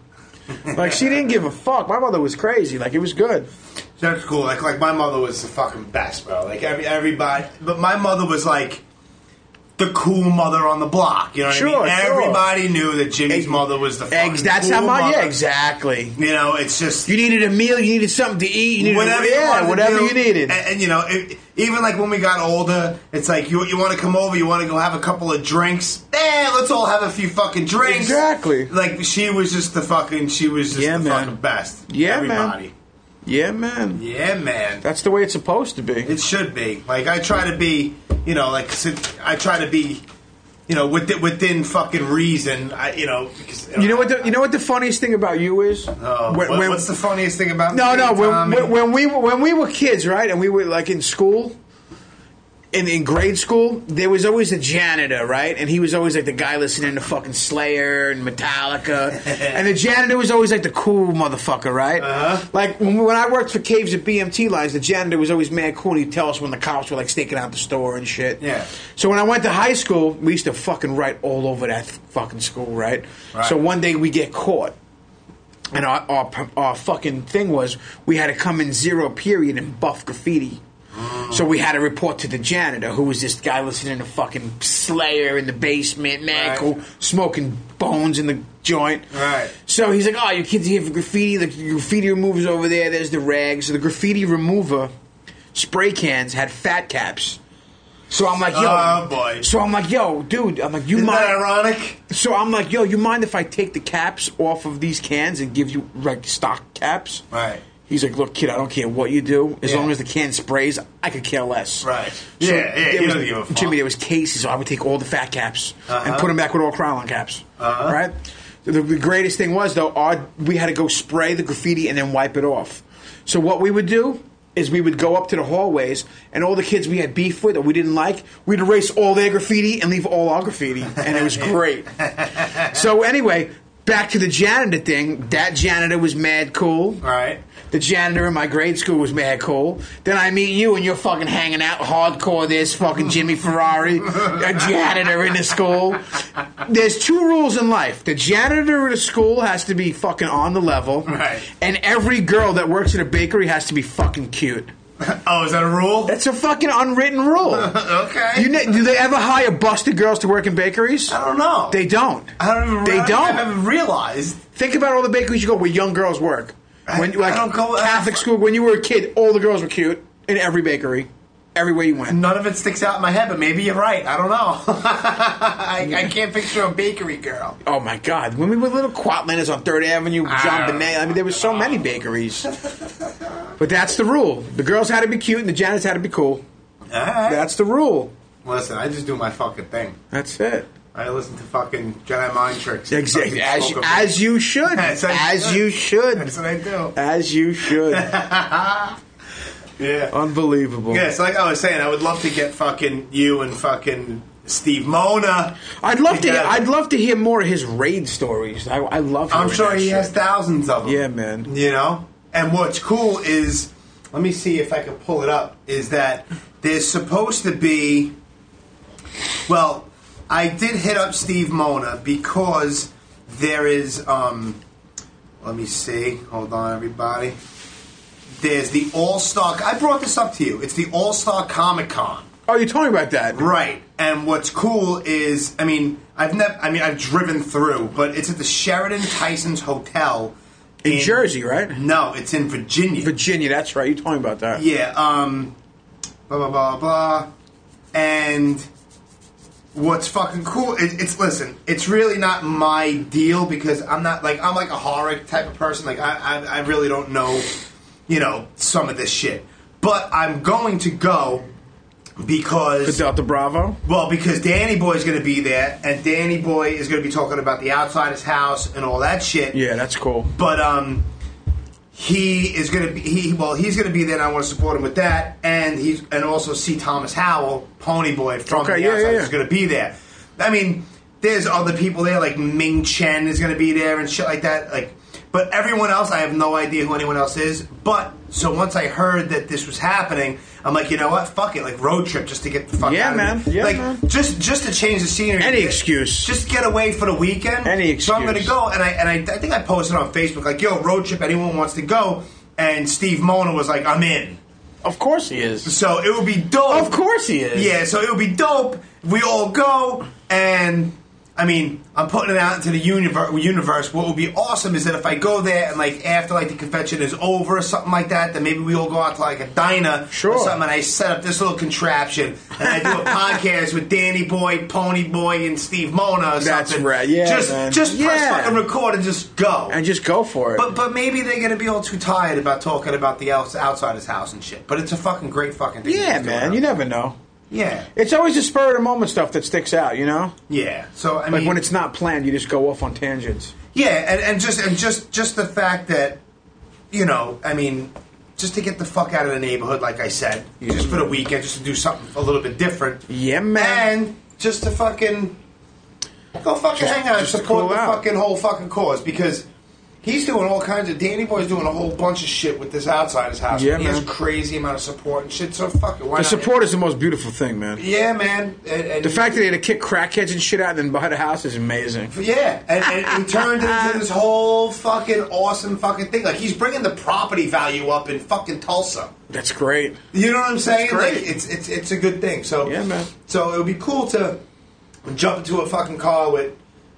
Speaker 4: Like, she didn't give a fuck. My mother was crazy. Like, it was good.
Speaker 5: That's cool. Like, like my mother was the fucking best, bro. Like every everybody, but my mother was like the cool mother on the block. You know what
Speaker 4: Sure,
Speaker 5: I mean?
Speaker 4: sure.
Speaker 5: Everybody knew that Jimmy's
Speaker 4: Egg-
Speaker 5: mother was the fucking
Speaker 4: Eggs, that's
Speaker 5: cool
Speaker 4: how my, yeah,
Speaker 5: mother.
Speaker 4: exactly.
Speaker 5: You know, it's just
Speaker 4: You needed a meal, you needed something to eat, you needed
Speaker 5: whatever, you
Speaker 4: yeah,
Speaker 5: wanted to
Speaker 4: whatever
Speaker 5: do.
Speaker 4: you needed.
Speaker 5: And, and, you know, it, even like when we got older, it's like you you want to come over, you want to go have a couple of drinks. Eh, let's all have a few fucking drinks.
Speaker 4: Exactly.
Speaker 5: Like she was just the fucking. She was just
Speaker 4: Yeah,
Speaker 5: the
Speaker 4: man.
Speaker 5: fucking best.
Speaker 4: Yeah, man.
Speaker 5: everybody.
Speaker 4: Yeah, man.
Speaker 5: Yeah, man.
Speaker 4: That's the way it's supposed to be.
Speaker 5: It should be. Like I try to be, you know, like sit- I try to be, you know, within, within fucking reason. I, you know, because
Speaker 4: you know what? The, you know what the funniest thing about you is?
Speaker 5: Oh,
Speaker 4: When-
Speaker 5: what-
Speaker 4: when-
Speaker 5: what's the funniest thing about
Speaker 4: no,
Speaker 5: me, um,
Speaker 4: no. When,
Speaker 5: Tommy?
Speaker 4: when, when we were, when we were kids, right, and we were like in school, in in grade school, there was always a janitor, right, and he was always like the guy listening to fucking Slayer and Metallica, and the janitor was always like the cool motherfucker, right? Uh-huh. Like when, when I worked for Caves at BMT lines, the janitor was always mad cool. and He'd tell us when the cops were like staking out the store and shit.
Speaker 5: Yeah.
Speaker 4: So when I went to high school, we used to fucking write all over that fucking school, right?
Speaker 5: Right.
Speaker 4: So one day we get caught. And our, our our fucking thing was we had to come in zero period and buff graffiti. So we had to report to the janitor, who was this guy listening to fucking Slayer in the basement, man,
Speaker 5: Right.
Speaker 4: cool, smoking bones in the joint.
Speaker 5: Right.
Speaker 4: So he's like, "Oh, your kids here for graffiti. The graffiti removers over there. There's the rags. So the graffiti remover spray cans had fat caps. So I'm like, "Yo,
Speaker 5: Oh, boy.
Speaker 4: So I'm like, "Yo, dude. I'm like, you
Speaker 5: Isn't
Speaker 4: mind?
Speaker 5: that ironic?
Speaker 4: So I'm like, yo, you mind if I take the caps off of these cans and give you like stock caps?
Speaker 5: Right.
Speaker 4: He's like, look, kid, I don't care what you do. As
Speaker 5: Yeah.
Speaker 4: long as the can sprays, I could care less.
Speaker 5: Right.
Speaker 4: So
Speaker 5: Yeah, yeah,
Speaker 4: there
Speaker 5: you
Speaker 4: was-
Speaker 5: don't give a fuck.
Speaker 4: Jimmy, there was cases. I would take all the fat caps and
Speaker 5: Uh-huh.
Speaker 4: put them back with all Krylon caps.
Speaker 5: Uh-huh.
Speaker 4: Right. The, the greatest thing was though, our, we had to go spray the graffiti and then wipe it off. So what we would do is we would go up to the hallways and all the kids we had beef with or we didn't like, we'd erase all their graffiti and leave all our graffiti, and it was great. so anyway. Back to the janitor thing. That janitor was mad cool.
Speaker 5: Right.
Speaker 4: The janitor in my grade school was mad cool. Then I meet you and you're fucking hanging out hardcore. There's fucking Jimmy Ferrari, a janitor in the school. There's two rules in life. The janitor in the school has to be fucking on the level.
Speaker 5: Right.
Speaker 4: And every girl that works at a bakery has to be fucking cute.
Speaker 5: Oh, is that a rule?
Speaker 4: That's a fucking unwritten rule.
Speaker 5: okay.
Speaker 4: You know, do they ever hire busted girls to work in bakeries?
Speaker 5: I don't know.
Speaker 4: They don't.
Speaker 5: I don't even.
Speaker 4: They
Speaker 5: I
Speaker 4: don't.
Speaker 5: I haven't realized.
Speaker 4: Think about all the bakeries you go where young girls work. When
Speaker 5: I- I
Speaker 4: like
Speaker 5: don't go- I-
Speaker 4: Catholic school, when you were a kid, all the girls were cute in every bakery. everywhere you went.
Speaker 5: None of it sticks out in my head, but maybe you're right. I don't know. I, I can't picture a bakery girl.
Speaker 4: Oh my God! When we were little Quatlanders on Third Avenue, John Benet. I mean, there were so many bakeries. but that's the rule. The girls had to be cute, and the janitors had to be cool.
Speaker 5: All right.
Speaker 4: That's the rule.
Speaker 5: Listen, I just do my fucking thing.
Speaker 4: That's it.
Speaker 5: I listen to fucking Jedi mind tricks.
Speaker 4: Exactly.
Speaker 5: Fucking
Speaker 4: As you,
Speaker 5: spoken-
Speaker 4: as you should.
Speaker 5: That's what I
Speaker 4: As
Speaker 5: should.
Speaker 4: you should.
Speaker 5: That's what I do.
Speaker 4: As you should.
Speaker 5: Yeah.
Speaker 4: Unbelievable.
Speaker 5: Yeah, it's like I was saying, I would love to get fucking you and fucking Steve Mona.
Speaker 4: I'd love to.
Speaker 5: Yeah.
Speaker 4: I'd love to hear more of his raid stories. I, I love.
Speaker 5: I'm
Speaker 4: hearing
Speaker 5: sure
Speaker 4: that
Speaker 5: he
Speaker 4: shit.
Speaker 5: has thousands of them.
Speaker 4: Yeah, man.
Speaker 5: You know? And what's cool is, let me see if I can pull it up, is that there's supposed to be. Well, I did hit up Steve Mona because there is. um Let me see. Hold on, everybody. There's the All Star. I brought this up to you. It's the All Star Comic Con.
Speaker 4: Oh, you told me about that.
Speaker 5: Right. And what's cool is, I mean, I've never, I mean, I've driven through, but it's at the Sheridan Tyson's Hotel
Speaker 4: In Jersey, right?
Speaker 5: No, it's in Virginia.
Speaker 4: Virginia. That's right. You told me about that.
Speaker 5: yeah. Um. Blah blah blah blah. And what's fucking cool? It, it's listen. It's really not my deal because I'm not like I'm like a horror type of person. Like I I, I really don't know, you know, some of this shit. But I'm going to go
Speaker 4: The
Speaker 5: because
Speaker 4: Delta Bravo.
Speaker 5: well, because Danny Boy's going to be there, and Danny Boy is going to be talking about the outsider's house and all that shit.
Speaker 4: Yeah, that's cool.
Speaker 5: But um, he is going to be he well, he's going to be there. and I want to support him with that, and he's and also see Thomas Howell, Pony Boy from
Speaker 4: Okay,
Speaker 5: the
Speaker 4: yeah, yeah,
Speaker 5: outside,
Speaker 4: yeah.
Speaker 5: is going to be there. I mean, there's other people there like Ming Chen is going to be there and shit like that. Like, but everyone else, I have no idea who anyone else is. But so once I heard that this was happening. I'm like, you know what? Fuck it. Like road trip just to get the fuck
Speaker 4: Yeah,
Speaker 5: out of
Speaker 4: man.
Speaker 5: here.
Speaker 4: Yeah,
Speaker 5: like
Speaker 4: man.
Speaker 5: just just to change the scenery.
Speaker 4: Any
Speaker 5: Just-
Speaker 4: excuse.
Speaker 5: Just get away for the weekend.
Speaker 4: Any
Speaker 5: So I'm gonna
Speaker 4: excuse.
Speaker 5: go and I and I, I think I posted on Facebook like, "Yo, road trip. Anyone wants to go?" And Steve Mona was like, "I'm in."
Speaker 4: Of course he is.
Speaker 5: So it would be dope.
Speaker 4: Of course he is.
Speaker 5: Yeah. So it would be dope. if We all go and. I mean, I'm putting it out into the universe. Universe. What would be awesome is that if I go there and like after like the convention is over or something like that, then maybe we all go out to like a diner
Speaker 4: Sure.
Speaker 5: or something, and I set up this little contraption and I do a podcast with Danny Boy, Pony Boy, and Steve Mona. Or
Speaker 4: That's
Speaker 5: something.
Speaker 4: right. Yeah,
Speaker 5: Just
Speaker 4: man.
Speaker 5: just press
Speaker 4: Yeah.
Speaker 5: fucking record and just go.
Speaker 4: And just go for it.
Speaker 5: But but maybe they're gonna be all too tired about talking about the outs- outsider's house and shit. But it's a fucking great fucking thing.
Speaker 4: yeah,
Speaker 5: Just do
Speaker 4: man.
Speaker 5: it.
Speaker 4: You never know.
Speaker 5: Yeah,
Speaker 4: It's always the spur of the moment stuff that sticks out. You know,
Speaker 5: yeah. So I
Speaker 4: like
Speaker 5: mean,
Speaker 4: when it's not planned, you just go off on tangents.
Speaker 5: yeah, and, and just and just just the fact that you know, I mean, just to get the fuck out of the neighborhood, like I said,
Speaker 4: Yeah.
Speaker 5: just for the weekend, just to do something a little bit different.
Speaker 4: Yeah, man.
Speaker 5: and just to fucking go fucking hang out and
Speaker 4: just to
Speaker 5: support
Speaker 4: cool
Speaker 5: the
Speaker 4: out.
Speaker 5: fucking whole fucking cause because he's doing all kinds of Danny Boy's doing a whole bunch of shit with this outsider's house.
Speaker 4: Yeah,
Speaker 5: he has
Speaker 4: man.
Speaker 5: crazy amount of support and shit. So fucking why
Speaker 4: the
Speaker 5: not?
Speaker 4: support is the most beautiful thing, man.
Speaker 5: Yeah, man. And, and
Speaker 4: The fact that they had to kick crackheads and shit out and then buy the house is amazing.
Speaker 5: yeah, and, and he turned it
Speaker 4: Uh-huh.
Speaker 5: into this whole fucking awesome fucking thing. Like he's bringing the property value up in fucking Tulsa.
Speaker 4: That's great.
Speaker 5: You know what I'm saying?
Speaker 4: great.
Speaker 5: Like, it's it's it's a good thing. So
Speaker 4: Yeah, man.
Speaker 5: So it would be cool to jump into a fucking car with,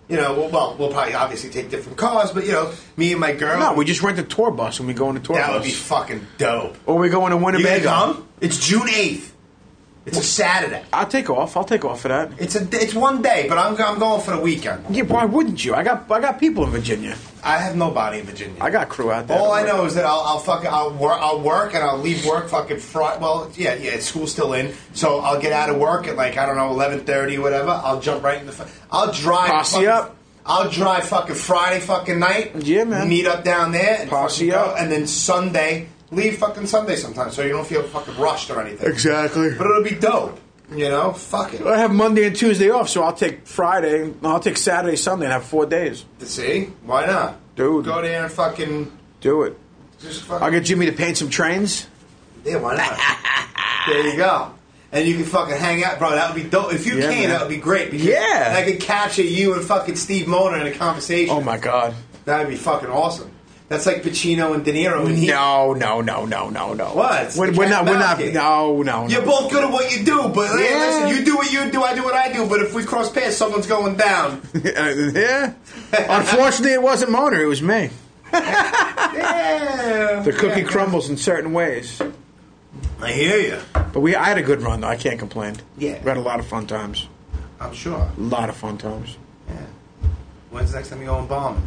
Speaker 5: you know, well, well we'll probably obviously take different cars, but you know, me and my girl.
Speaker 4: No, we just rent a tour bus and we go on a tour
Speaker 5: that
Speaker 4: bus.
Speaker 5: would be fucking dope.
Speaker 4: or we go on a
Speaker 5: You gonna
Speaker 4: Winnebago.
Speaker 5: come? It's June eighth. It's a Saturday.
Speaker 4: I'll take off. I'll take off for that.
Speaker 5: It's a it's one day, but I'm I'm going for the weekend.
Speaker 4: Yeah, why wouldn't you? I got I got people in Virginia.
Speaker 5: I have nobody in Virginia.
Speaker 4: I got crew out there.
Speaker 5: All I know is that I'll, I'll fucking I'll work I'll work and I'll leave work fucking Friday. Well, yeah, yeah, school's still in, so I'll get out of work at like I don't know eleven thirty whatever. I'll jump right in the. Fu- I'll drive.
Speaker 4: Posse
Speaker 5: fucking-
Speaker 4: up.
Speaker 5: I'll drive fucking Friday fucking night.
Speaker 4: Yeah, man.
Speaker 5: Meet up down there. And
Speaker 4: Posse
Speaker 5: fucking go,
Speaker 4: up.
Speaker 5: and then Sunday leave fucking Sunday sometime, so you don't feel fucking rushed or anything.
Speaker 4: exactly.
Speaker 5: But it'll be dope, you know. Fuck it.
Speaker 4: I have Monday and Tuesday off, so I'll take Friday. no, I'll take Saturday, Sunday, and have four days.
Speaker 5: See, why not,
Speaker 4: Dude.
Speaker 5: Go there and fucking
Speaker 4: Do it.
Speaker 5: just fucking.
Speaker 4: I'll get Jimmy to paint some trains.
Speaker 5: Yeah, why not? there you go. And you can fucking hang out, bro. That would be dope. If you
Speaker 4: Yeah,
Speaker 5: can,
Speaker 4: man.
Speaker 5: that would be great. Because
Speaker 4: Yeah.
Speaker 5: and I could capture you and fucking Steve Mona in a conversation.
Speaker 4: Oh my god.
Speaker 5: That would be fucking awesome. That's like Pacino and De Niro. And he,
Speaker 4: No, no, no, no, no, no.
Speaker 5: What?
Speaker 4: We're,
Speaker 5: The
Speaker 4: we're not. We're not.
Speaker 5: Cat
Speaker 4: No, no, no.
Speaker 5: You're both good at what you do, but hey,
Speaker 4: Yeah.
Speaker 5: listen, you do what you do, I do what I do. But if we cross paths, someone's going down.
Speaker 4: Uh, yeah. Unfortunately, it wasn't Mona. It was me.
Speaker 5: yeah.
Speaker 4: The cookie
Speaker 5: Yeah.
Speaker 4: crumbles in certain ways.
Speaker 5: I hear you.
Speaker 4: But we, I had a good run though. I can't complain.
Speaker 5: Yeah.
Speaker 4: we had a lot of fun times.
Speaker 5: I'm sure.
Speaker 4: A lot of fun times.
Speaker 5: Yeah. When's the next time you go on bombing?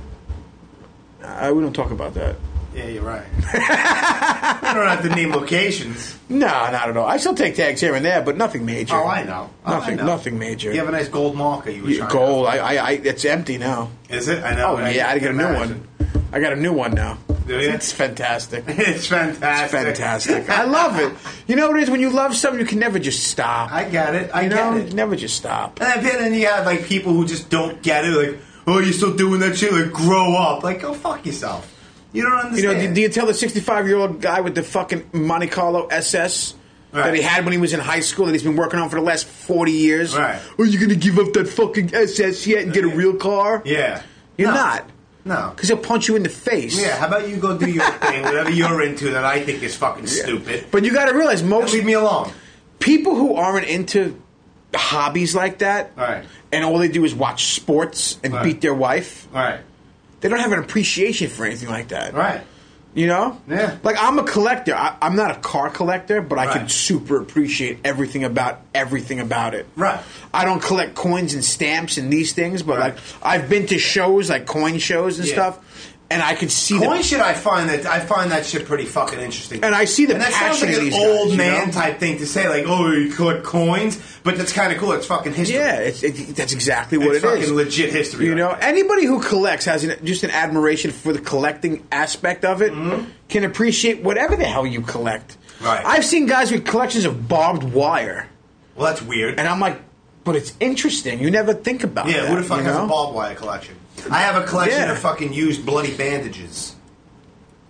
Speaker 4: I, Uh, we don't talk about that.
Speaker 5: Yeah, you're right. you don't have to name locations.
Speaker 4: No, not at all. I still take tags here and there, but nothing major.
Speaker 5: Oh, I know. Oh, I
Speaker 4: Nothing,
Speaker 5: know.
Speaker 4: nothing major.
Speaker 5: You have a nice gold marker. You were
Speaker 4: Yeah,
Speaker 5: trying to-
Speaker 4: gold. I, I, I, it's empty now.
Speaker 5: Is it? I know.
Speaker 4: Oh yeah, I got a
Speaker 5: can
Speaker 4: new
Speaker 5: imagine.
Speaker 4: one. I got a new one now.
Speaker 5: Do ya?
Speaker 4: It's fantastic.
Speaker 5: it's fantastic.
Speaker 4: It's fantastic. I love it. You know what it is when you love something, you can never just stop.
Speaker 5: I get it. I
Speaker 4: you
Speaker 5: get
Speaker 4: know,
Speaker 5: it.
Speaker 4: never just stop.
Speaker 5: And then, then you have like people who just don't get it. Like, oh, you're still doing that shit. Like, grow up. Like, go fuck yourself. You don't
Speaker 4: You know,
Speaker 5: understand.
Speaker 4: do, do you tell the 65 year old guy with the fucking Monte Carlo SS that
Speaker 5: Right.
Speaker 4: he had when he was in high school that he's been working on for the last 40 years?
Speaker 5: Right.
Speaker 4: Are you going to give up that fucking SS yet and get a real car?
Speaker 5: yeah,
Speaker 4: You're
Speaker 5: No.
Speaker 4: not.
Speaker 5: No.
Speaker 4: Because he'll punch you in the face.
Speaker 5: Yeah. How about you go do your thing, whatever you're into that I think is fucking stupid.
Speaker 4: But you got to realize most
Speaker 5: leave me alone.
Speaker 4: people who aren't into hobbies like that
Speaker 5: Right.
Speaker 4: and all they do is watch sports and
Speaker 5: Right.
Speaker 4: beat their wife,
Speaker 5: Right.
Speaker 4: they don't have an appreciation for anything like that.
Speaker 5: Right.
Speaker 4: You know?
Speaker 5: Yeah.
Speaker 4: Like, I'm a collector. I, I'm not a car collector, but I can
Speaker 5: Right.
Speaker 4: super appreciate everything about everything about it.
Speaker 5: Right.
Speaker 4: I don't collect coins and stamps and these things, but
Speaker 5: Right.
Speaker 4: like, I've been to shows, like coin shows and
Speaker 5: Yeah.
Speaker 4: stuff, and I could see the
Speaker 5: Coin shit, I find that I find that shit pretty fucking interesting.
Speaker 4: And I see the
Speaker 5: and that sounds
Speaker 4: passion
Speaker 5: like
Speaker 4: of
Speaker 5: an
Speaker 4: these
Speaker 5: old
Speaker 4: guys, you
Speaker 5: man
Speaker 4: know?
Speaker 5: type thing to say, like, oh, you collect coins, but that's kind of cool. It's fucking history.
Speaker 4: Yeah, it's, it, that's exactly
Speaker 5: it's
Speaker 4: what it
Speaker 5: fucking
Speaker 4: is.
Speaker 5: legit history.
Speaker 4: You
Speaker 5: right
Speaker 4: know,
Speaker 5: there.
Speaker 4: anybody who collects has an, just an admiration for the collecting aspect of it. Can appreciate whatever the hell you collect.
Speaker 5: Mm-hmm. Right.
Speaker 4: I've seen guys with collections of barbed wire,
Speaker 5: well, that's weird.
Speaker 4: and I'm like, but it's interesting. You never think about.
Speaker 5: yeah,
Speaker 4: that,
Speaker 5: who the fuck
Speaker 4: you
Speaker 5: has
Speaker 4: know?
Speaker 5: a barbed wire collection? I have a collection
Speaker 4: Yeah.
Speaker 5: of fucking used bloody bandages.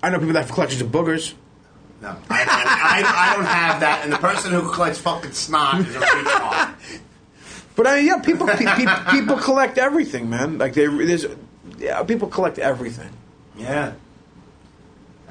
Speaker 4: I know people that have collections of boogers.
Speaker 5: No, I, I, I don't have that. And the person who collects fucking snot is a retard.
Speaker 4: But I mean, yeah, people pe- pe- people collect everything, man. Like they there's yeah, people collect everything.
Speaker 5: Yeah,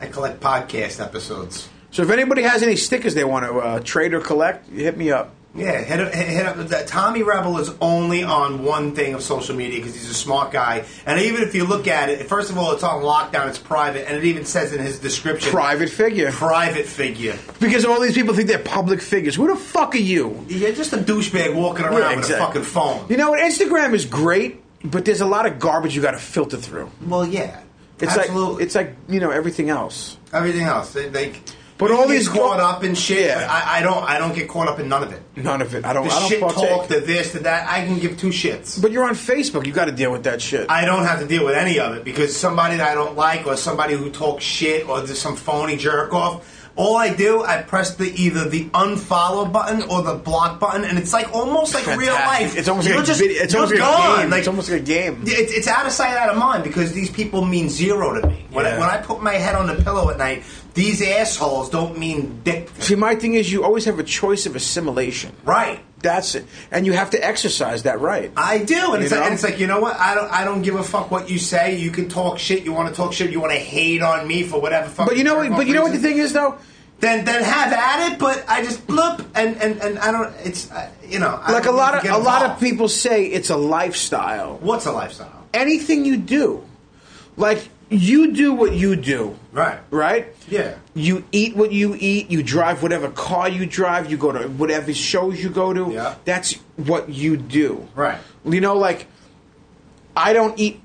Speaker 5: I collect podcast episodes.
Speaker 4: So if anybody has any stickers they want to uh, trade or collect, hit me up.
Speaker 5: Yeah, hit up, hit hit up that. Tommy Rebel is only on one thing of social media because he's a smart guy. And even if you look at it, first of all, it's on lockdown. It's private, and it even says in his description,
Speaker 4: Private figure.
Speaker 5: private figure.
Speaker 4: Because all these people think they're public figures. Who the fuck are you?
Speaker 5: You're just a douchebag walking around
Speaker 4: Yeah,
Speaker 5: with a
Speaker 4: exactly.
Speaker 5: fucking phone.
Speaker 4: You know what? Instagram is great, but there's a lot of garbage you got to filter through.
Speaker 5: well, yeah,
Speaker 4: It's
Speaker 5: absolutely.
Speaker 4: like it's like you know everything else.
Speaker 5: everything else. They, they,
Speaker 4: But
Speaker 5: you
Speaker 4: all
Speaker 5: get
Speaker 4: these-
Speaker 5: caught up in shit.
Speaker 4: Yeah.
Speaker 5: but I, I don't. I don't get caught up in none of it.
Speaker 4: None of it. I don't.
Speaker 5: The
Speaker 4: I don't
Speaker 5: shit
Speaker 4: partake.
Speaker 5: talk, the this, the that. I can give two shits.
Speaker 4: but you're on Facebook. You got to deal with that shit.
Speaker 5: I don't have to deal with any of it because somebody that I don't like or somebody who talks shit or just some phony jerk off. All I do, I press the either the unfollow button or the block button, and it's like almost like real
Speaker 4: Fantastic.
Speaker 5: life.
Speaker 4: It's almost
Speaker 5: You're
Speaker 4: like
Speaker 5: just-
Speaker 4: a video, it's
Speaker 5: you're
Speaker 4: almost like
Speaker 5: gone.
Speaker 4: a game.
Speaker 5: Like,
Speaker 4: it's almost like a game.
Speaker 5: yeah, It's, it's out of sight, out of mind because these people mean zero to me. When, I,
Speaker 4: Yeah.
Speaker 5: when I put my head on the pillow at night, these assholes don't mean dick.
Speaker 4: See, my thing is, you always have a choice of assimilation.
Speaker 5: Right.
Speaker 4: That's it, and you have to exercise that right.
Speaker 5: I do, and
Speaker 4: You
Speaker 5: it's, like,
Speaker 4: know?
Speaker 5: and it's like you know what? I don't. I don't give a fuck what you say. You can talk shit. You want to talk shit. You want to hate on me for whatever. Fucking
Speaker 4: but you know, what?
Speaker 5: jerk-off
Speaker 4: but you know what the
Speaker 5: reason.
Speaker 4: thing is, though.
Speaker 5: Then then have at it. But I just bloop and and and I don't. It's uh, you know I
Speaker 4: Like a
Speaker 5: don't
Speaker 4: lot
Speaker 5: need
Speaker 4: of
Speaker 5: to
Speaker 4: a
Speaker 5: get
Speaker 4: lot of
Speaker 5: involved.
Speaker 4: people say, it's a lifestyle.
Speaker 5: What's a lifestyle?
Speaker 4: Anything you do, like you do what you do,
Speaker 5: Right.
Speaker 4: right?
Speaker 5: Yeah.
Speaker 4: You eat what you eat. You drive whatever car you drive. You go to whatever shows you go to.
Speaker 5: Yeah.
Speaker 4: That's what you do.
Speaker 5: Right.
Speaker 4: You know, like I don't eat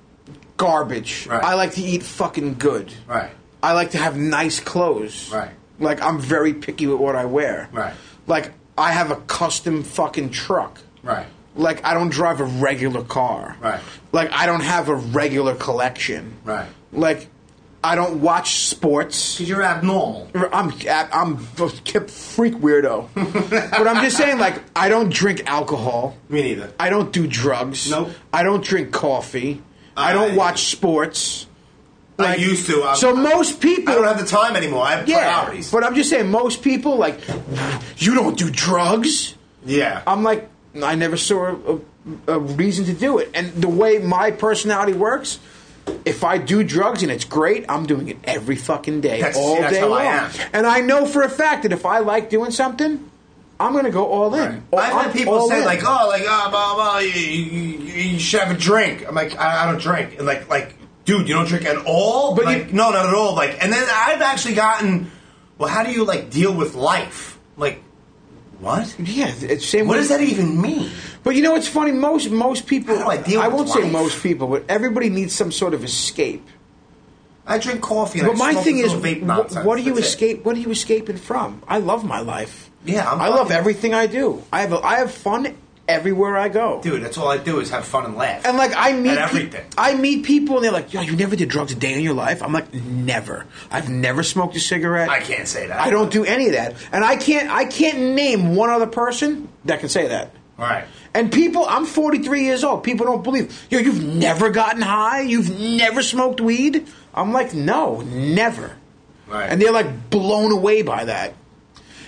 Speaker 4: garbage.
Speaker 5: Right.
Speaker 4: I like to eat fucking good.
Speaker 5: Right.
Speaker 4: I like to have nice clothes.
Speaker 5: Right.
Speaker 4: Like I'm very picky with what I wear.
Speaker 5: Right.
Speaker 4: Like I have a custom fucking truck.
Speaker 5: Right.
Speaker 4: Like I don't drive a regular car.
Speaker 5: Right.
Speaker 4: Like I don't have a regular collection.
Speaker 5: Right.
Speaker 4: Like I don't watch sports.
Speaker 5: Because you're abnormal.
Speaker 4: I'm I'm a kip freak weirdo. but I'm just saying, like, I don't drink alcohol.
Speaker 5: Me neither.
Speaker 4: I don't do drugs.
Speaker 5: Nope.
Speaker 4: I don't drink coffee. I, don't
Speaker 5: I-
Speaker 4: watch sports.
Speaker 5: I used to. I,
Speaker 4: so most people
Speaker 5: I don't have the time anymore. I have
Speaker 4: yeah,
Speaker 5: priorities.
Speaker 4: but I'm just saying most people like you don't do drugs.
Speaker 5: yeah.
Speaker 4: I'm like I never saw a, a reason to do it. And the way my personality works, if I do drugs and it's great, I'm doing it every fucking day,
Speaker 5: That's-
Speaker 4: all
Speaker 5: that's
Speaker 4: day
Speaker 5: how
Speaker 4: long.
Speaker 5: I am.
Speaker 4: And I know for a fact that if I like doing something, I'm gonna go all in. All-
Speaker 5: I've
Speaker 4: I'm
Speaker 5: had people
Speaker 4: all
Speaker 5: say
Speaker 4: in.
Speaker 5: like, "Oh, like, oh, blah, blah, you, you, you should have a drink." I'm like, I, "I don't drink," and like, like, dude, you don't drink at all?
Speaker 4: But
Speaker 5: like,
Speaker 4: you-
Speaker 5: no, not at all. Like, and then I've actually gotten, well, how do you like deal with life? Like, What?
Speaker 4: Yeah, it's same.
Speaker 5: What
Speaker 4: way-
Speaker 5: does that even mean?
Speaker 4: But you know, it's funny. Most most people.
Speaker 5: How do I deal with
Speaker 4: won't say
Speaker 5: life?
Speaker 4: most people, but everybody needs some sort of escape.
Speaker 5: I drink coffee. And
Speaker 4: But
Speaker 5: I
Speaker 4: my
Speaker 5: smoke
Speaker 4: thing
Speaker 5: this
Speaker 4: is,
Speaker 5: little vape
Speaker 4: wh-
Speaker 5: nonsense.
Speaker 4: what are you
Speaker 5: That's it.
Speaker 4: escape? What are you escaping from? I love my life.
Speaker 5: Yeah, I'm
Speaker 4: I love
Speaker 5: fucking-
Speaker 4: everything I do. I have a, I have fun everywhere I go.
Speaker 5: dude? That's all I do is have fun and laugh.
Speaker 4: And like I meet,
Speaker 5: At
Speaker 4: pe-
Speaker 5: everything.
Speaker 4: I meet people, and they're like, "Yo, you never did drugs a day in your life." I'm like, "Never. I've never smoked a cigarette.
Speaker 5: I can't say that.
Speaker 4: I don't do any of that, and I can't. I can't name one other person that can say that.
Speaker 5: All right.
Speaker 4: And people, I'm 43 years old. People don't believe. Yo, you've never gotten high. You've never smoked weed. I'm like, no, never.
Speaker 5: Right.
Speaker 4: And they're like blown away by that.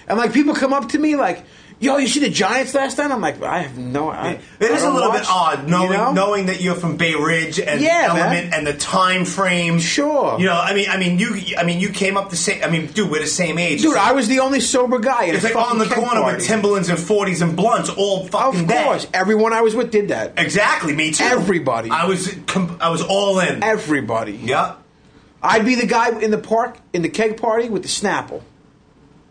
Speaker 4: And like people come up to me like, yo, you see the Giants last night? I'm like, I have no. I,
Speaker 5: It
Speaker 4: I
Speaker 5: is a
Speaker 4: don't
Speaker 5: little
Speaker 4: watch,
Speaker 5: bit odd knowing
Speaker 4: you know?
Speaker 5: knowing that you're from Bay Ridge and
Speaker 4: Yeah,
Speaker 5: the
Speaker 4: man.
Speaker 5: element and the time frame.
Speaker 4: Sure.
Speaker 5: You know, I mean, I mean, you, I mean, you came up the same. I mean, dude, we're the same age.
Speaker 4: Dude,
Speaker 5: It's
Speaker 4: I was the only sober guy. In
Speaker 5: It's
Speaker 4: a
Speaker 5: like
Speaker 4: fucking
Speaker 5: on the
Speaker 4: keg
Speaker 5: corner
Speaker 4: party.
Speaker 5: with Timberlands and 40s and blunts all fucking
Speaker 4: Of course,
Speaker 5: day.
Speaker 4: everyone I was with did that.
Speaker 5: Exactly, me too.
Speaker 4: Everybody.
Speaker 5: I was com- I was all in.
Speaker 4: Everybody.
Speaker 5: yeah.
Speaker 4: I'd be the guy in the park in the keg party with the Snapple.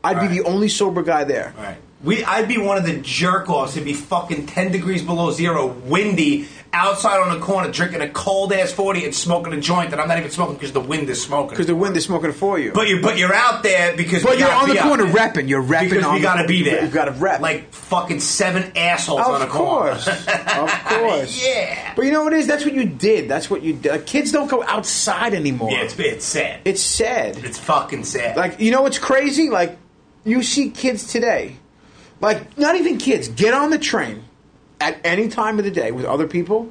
Speaker 4: I'd
Speaker 5: Right.
Speaker 4: be the only sober guy there.
Speaker 5: All right. We I'd be one of the jerk offs. It'd be fucking 10 degrees below 0, windy, outside on the corner drinking a cold ass 40 and smoking a joint that I'm not even smoking because the wind is smoking.
Speaker 4: Because the wind is smoking for you.
Speaker 5: But you but you're out there because
Speaker 4: But
Speaker 5: we
Speaker 4: you're
Speaker 5: gotta
Speaker 4: on the
Speaker 5: be out
Speaker 4: corner
Speaker 5: there.
Speaker 4: repping. You're repping
Speaker 5: because
Speaker 4: on
Speaker 5: we
Speaker 4: the-
Speaker 5: gotta be there.
Speaker 4: you gotta rep.
Speaker 5: like fucking seven assholes on a
Speaker 4: of
Speaker 5: corner.
Speaker 4: course, of course,
Speaker 5: Yeah.
Speaker 4: But you know what it is? That's what you did. That's what you did. Like, kids don't go outside anymore.
Speaker 5: Yeah, it's it's sad.
Speaker 4: It's sad.
Speaker 5: it's fucking sad.
Speaker 4: Like you know what's crazy? Like you see kids today, like not even kids get on the train at any time of the day with other people.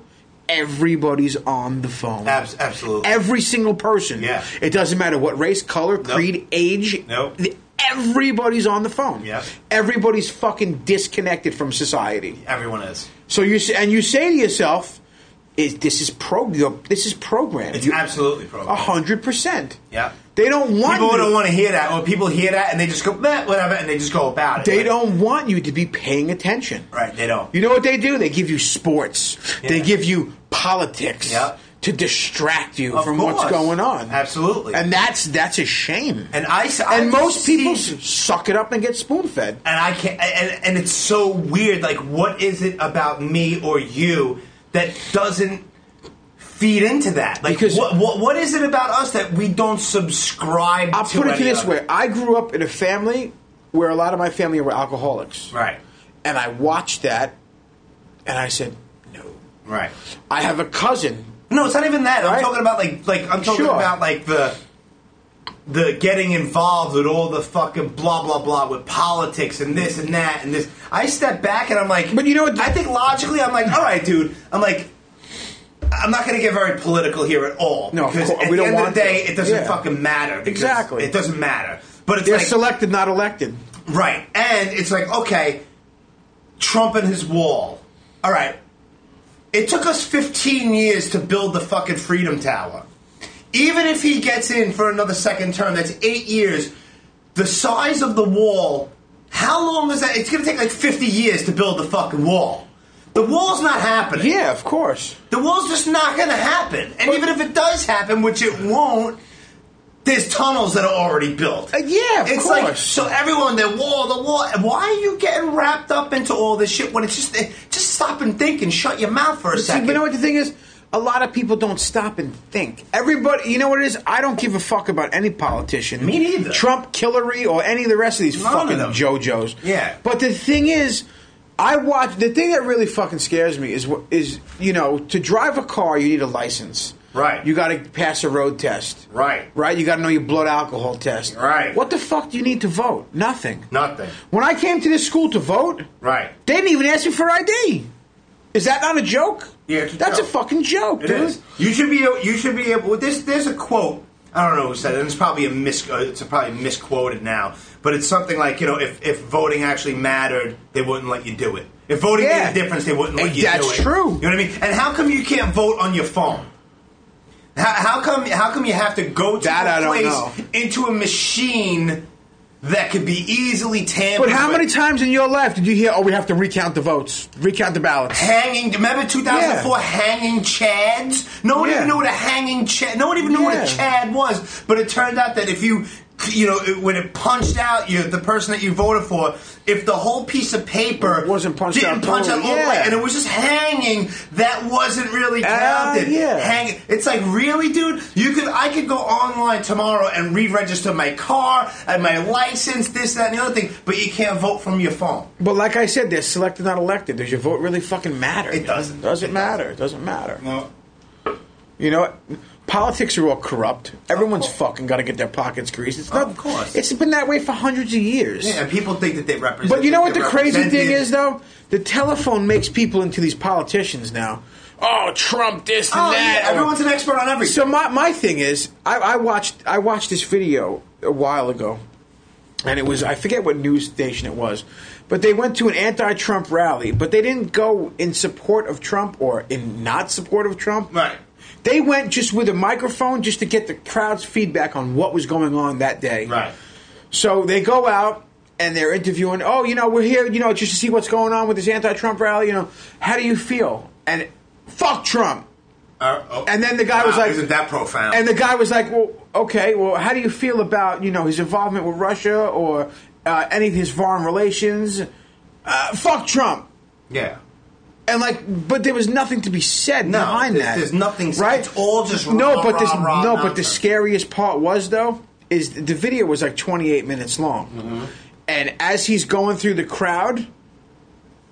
Speaker 4: Everybody's on the phone.
Speaker 5: Abs- absolutely.
Speaker 4: Every single person.
Speaker 5: Yeah.
Speaker 4: It doesn't matter what race, color, creed, age.
Speaker 5: Nope.
Speaker 4: The- Everybody's on the phone.
Speaker 5: Yeah.
Speaker 4: Everybody's fucking disconnected from society.
Speaker 5: Everyone is.
Speaker 4: So you s- and you say to yourself, "Is this is pro? you're- This is programmed.
Speaker 5: It's
Speaker 4: You- Oh,
Speaker 5: absolutely
Speaker 4: a
Speaker 5: programmed.
Speaker 4: hundred percent.
Speaker 5: Yeah.
Speaker 4: They don't want
Speaker 5: People
Speaker 4: you,
Speaker 5: don't want to hear that, or people hear that and they just go, "Meh, whatever, and they just go about it.
Speaker 4: They
Speaker 5: Like,
Speaker 4: don't want you to be paying attention.
Speaker 5: Right, they don't.
Speaker 4: You know what they do? They give you sports. They
Speaker 5: Yeah.
Speaker 4: give you politics
Speaker 5: Yeah.
Speaker 4: to distract you
Speaker 5: Of
Speaker 4: from what's
Speaker 5: course.
Speaker 4: going on.
Speaker 5: Absolutely.
Speaker 4: And that's that's a shame.
Speaker 5: And I, s- I
Speaker 4: and most
Speaker 5: see-
Speaker 4: people s- suck it up and get spoon fed.
Speaker 5: and I can't, and, and it's so weird. Like, what is it about me or you that doesn't feed into that? Like,
Speaker 4: Because-
Speaker 5: what, what, what is it about us that we don't subscribe
Speaker 4: I'll
Speaker 5: to?
Speaker 4: put it to
Speaker 5: any
Speaker 4: this
Speaker 5: of
Speaker 4: way: I grew up in a family where a lot of my family were alcoholics,
Speaker 5: Right,
Speaker 4: and I watched that, and I said, "No."
Speaker 5: right.
Speaker 4: I have a cousin
Speaker 5: No, it's not even that. I'm
Speaker 4: Right?
Speaker 5: talking about like, like I'm talking
Speaker 4: Sure.
Speaker 5: about like the. The getting involved with all the fucking blah blah blah with politics and this and that and this. I step back and I'm like,
Speaker 4: But you know what-
Speaker 5: I think logically, I'm like, all right, dude. I'm like, I'm not going to get very political here at all.
Speaker 4: No, of
Speaker 5: because
Speaker 4: course,
Speaker 5: at
Speaker 4: we
Speaker 5: the
Speaker 4: don't
Speaker 5: end of
Speaker 4: want
Speaker 5: the day,
Speaker 4: to.
Speaker 5: it doesn't
Speaker 4: Yeah.
Speaker 5: fucking matter. because
Speaker 4: Exactly.
Speaker 5: it doesn't matter. But it's
Speaker 4: They're
Speaker 5: like
Speaker 4: selected, not elected.
Speaker 5: right, and it's like okay, Trump and his wall. All right, it took us 15 years to build the fucking Freedom Tower. Even if he gets in for another second term, that's eight years. The size of the wall, how long is that? It's going to take like 50 years to build the fucking wall. The wall's not happening.
Speaker 4: Yeah, of course.
Speaker 5: The world's just not going to happen. And even if it does happen, which it won't, there's tunnels that are already built.
Speaker 4: Uh, yeah, of
Speaker 5: it's like
Speaker 4: course.
Speaker 5: so everyone the wall, the wall. and Why are you getting wrapped up into all this shit when it's just just stop and think and shut your mouth for a
Speaker 4: See,
Speaker 5: second?
Speaker 4: you know what the thing is? A lot of people don't stop and think. Everybody, you know what it is? I don't give a fuck about any politician.
Speaker 5: Me neither.
Speaker 4: Trump, Hillary, or any of the rest of these
Speaker 5: None of
Speaker 4: fucking
Speaker 5: them.
Speaker 4: JoJos.
Speaker 5: Yeah.
Speaker 4: But the thing is, I watch. The thing that really fucking scares me is what is you know to drive a car you need a license.
Speaker 5: Right.
Speaker 4: You got to pass a road test.
Speaker 5: Right.
Speaker 4: Right. You got to know your blood alcohol test.
Speaker 5: Right.
Speaker 4: What the fuck do you need to vote? Nothing.
Speaker 5: Nothing.
Speaker 4: When I came to this school to vote,
Speaker 5: Right.
Speaker 4: They didn't even ask me for ID. Is that not a joke?
Speaker 5: Yeah, it's a
Speaker 4: that's
Speaker 5: joke.
Speaker 4: a fucking joke,
Speaker 5: It
Speaker 4: dude.
Speaker 5: is. You should be. You should be able. This there's a quote. I don't know who said it. And it's probably a mis. uh, It's probably misquoted now. But it's something like you know, if if voting actually mattered, they wouldn't let you do it. If voting
Speaker 4: Yeah.
Speaker 5: made a difference, they wouldn't let
Speaker 4: And
Speaker 5: you do
Speaker 4: that's
Speaker 5: it.
Speaker 4: true.
Speaker 5: You know what I mean? And how come you can't vote on your phone? How, how come? How come you have to go to
Speaker 4: That I
Speaker 5: a
Speaker 4: don't
Speaker 5: place
Speaker 4: know.
Speaker 5: into a machine that could be easily tampered?
Speaker 4: But how
Speaker 5: with?
Speaker 4: many times in your life did you hear, "Oh, we have to recount the votes, recount the ballots"?
Speaker 5: Hanging. Remember 2004
Speaker 4: Yeah.
Speaker 5: hanging chads. No one
Speaker 4: Yeah.
Speaker 5: even knew what a hanging chad. No one even knew what
Speaker 4: Yeah.
Speaker 5: a chad was. But it turned out that if you you know, it, when it punched out you, the person that you voted for, if the whole piece of paper
Speaker 4: Wasn't punched
Speaker 5: didn't
Speaker 4: out
Speaker 5: punch out all
Speaker 4: totally,
Speaker 5: the way,
Speaker 4: yeah.
Speaker 5: and it was just hanging, that wasn't really counted.
Speaker 4: Ah, yeah.
Speaker 5: hanging. It's like really, dude. You could, I could go online tomorrow and re-register my car and my license, this, that, and the other thing, but you can't vote from your phone.
Speaker 4: But like I said, they're selected, not elected. Does your vote really fucking matter?
Speaker 5: It doesn't.
Speaker 4: Doesn't matter. It doesn't matter. You know, what? politics are all corrupt. Everyone's fucking got to get their pockets greased. It's not,
Speaker 5: Of course.
Speaker 4: It's been that way for hundreds of years.
Speaker 5: Yeah, and people think that they represent.
Speaker 4: But you know what the
Speaker 5: they're
Speaker 4: crazy thing
Speaker 5: represented.
Speaker 4: is, though? The telephone makes people into these politicians now. Oh, Trump, this and
Speaker 5: Oh,
Speaker 4: that.
Speaker 5: yeah, everyone's an expert on everything.
Speaker 4: So my, my thing is, I, I watched I watched this video a while ago, and it was I forget what news station it was, but they went to an anti-Trump rally, but they didn't go in support of Trump or in not support of Trump.
Speaker 5: Right.
Speaker 4: They went just with a microphone just to get the crowd's feedback on what was going on that day.
Speaker 5: Right.
Speaker 4: So they go out and they're interviewing. Oh, you know, we're here, you know, just to see what's going on with this anti-Trump rally. You know, how do you feel? And fuck Trump.
Speaker 5: Uh, oh.
Speaker 4: And then the guy was
Speaker 5: Wow,
Speaker 4: like,
Speaker 5: "Isn't that profound?"
Speaker 4: And the guy was like, "Well, okay. Well, how do you feel about you know his involvement with Russia or uh, any of his foreign relations? Uh, fuck Trump."
Speaker 5: yeah.
Speaker 4: And like, but there was nothing to be said
Speaker 5: No,
Speaker 4: behind
Speaker 5: there's-
Speaker 4: that.
Speaker 5: there's nothing said.
Speaker 4: Right?
Speaker 5: It's all just
Speaker 4: no.
Speaker 5: rah,
Speaker 4: but this
Speaker 5: rah, rah,
Speaker 4: no. But the
Speaker 5: nonsense.
Speaker 4: scariest part was though is the video was like 28 minutes long,
Speaker 5: Mm-hmm.
Speaker 4: and as he's going through the crowd,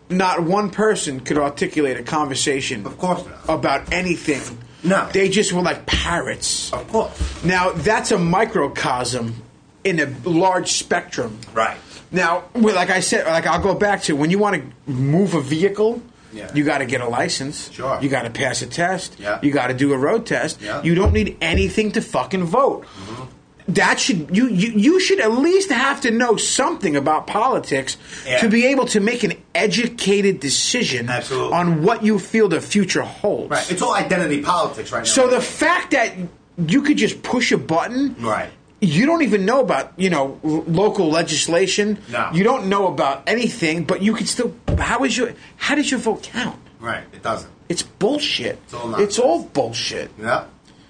Speaker 4: not one person could articulate a conversation
Speaker 5: Of course not.
Speaker 4: about anything.
Speaker 5: No.
Speaker 4: they just were like parrots.
Speaker 5: Of course.
Speaker 4: Now that's a microcosm in a large spectrum.
Speaker 5: Right.
Speaker 4: Now, well, like I said, like I'll go back to when you want to move a vehicle,
Speaker 5: Yeah.
Speaker 4: you got to get a license.
Speaker 5: Sure.
Speaker 4: You got to pass a test.
Speaker 5: Yeah.
Speaker 4: You got to do a road test.
Speaker 5: Yeah. Mm-hmm.
Speaker 4: You don't need anything to fucking vote. That should you, you you should at least have to know something about politics
Speaker 5: Yeah.
Speaker 4: to be able to make an educated decision
Speaker 5: Absolutely.
Speaker 4: on what you feel the future holds.
Speaker 5: Right. It's all identity politics right now.
Speaker 4: So the fact that you could just push a button,
Speaker 5: Right.
Speaker 4: You don't even know about you know l- local legislation.
Speaker 5: No.
Speaker 4: You don't know about anything, but you could still. How is your How does your vote count?
Speaker 5: Right. It doesn't.
Speaker 4: It's bullshit. It's
Speaker 5: all nonsense.
Speaker 4: all bullshit.
Speaker 5: Yeah.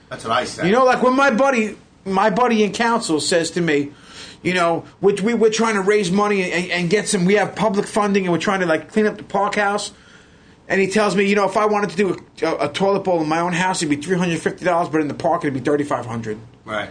Speaker 5: That's what I said.
Speaker 4: You know, like when my buddy, my buddy in council says to me, you know, which we we're trying to raise money and, and get some. We have public funding, and we're trying to like clean up the park house. And he tells me, you know, if I wanted to do a, a toilet bowl in my own house, it'd be three hundred fifty dollars, but in the park, it'd be thirty five hundred.
Speaker 5: Right.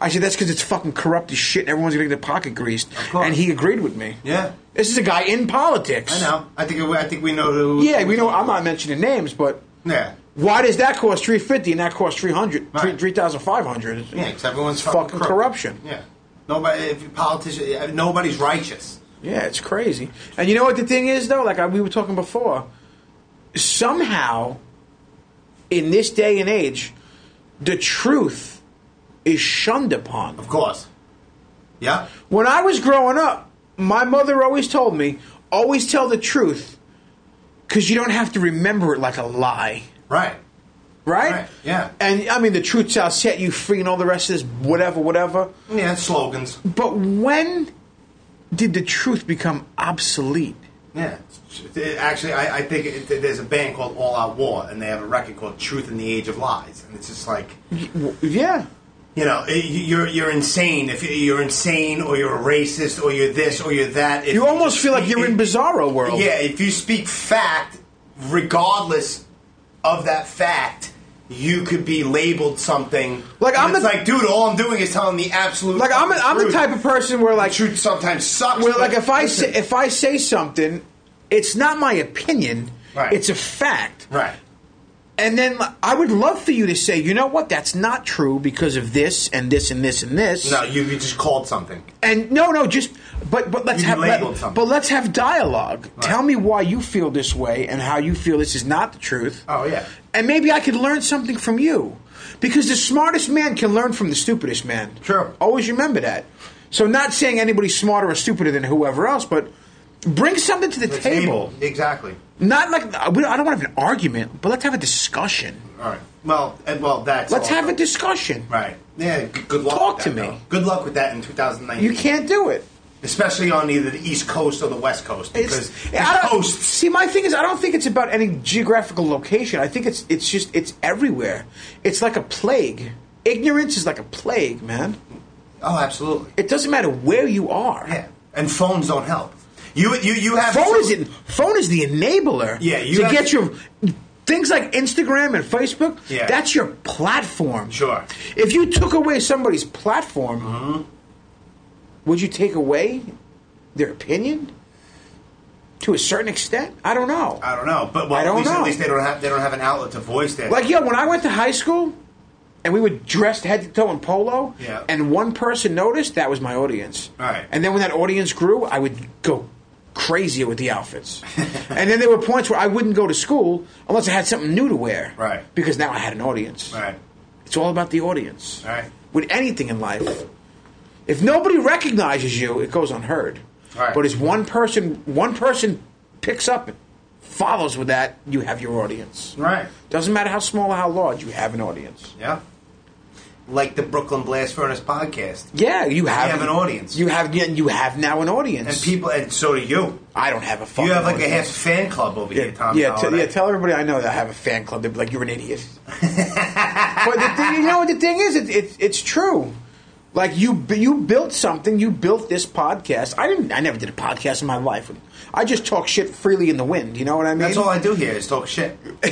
Speaker 4: I said that's because it's fucking corrupt as shit, and everyone's gonna get their pocket greased.
Speaker 5: course.
Speaker 4: And he agreed with me.
Speaker 5: Yeah.
Speaker 4: This is a guy in politics.
Speaker 5: I know. I think I think we know who.
Speaker 4: Yeah, we know. I'm not mentioning names, but
Speaker 5: Yeah.
Speaker 4: why does that cost three fifty and that cost 300,
Speaker 5: Right.
Speaker 4: 3,500?
Speaker 5: Yeah. Because everyone's
Speaker 4: fucking,
Speaker 5: fucking, crooked.
Speaker 4: corruption.
Speaker 5: Yeah. Nobody. If you politician, yeah, nobody's righteous.
Speaker 4: Yeah, it's crazy. And you know what the thing is, though? Like I, we were talking before, somehow, in this day and age, the truth is shunned upon.
Speaker 5: Of course. Yeah.
Speaker 4: When I was growing up, my mother always told me, always tell the truth, because you don't have to remember it like a lie.
Speaker 5: Right.
Speaker 4: Right?
Speaker 5: Right, yeah.
Speaker 4: And I mean, the truth shall set you free and all the rest of this, whatever, whatever.
Speaker 5: Yeah. Slogans.
Speaker 4: But when did the truth become obsolete?
Speaker 5: Yeah. It- Actually, I, I think it, there's a band called All Out War, and they have a record called Truth in the Age of Lies, and it's just like.
Speaker 4: W- Yeah.
Speaker 5: you know, eh, you- you're you're insane if you- you're insane or you're a racist or you're this or you're that. If
Speaker 4: You almost feel like
Speaker 5: speak-
Speaker 4: you're in bizarro world.
Speaker 5: Yeah, if you speak fact, regardless of that fact, you could be labeled something.
Speaker 4: Like,
Speaker 5: And
Speaker 4: I'm
Speaker 5: it's
Speaker 4: the-
Speaker 5: like, dude, all I'm doing is telling the absolute.
Speaker 4: Like I'm, a, I'm the
Speaker 5: truth.
Speaker 4: type of person where like,
Speaker 5: truth sometimes sucks.
Speaker 4: where
Speaker 5: but
Speaker 4: like if I say
Speaker 5: listen,
Speaker 4: if I say something, it's not my opinion.
Speaker 5: Right.
Speaker 4: It's a fact.
Speaker 5: right,
Speaker 4: And then like, I would love for you to say, you know what, that's not true because of this and this and this and this.
Speaker 5: no, you, you just called something.
Speaker 4: And no, no, just but but let's
Speaker 5: You
Speaker 4: have let-
Speaker 5: labeled something.
Speaker 4: but let's have dialogue.
Speaker 5: Right.
Speaker 4: Tell me why you feel this way and how you feel this is not the truth.
Speaker 5: Oh yeah,
Speaker 4: And maybe I could learn something from you. Because the smartest man can learn from the stupidest man.
Speaker 5: Sure.
Speaker 4: Always remember that. So not saying anybody's smarter or stupider than whoever else, but bring something to the
Speaker 5: The
Speaker 4: table.
Speaker 5: exactly.
Speaker 4: Not like I we don't- I don't want to have an argument, but let's have a discussion.
Speaker 5: All right. Well, and, well, that's
Speaker 4: Let's
Speaker 5: all.
Speaker 4: have a discussion.
Speaker 5: Right. Yeah. g- Good luck.
Speaker 4: Talk
Speaker 5: with
Speaker 4: to
Speaker 5: that,
Speaker 4: me.
Speaker 5: though. Good luck with that in 2019.
Speaker 4: You can't do it.
Speaker 5: especially on either the East Coast or the West Coast, because
Speaker 4: It's I
Speaker 5: the
Speaker 4: don't-
Speaker 5: coasts.
Speaker 4: See, my thing is, I don't think it's about any geographical location. I think it's it's just it's everywhere. It's like a plague. Ignorance is like a plague, man.
Speaker 6: Oh, absolutely.
Speaker 4: It doesn't matter where you are.
Speaker 5: Yeah, and phones don't help. You you you have
Speaker 4: Phone is in, phone is the enabler.
Speaker 5: Yeah, you
Speaker 4: to
Speaker 5: have-
Speaker 4: get your things like Instagram and Facebook.
Speaker 5: Yeah.
Speaker 4: that's your platform.
Speaker 5: Sure. Mm-hmm.
Speaker 4: If you took away somebody's platform, would you take away their opinion? To a certain extent, I don't know.
Speaker 5: I don't know, but well,
Speaker 4: I don't
Speaker 5: at, least,
Speaker 4: know.
Speaker 5: at least they don't have they don't have an outlet to voice that.
Speaker 4: Like, yo, when I went to high school and we were dressed head to toe in polo,
Speaker 5: Yeah.
Speaker 4: and one person noticed, that was my audience.
Speaker 5: Right.
Speaker 4: And then when that audience grew, I would go crazier with the outfits. and then there were points where I wouldn't go to school unless I had something new to wear.
Speaker 5: Right.
Speaker 4: Because now I had an audience.
Speaker 5: all right,
Speaker 4: It's all about the audience.
Speaker 5: all right,
Speaker 4: With anything in life. If nobody recognizes you, it goes unheard.
Speaker 5: Right.
Speaker 4: But if one person one person picks up and follows with that, you have your audience.
Speaker 5: all right.
Speaker 4: Doesn't matter how small or how large, you have an audience.
Speaker 5: Yeah, like the Brooklyn Blast Furnace podcast,
Speaker 4: Yeah, you have,
Speaker 5: have an audience.
Speaker 4: You have yeah, you have now an audience.
Speaker 5: and people, and so do you.
Speaker 4: I don't have a fucking.
Speaker 5: You have like a half
Speaker 4: audience.
Speaker 5: fan club over here,
Speaker 4: Yeah,
Speaker 5: Tom.
Speaker 4: yeah, t-
Speaker 5: Holliday.
Speaker 4: yeah. Tell everybody I know that I have a fan club. They'd be like, "You're an idiot." but the thing, you know what the thing is? It, it, it's true. Like you, bu- you built something. You built this podcast. I didn't. I never did a podcast in my life. I just talk shit freely in the wind. You know what I mean?
Speaker 5: That's all I do here is talk shit.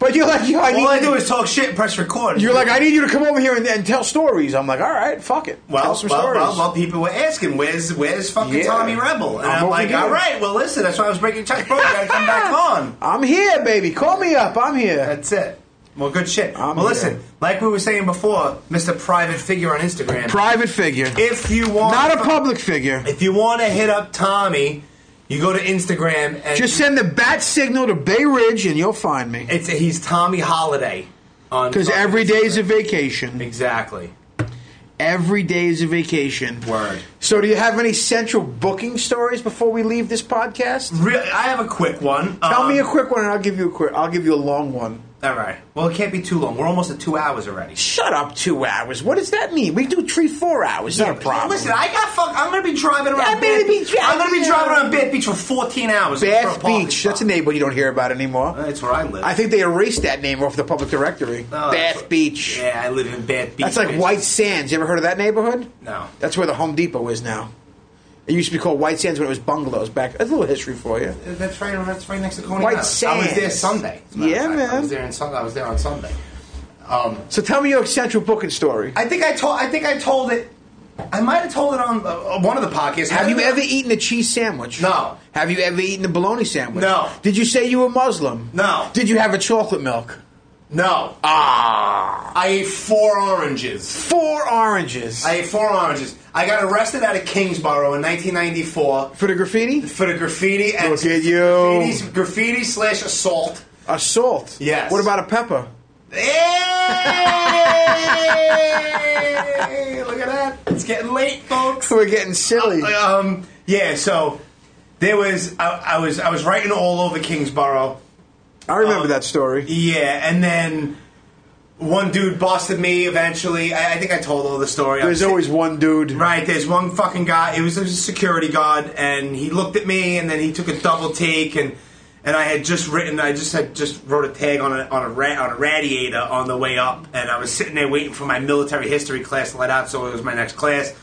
Speaker 4: But you're like, yo, I need.
Speaker 5: All I do is talk shit and press record.
Speaker 4: you're like, I need you to come over here and, and tell stories. I'm like, all right, fuck it. tell
Speaker 5: well,
Speaker 4: some
Speaker 5: well,
Speaker 4: stories.
Speaker 5: well, well, people were asking, where's where's fucking
Speaker 4: Yeah.
Speaker 5: Tommy Rebel? And
Speaker 4: I'm
Speaker 5: I'm,
Speaker 4: over
Speaker 5: like,
Speaker 4: here.
Speaker 5: all right, well, listen, that's why I was breaking Chuck Brown. Gotta come back on.
Speaker 4: I'm here, baby. Call me up. I'm here.
Speaker 5: That's it. Well, good shit.
Speaker 4: I'm
Speaker 5: well,
Speaker 4: here.
Speaker 5: listen, like we were saying before, Mr. Private Figure on Instagram.
Speaker 4: Private figure,
Speaker 5: if you want,
Speaker 4: not a public figure.
Speaker 5: If you want to hit up Tommy, you go to Instagram and
Speaker 4: Just send the bat signal to Bay Ridge, and you'll find me.
Speaker 5: it's he's Tommy Holiday on
Speaker 4: Because
Speaker 5: on
Speaker 4: every day is a
Speaker 5: Instagram.
Speaker 4: vacation.
Speaker 5: exactly
Speaker 4: Every day is a vacation.
Speaker 5: word.
Speaker 4: So, do you have any central booking stories before we leave this podcast?
Speaker 5: Real, I have a quick one.
Speaker 4: Tell
Speaker 5: Um,
Speaker 4: me a quick one, and I'll give you a quick. I'll give you a long one.
Speaker 5: All right. Well, it can't be too long. We're almost at two hours already.
Speaker 4: Shut up! Two hours. What does that mean? We do three, four hours. Not a problem.
Speaker 5: Listen, I got fuck. I'm gonna be driving around.
Speaker 4: I'm gonna
Speaker 5: Bath-
Speaker 4: be driving
Speaker 5: I'm gonna be
Speaker 4: around-
Speaker 5: driving around Bath Beach for 14 hours. for a
Speaker 4: Bath
Speaker 5: parking
Speaker 4: Beach.
Speaker 5: spot.
Speaker 4: That's a neighborhood you don't hear about anymore.
Speaker 5: That's where I live.
Speaker 4: I think they erased that name off the public directory.
Speaker 5: Oh, that's
Speaker 4: Bath
Speaker 5: where-
Speaker 4: Beach.
Speaker 5: Yeah, I live in Bath Beach.
Speaker 4: That's like
Speaker 5: bitch.
Speaker 4: White Sands. You ever heard of that neighborhood?
Speaker 5: No.
Speaker 4: That's where the Home Depot is now. It used to be called White Sands when it was bungalows back. That's a little history for you.
Speaker 5: That's right. That's right next to Coney
Speaker 4: White
Speaker 5: Island. I was there
Speaker 4: Sands.
Speaker 5: Sunday. as a matter of
Speaker 4: Yeah,
Speaker 5: fact. I
Speaker 4: man.
Speaker 5: was there on Sunday. I was there on Sunday.
Speaker 4: So tell me your central booking story.
Speaker 5: I think I told. I think I told it. I might have told it on uh, one of the podcasts.
Speaker 4: Have you
Speaker 5: I-
Speaker 4: ever eaten a cheese sandwich?
Speaker 5: No.
Speaker 4: Have you ever eaten a bologna sandwich?
Speaker 5: No.
Speaker 4: Did you say you were Muslim?
Speaker 5: No.
Speaker 4: Did you have a chocolate milk?
Speaker 5: No. Ah. I ate four oranges.
Speaker 4: Four oranges.
Speaker 5: I ate four oranges. I got arrested out of Kingsborough in 1994
Speaker 4: For the graffiti?
Speaker 5: for the graffiti and
Speaker 4: Look at you.
Speaker 5: graffiti, graffiti slash assault.
Speaker 4: A salt.
Speaker 5: Yes.
Speaker 4: What about a pepper?
Speaker 5: Hey! Look at that. It's getting late, folks.
Speaker 4: We're getting silly.
Speaker 5: Um, yeah. So there was. I, I was. I was writing all over Kingsborough.
Speaker 4: I remember
Speaker 5: um,
Speaker 4: that story.
Speaker 5: Yeah, and then one dude busted me. Eventually, I, I think I told all the story. I
Speaker 4: There's
Speaker 5: was sit-
Speaker 4: always one dude.
Speaker 5: right. There's one fucking guy. It was a security guard, and he looked at me, and then he took a double take, and and I had just written. I just had just wrote a tag on a on a ra- on a radiator on the way up, and I was sitting there waiting for my military history class to let out, so it was my next class.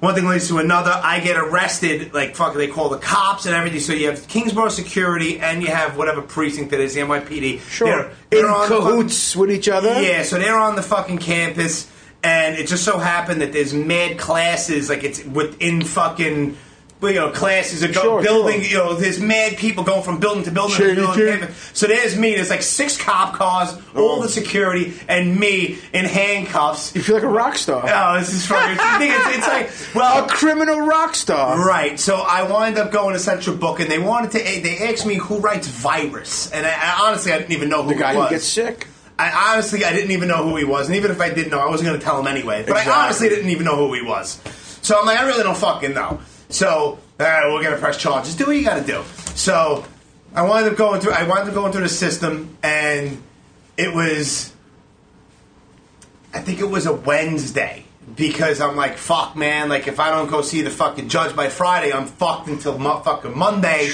Speaker 5: One thing leads to another. I get arrested. Like fucking, they call the cops and everything. So you have Kingsborough security, and you have whatever precinct that is the NYPD.
Speaker 4: Sure.
Speaker 5: They're-
Speaker 4: In
Speaker 5: they're on the fucking-
Speaker 4: cahoots with each other?
Speaker 5: Yeah, so they're on the fucking campus, and it just so happened that there's mad classes, like it's within fucking. You know, classes are
Speaker 4: Sure,
Speaker 5: go building.
Speaker 4: sure.
Speaker 5: You know, there's mad people going from building to building.
Speaker 4: Sure,
Speaker 5: to building
Speaker 4: you
Speaker 5: to
Speaker 4: do.
Speaker 5: campus. So there's me. There's like six cop cars,
Speaker 4: Oh.
Speaker 5: all the security, and me in handcuffs.
Speaker 4: You feel like a rock star.
Speaker 5: Oh, this is fucking. it's, it's like well,
Speaker 4: A criminal rock star.
Speaker 5: Right. So I wound up going to Central Book, and they wanted to. They asked me who writes Virus, and I, I honestly I didn't even know who
Speaker 4: The guy
Speaker 5: it was.
Speaker 4: who gets sick.
Speaker 5: I honestly I didn't even know who he was, and even if I did know, I wasn't going to tell him anyway. But
Speaker 4: Exactly.
Speaker 5: I honestly didn't even know who he was. So I'm like, I really don't fucking know. So all right, we're going to press charges. Do what you got to do. So I wound up going through. I wound up going through the system, and it was. I think it was a Wednesday because I'm like, fuck, man. Like, if I don't go see the fucking judge by Friday, I'm fucked until mo- fucking Monday,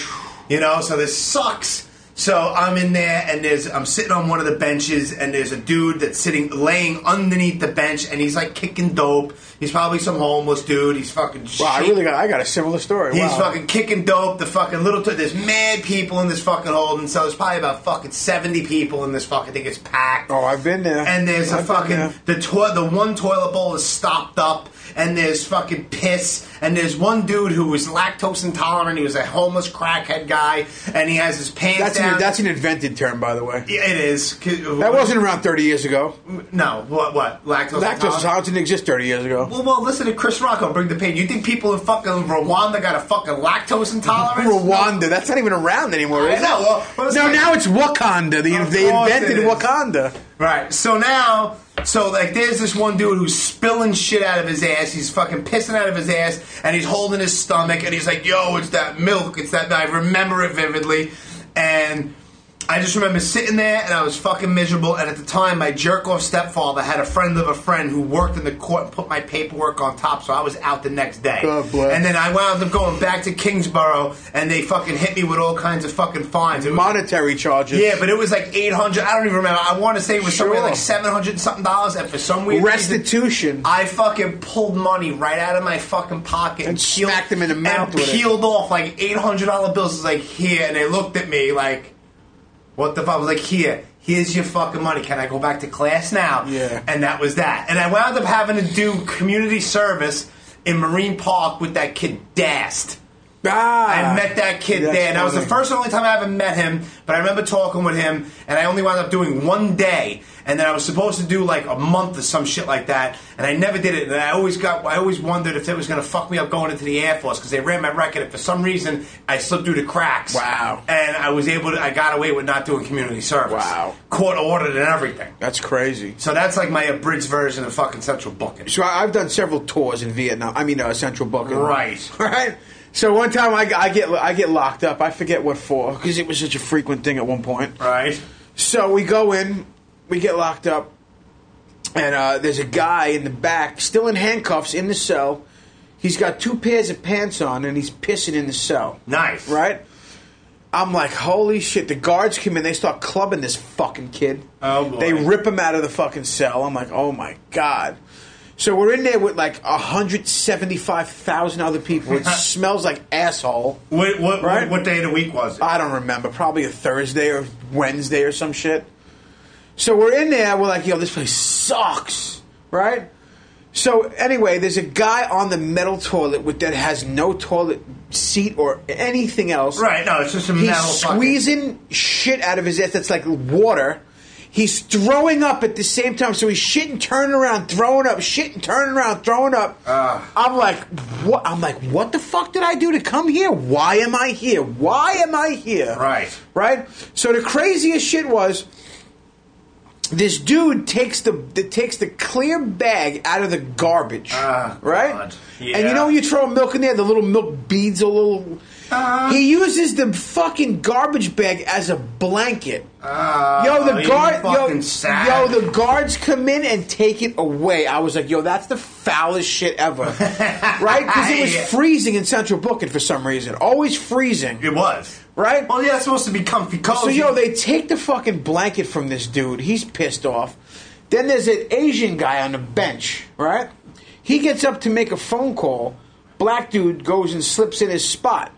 Speaker 5: you know. So this sucks. So I'm in there, and there's I'm sitting on one of the benches, and there's a dude that's sitting laying underneath the bench, and he's like kicking dope. He's probably some homeless dude. He's fucking.
Speaker 4: Wow, I
Speaker 5: shit-
Speaker 4: really got I got a similar story.
Speaker 5: He's
Speaker 4: wow.
Speaker 5: fucking kicking dope. The fucking little. T- there's mad people in this fucking hold, and so there's probably about fucking seventy people in this fucking thing. It's packed.
Speaker 4: Oh, I've been there.
Speaker 5: And there's a
Speaker 4: I've been
Speaker 5: fucking
Speaker 4: there.
Speaker 5: the to- the one toilet bowl is stopped up, and there's fucking piss, and there's one dude who was lactose intolerant. He was a homeless crackhead guy, and he has his pants
Speaker 4: That's
Speaker 5: down.
Speaker 4: an, that's an invented term, by the way.
Speaker 5: Yeah, it is. That
Speaker 4: That wasn't around 30 years ago.
Speaker 5: no. What? What?
Speaker 4: Lactose
Speaker 5: Lactose. intolerant?
Speaker 4: intolerance didn't exist 30 years ago.
Speaker 5: Well, well, listen to Chris Rock on Bring the Pain. You think people in fucking Rwanda got a fucking lactose intolerance?
Speaker 4: Rwanda, that's not even around anymore,
Speaker 5: I
Speaker 4: is it?
Speaker 5: know, well, well, it's
Speaker 4: no,
Speaker 5: like-
Speaker 4: now it's Wakanda. They,
Speaker 5: Of
Speaker 4: they
Speaker 5: course
Speaker 4: invented
Speaker 5: it is.
Speaker 4: Wakanda.
Speaker 5: Right. So now, so like, there's this one dude who's spilling shit out of his ass. He's fucking pissing out of his ass, and he's holding his stomach, and he's like, "Yo, it's that milk. It's that." I remember it vividly, and I just remember sitting there, and I was fucking miserable. And at the time, my jerk off stepfather had a friend of a friend who worked in the court and put my paperwork on top, so I was out the next day.
Speaker 4: God bless.
Speaker 5: And then I wound up going back to Kingsborough, and they fucking hit me with all kinds of fucking fines. It was
Speaker 4: Monetary charges.
Speaker 5: yeah, but it was like eight hundred. I don't even remember. I want to say it was somewhere
Speaker 4: Sure.
Speaker 5: like seven hundred something dollars, and for some weird reason,
Speaker 4: restitution.
Speaker 5: I fucking pulled money right out of my fucking pocket and,
Speaker 4: And smacked him in the
Speaker 5: and
Speaker 4: mouth with it.
Speaker 5: peeled off like eight hundred dollar bills. It's like here, and they looked at me like, "What the fuck?" I was like, "Here, here's your fucking money. Can I go back to class now?"
Speaker 4: Yeah.
Speaker 5: and that was that. And I wound up having to do community service in Marine Park with that kid Dast.
Speaker 4: ah,
Speaker 5: I met that kid
Speaker 4: That's
Speaker 5: there, and that was the
Speaker 4: funny.
Speaker 5: first and only time I ever met him. But I remember talking with him, and I only wound up doing one day, and then I was supposed to do like a month or some shit like that, and I never did it. And I always got, I always wondered if it was going to fuck me up going into the Air Force because they ran my record, and for some reason I slipped through the cracks.
Speaker 4: Wow.
Speaker 5: And I was able to, I got away with not doing community service.
Speaker 4: Wow.
Speaker 5: Court ordered and everything.
Speaker 4: That's crazy.
Speaker 5: So that's like my abridged version of fucking Central Booking.
Speaker 4: So I, I've done several tours in Vietnam. I mean, uh, Central Booking.
Speaker 5: Right.
Speaker 4: Right. So one time I, I get I get locked up. I forget what for because it was such a frequent thing at one point.
Speaker 5: Right.
Speaker 4: So we go in, we get locked up, and uh, there's a guy in the back, still in handcuffs in the cell. He's got two pairs of pants on, and he's pissing in the cell.
Speaker 5: Nice.
Speaker 4: Right? I'm like, holy shit! The guards come in, they start clubbing this fucking kid.
Speaker 5: Oh, boy.
Speaker 4: They rip him out of the fucking cell. I'm like, oh my god. So we're in there with like 175,000 other people. It smells like asshole.
Speaker 5: What, what,
Speaker 4: Right.
Speaker 5: what day of the week was it?
Speaker 4: I don't remember. Probably a Thursday or Wednesday or some shit. So we're in there. We're like, yo, this place sucks, right? So anyway, there's a guy on the metal toilet with that has no toilet seat or anything else.
Speaker 5: Right, no, it's just a
Speaker 4: He's
Speaker 5: metal fucking-
Speaker 4: squeezing shit out of his ass that's like water. He's throwing up at the same time, so he's shitting, turning around, throwing up, shitting, turning around, throwing up. I'm like, what? I'm like, what the fuck did I do to come here? Why am I here? Why am I here?
Speaker 5: Right.
Speaker 4: right? So the craziest shit was this dude takes the, the takes the clear bag out of the garbage,
Speaker 5: Ah,
Speaker 4: right?
Speaker 5: God.
Speaker 4: And
Speaker 5: Yeah.
Speaker 4: you know when you throw milk in there, the little milk beads, a little.
Speaker 5: Uh-huh.
Speaker 4: he uses the fucking garbage bag as a blanket. yo, the
Speaker 5: Ah, you
Speaker 4: guard,
Speaker 5: fucking
Speaker 4: yo, yo,
Speaker 5: savage.
Speaker 4: the guards come in and take it away. I was like, yo, that's the foulest shit ever, right? Because it was
Speaker 5: Yeah.
Speaker 4: freezing in Central Booking for some reason, always freezing,
Speaker 5: It was.
Speaker 4: right?
Speaker 5: Well, yeah, it's supposed to be comfy cozy.
Speaker 4: So yo, they take the fucking blanket from this dude. He's pissed off. Then there's an Asian guy on the bench, right? He gets up to make a phone call. Black dude goes and slips in his spot.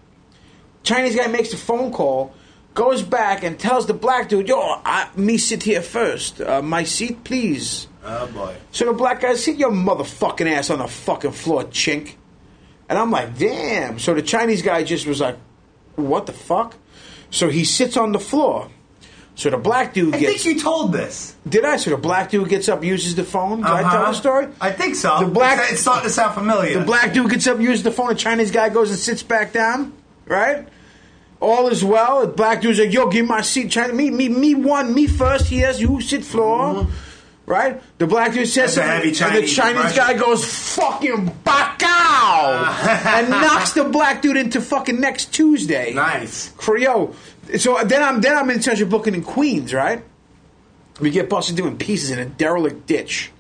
Speaker 4: Chinese guy makes the phone call, goes back and tells the black dude, "Yo, I, me sit here first. Uh, my seat, please."
Speaker 5: oh boy.
Speaker 4: So the black guy sit your motherfucking ass on the fucking floor, chink. And I'm like, damn. So the Chinese guy just was like, what the fuck? So he sits on the floor. So the black dude
Speaker 5: I
Speaker 4: gets.
Speaker 5: think you told this.
Speaker 4: did I? So the black dude gets up, uses the phone. Did I tell
Speaker 5: Uh-huh.
Speaker 4: the story?
Speaker 5: I think so.
Speaker 4: The black-
Speaker 5: It's, it's starting to sound familiar.
Speaker 4: The black dude gets up, uses the phone. The Chinese guy goes and sits back down. Right? All is well. The black dude's like, yo, give me my seat. China, me, me, me one, me first. Yes, you sit floor. Right? The black dude says
Speaker 5: That's a heavy
Speaker 4: something, and the
Speaker 5: Chinese
Speaker 4: Chinese guy
Speaker 5: impression.
Speaker 4: goes fucking back out and knocks the black dude into fucking next Tuesday.
Speaker 5: Nice.
Speaker 4: For yo, so then I'm then I'm in Central Booking in Queens, right? We get busted doing pieces in a derelict ditch.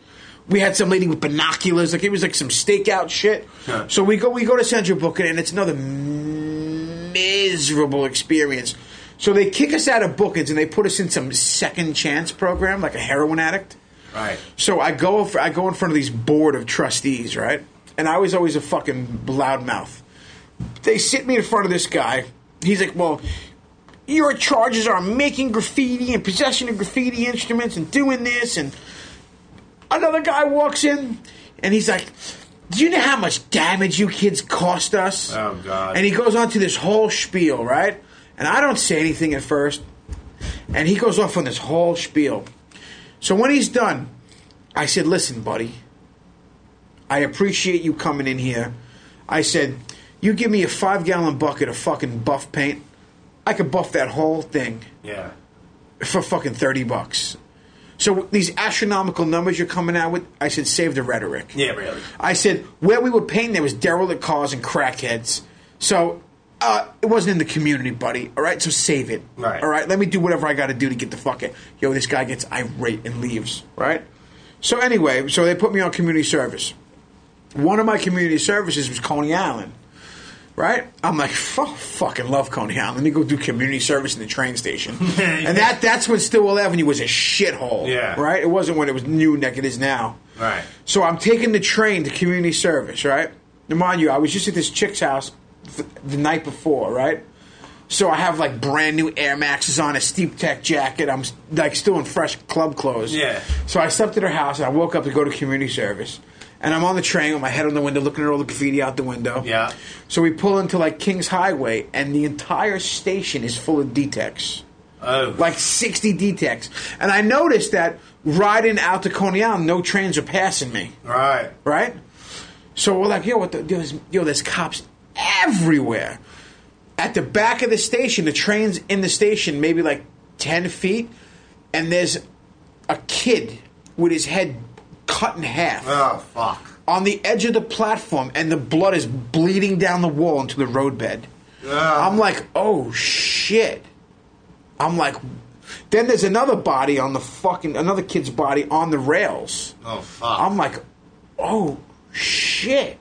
Speaker 4: We had some lady with binoculars, like it was like some stakeout shit.
Speaker 5: Huh.
Speaker 4: So we go we go to Central Booking and it's another miserable experience. So they kick us out of Bookings and they put us in some second chance program, like a heroin addict.
Speaker 5: Right.
Speaker 4: So I go I go in front of these board of trustees, right? And I was always a fucking loudmouth. They sit me in front of this guy. He's like, "Well, your charges are making graffiti and possession of graffiti instruments and doing this." And another guy walks in, and he's like, "Do you know how much damage you kids cost us?"
Speaker 5: Oh, God.
Speaker 4: And he goes on to this whole spiel, right? And I don't say anything at first, and he goes off on this whole spiel. So when he's done, I said, "Listen, buddy, I appreciate you coming in here." I said, "You give me a five-gallon bucket of fucking buff paint, I could buff that whole thing
Speaker 5: Yeah.
Speaker 4: for fucking thirty bucks." So these astronomical numbers you're coming out with, I said, save the rhetoric.
Speaker 5: Yeah, really.
Speaker 4: I said where we were painting there was derelict cars and crackheads, so uh, it wasn't in the community, buddy. All right, so save it.
Speaker 5: Right.
Speaker 4: All right, let me do whatever I got to do to get the fuck it. Yo, this guy gets irate and leaves. Right. So anyway, so they put me on community service. One of my community services was Coney Island. Right, I'm like, fuck, fucking love Coney Island. Let me go do community service in the train station, and that—that's when Stillwell Avenue was a shithole.
Speaker 5: Yeah.
Speaker 4: right. It wasn't when it was new like it is now.
Speaker 5: Right.
Speaker 4: So I'm taking the train to community service, right? Now, mind you, I was just at this chick's house f- the night before, right? So I have like brand new Air Maxes on, a Steep Tech jacket. I'm s- like still in fresh club clothes.
Speaker 5: Yeah.
Speaker 4: So I slept at her house and I woke up to go to community service. And I'm on the train with my head on the window looking at all the graffiti out the window.
Speaker 5: Yeah.
Speaker 4: So we pull into like Kings Highway and the entire station is full of D-Techs
Speaker 5: Oh.
Speaker 4: like 60 D-Techs. And I noticed that riding out to Coney Island, no trains are passing me,
Speaker 5: Right.
Speaker 4: right? So we're like, yo, what the, yo, there's, yo, there's cops everywhere. At the back of the station, the train's in the station, maybe like 10 feet, and there's a kid with his head cut in half
Speaker 5: Oh fuck.
Speaker 4: on the edge of the platform, and the blood is bleeding down the wall into the roadbed. I'm like, oh shit. I'm like, then there's another body on the fucking, another kid's body on the rails.
Speaker 5: Oh fuck.
Speaker 4: I'm like, oh shit.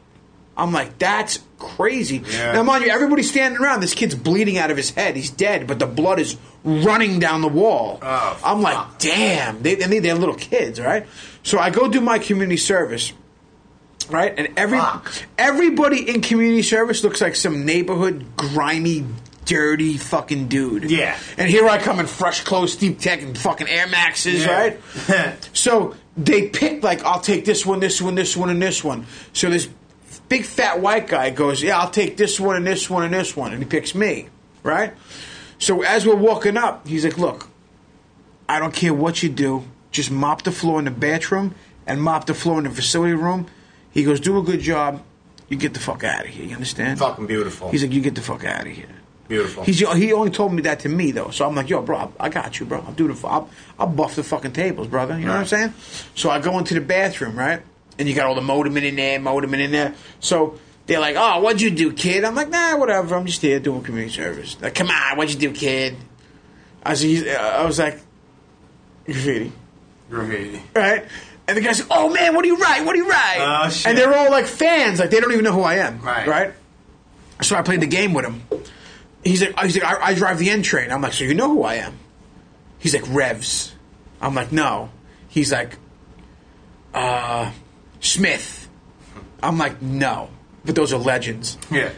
Speaker 4: I'm like, that's crazy.
Speaker 5: Yeah.
Speaker 4: Now, mind you, everybody's standing around. This kid's bleeding out of his head. He's dead, but the blood is running down the wall.
Speaker 5: Oh,
Speaker 4: I'm
Speaker 5: fuck.
Speaker 4: like, damn. They, and they, they're little kids, right? So I go do my community service, right? And every
Speaker 5: Fuck.
Speaker 4: everybody in community service looks like some neighborhood grimy, dirty fucking dude.
Speaker 5: Yeah.
Speaker 4: And here I come in fresh clothes, deep tech, and fucking Air Maxes, right? So they pick like I'll take this one, this one, this one, and this one. So this big fat white guy goes, yeah, I'll take this one and this one and this one, and he picks me, right? So as we're walking up, he's like, look, I don't care what you do, just mop the floor in the bathroom and mop the floor in the facility room. He goes, do a good job, you get the fuck out of here. You understand?
Speaker 5: Fucking beautiful.
Speaker 4: He's like, you get the fuck out of here.
Speaker 5: beautiful.
Speaker 4: He's he only told me that to me though, so I'm like, yo, bro, I got you, bro. I'll do the I'll, I'll buff the fucking tables, brother. You know what I'm saying? So I go into the bathroom, right? And you got all the modemen in there, modemen in there. So they're like, oh, what'd you do, kid? I'm like, nah, whatever. I'm just here doing community service. Like, come on, what'd you do, kid? I was, I was like, graffiti
Speaker 5: graffiti.
Speaker 4: right? And the guy said, "Oh man, what do you write? What do you write?"
Speaker 5: Oh, shit.
Speaker 4: And they're all like fans, like they don't even know who I am,
Speaker 5: Right.
Speaker 4: So I played the game with him. He's like, he's like, I, I drive the N train. I'm like, so you know who I am? He's like, Revs. I'm like, no. He's like, uh, Smith. I'm like, no. But those are legends.
Speaker 5: Yeah.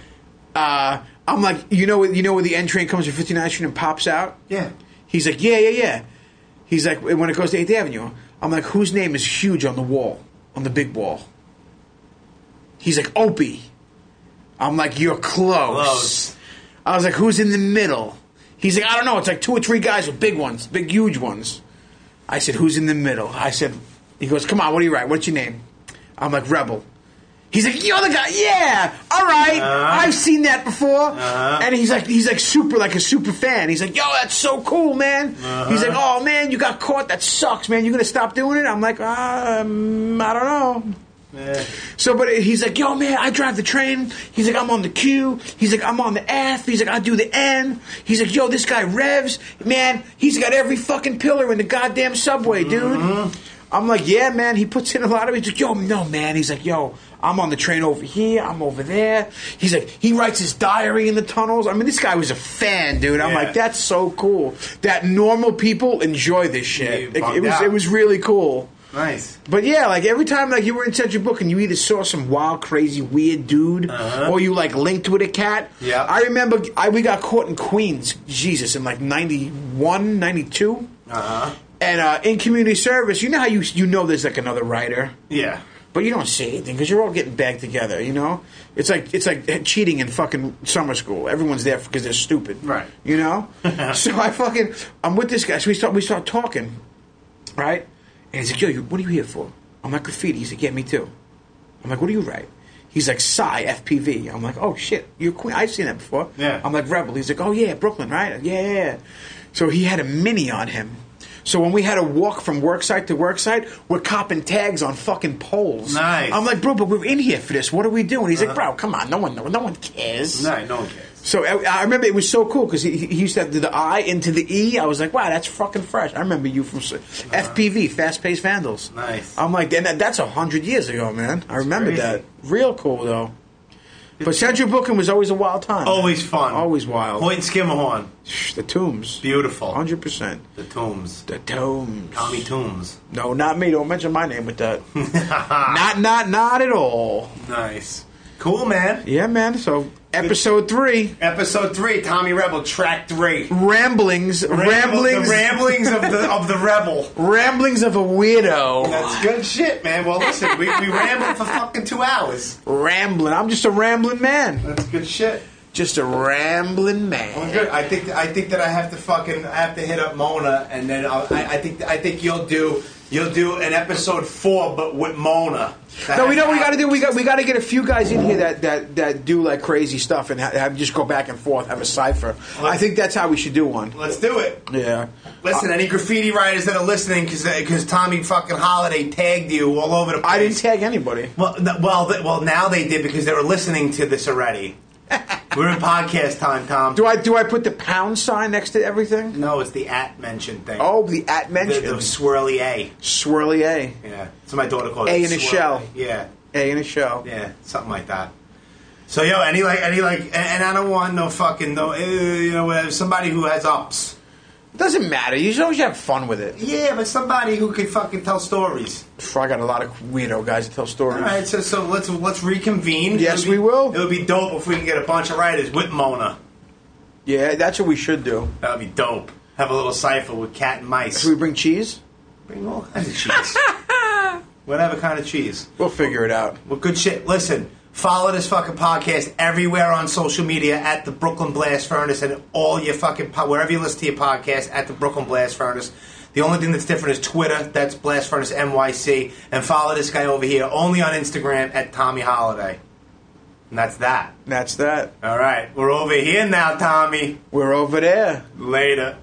Speaker 4: Uh, I'm like, you know, you know where the N train comes from 59th Street and pops out.
Speaker 5: Yeah.
Speaker 4: He's like, yeah, yeah, yeah. He's like, when it goes to 8th Avenue, I'm like, whose name is huge on the wall, on the big wall? He's like, Opie. I'm like, you're close.
Speaker 5: Close.
Speaker 4: I was like, who's in the middle? He's like, I don't know. It's like two or three guys with big ones, big, huge ones. I said, who's in the middle? I said, he goes, come on, what do you write? What's your name? I'm like, Rebel. He's like, you're the guy. Yeah, all right. I've seen that before. And he's like, he's like super, like a super fan. He's like, yo, that's so cool, man. He's like, oh man, you got caught. That sucks, man. You gonna stop doing it? I'm like, um, I don't know. So, but he's like, yo, man, I drive the train. He's like, I'm on the Q. He's like, I'm on the F. He's like, I do the N. He's like, yo, this guy revs. Man, he's got every fucking pillar in the goddamn subway, dude.
Speaker 5: Mm-hmm.
Speaker 4: I'm like, yeah, man. He puts in a lot of. He's like, yo, no, man. He's like, yo, I'm on the train over here. I'm over there. He's like, he writes his diary in the tunnels. I mean, this guy was a fan, dude. I'm
Speaker 5: Yeah.
Speaker 4: like, that's so cool that normal people enjoy this
Speaker 5: You
Speaker 4: shit. It-
Speaker 5: bugged
Speaker 4: it was
Speaker 5: out.
Speaker 4: it was really cool.
Speaker 5: Nice.
Speaker 4: But yeah, like every time like you were in such a book and you either saw some wild, crazy, weird dude, or you like linked with a cat.
Speaker 5: Yeah.
Speaker 4: I remember I we got caught in Queens, Jesus, in like 91, 92.
Speaker 5: Uh huh.
Speaker 4: and uh, in community service, you know how you you know there's like another writer,
Speaker 5: Yeah.
Speaker 4: but you don't say anything because you're all getting bagged together. You know, it's like it's like cheating in fucking summer school. Everyone's there because they're stupid,
Speaker 5: Right.
Speaker 4: You know. so I fucking I'm with this guy. So we start we start talking, right? And he's like, "Yo, you, what are you here for?" I'm like, "Graffiti." He's like, "Yeah, me too." I'm like, "What do you write?" He's like, "Psy FPV." I'm like, "Oh shit, you're Queen. I've seen that before."
Speaker 5: Yeah.
Speaker 4: I'm like, "Rebel." He's like, "Oh yeah, Brooklyn, right? Yeah, yeah." yeah." So he had a mini on him. So when we had to walk from work site to work site, we're copping tags on fucking poles.
Speaker 5: Nice. Uh-huh.
Speaker 4: I'm like, bro, but we're in here for this. What are we doing? He's like, bro, come on, no one, no, no one cares.
Speaker 5: No, no one cares.
Speaker 4: So I, I remember it was so cool because he, he used to do the I into the E. I was like, wow, that's fucking fresh. I remember you from s FPV, Fast Paced Vandals.
Speaker 5: Uh-huh. Nice.
Speaker 4: I'm like, and that, that's a hundred years ago, man. I remember
Speaker 5: crazy.
Speaker 4: that. Real cool though. But Central Booking was always a wild time.
Speaker 5: Always fun.
Speaker 4: Always wild.
Speaker 5: Point Skimmerhorn.
Speaker 4: Shh, The tombs.
Speaker 5: Beautiful.
Speaker 4: Hundred percent.
Speaker 5: The tombs.
Speaker 4: The tombs.
Speaker 5: Tommy Tombs.
Speaker 4: No, not me. Don't mention my name with that. not, not, not at all.
Speaker 5: Nice. Cool, man.
Speaker 4: Yeah, man. So episode three,
Speaker 5: Episode three, Tommy Rebel, track three.
Speaker 4: ramblings, ramblings,
Speaker 5: The ramblings of the of the rebel.
Speaker 4: ramblings of a weirdo.
Speaker 5: That's good shit, man. Well, listen, we, we rambled for fucking two hours.
Speaker 4: Rambling. I'm just a rambling man.
Speaker 5: That's good shit.
Speaker 4: Just a rambling
Speaker 5: Well,
Speaker 4: man.
Speaker 5: good. I think I think that I have to fucking I have to hit up Mona, and then I'll, I, I think I think you'll do you'll do an episode four, but with Mona.
Speaker 4: No, we know what we got to do. We got we got to get a few guys in here that that that do like crazy stuff and ha- have just go back and forth, have a cipher. I think that's how we should do one.
Speaker 5: Let's do it.
Speaker 4: Yeah.
Speaker 5: Listen, any graffiti writers that are listening, because Tommy fucking Holiday tagged you all over the place.
Speaker 4: I didn't tag anybody.
Speaker 5: Well, th- well, th- well. Now they did because they were listening to this already. we're in podcast time, Tom.
Speaker 4: Do I do I put the pound sign next to everything?
Speaker 5: no, it's the at mention thing.
Speaker 4: Oh, the at
Speaker 5: the,
Speaker 4: mention.
Speaker 5: the swirly A.
Speaker 4: Swirly A.
Speaker 5: Yeah, so my daughter calls
Speaker 4: A
Speaker 5: it
Speaker 4: in a
Speaker 5: swirly.
Speaker 4: shell.
Speaker 5: Yeah,
Speaker 4: A in a show.
Speaker 5: yeah, something like that. So yo, any like, any like, and, and I don't want no fucking no, uh, you know, whatever, somebody who has ups.
Speaker 4: Doesn't matter. You just always have fun with it.
Speaker 5: Yeah, but somebody who can fucking tell stories.
Speaker 4: Pff, I got a lot of weirdo guys that tell stories.
Speaker 5: All right, so so let's let's reconvene.
Speaker 4: Yes,
Speaker 5: It would be-
Speaker 4: we will.
Speaker 5: It would be dope if we can get a bunch of writers with Mona.
Speaker 4: Yeah, that's what we should do.
Speaker 5: That would be dope. Have a little cipher with cat and mice.
Speaker 4: Should we bring cheese?
Speaker 5: Bring all kinds of cheese. Whatever kind of cheese.
Speaker 4: We'll figure it out.
Speaker 5: Well, good shit. Listen, follow this fucking podcast everywhere on social media at the Brooklyn Blast Furnace and all your fucking po- wherever you listen to your podcast at the Brooklyn Blast Furnace. The only thing that's different is Twitter. That's Blast Furnace NYC, and follow this guy over here only on Instagram at Tommy Holiday. And that's that.
Speaker 4: That's that.
Speaker 5: All right, we're over here now, Tommy.
Speaker 4: We're over there.
Speaker 5: Later.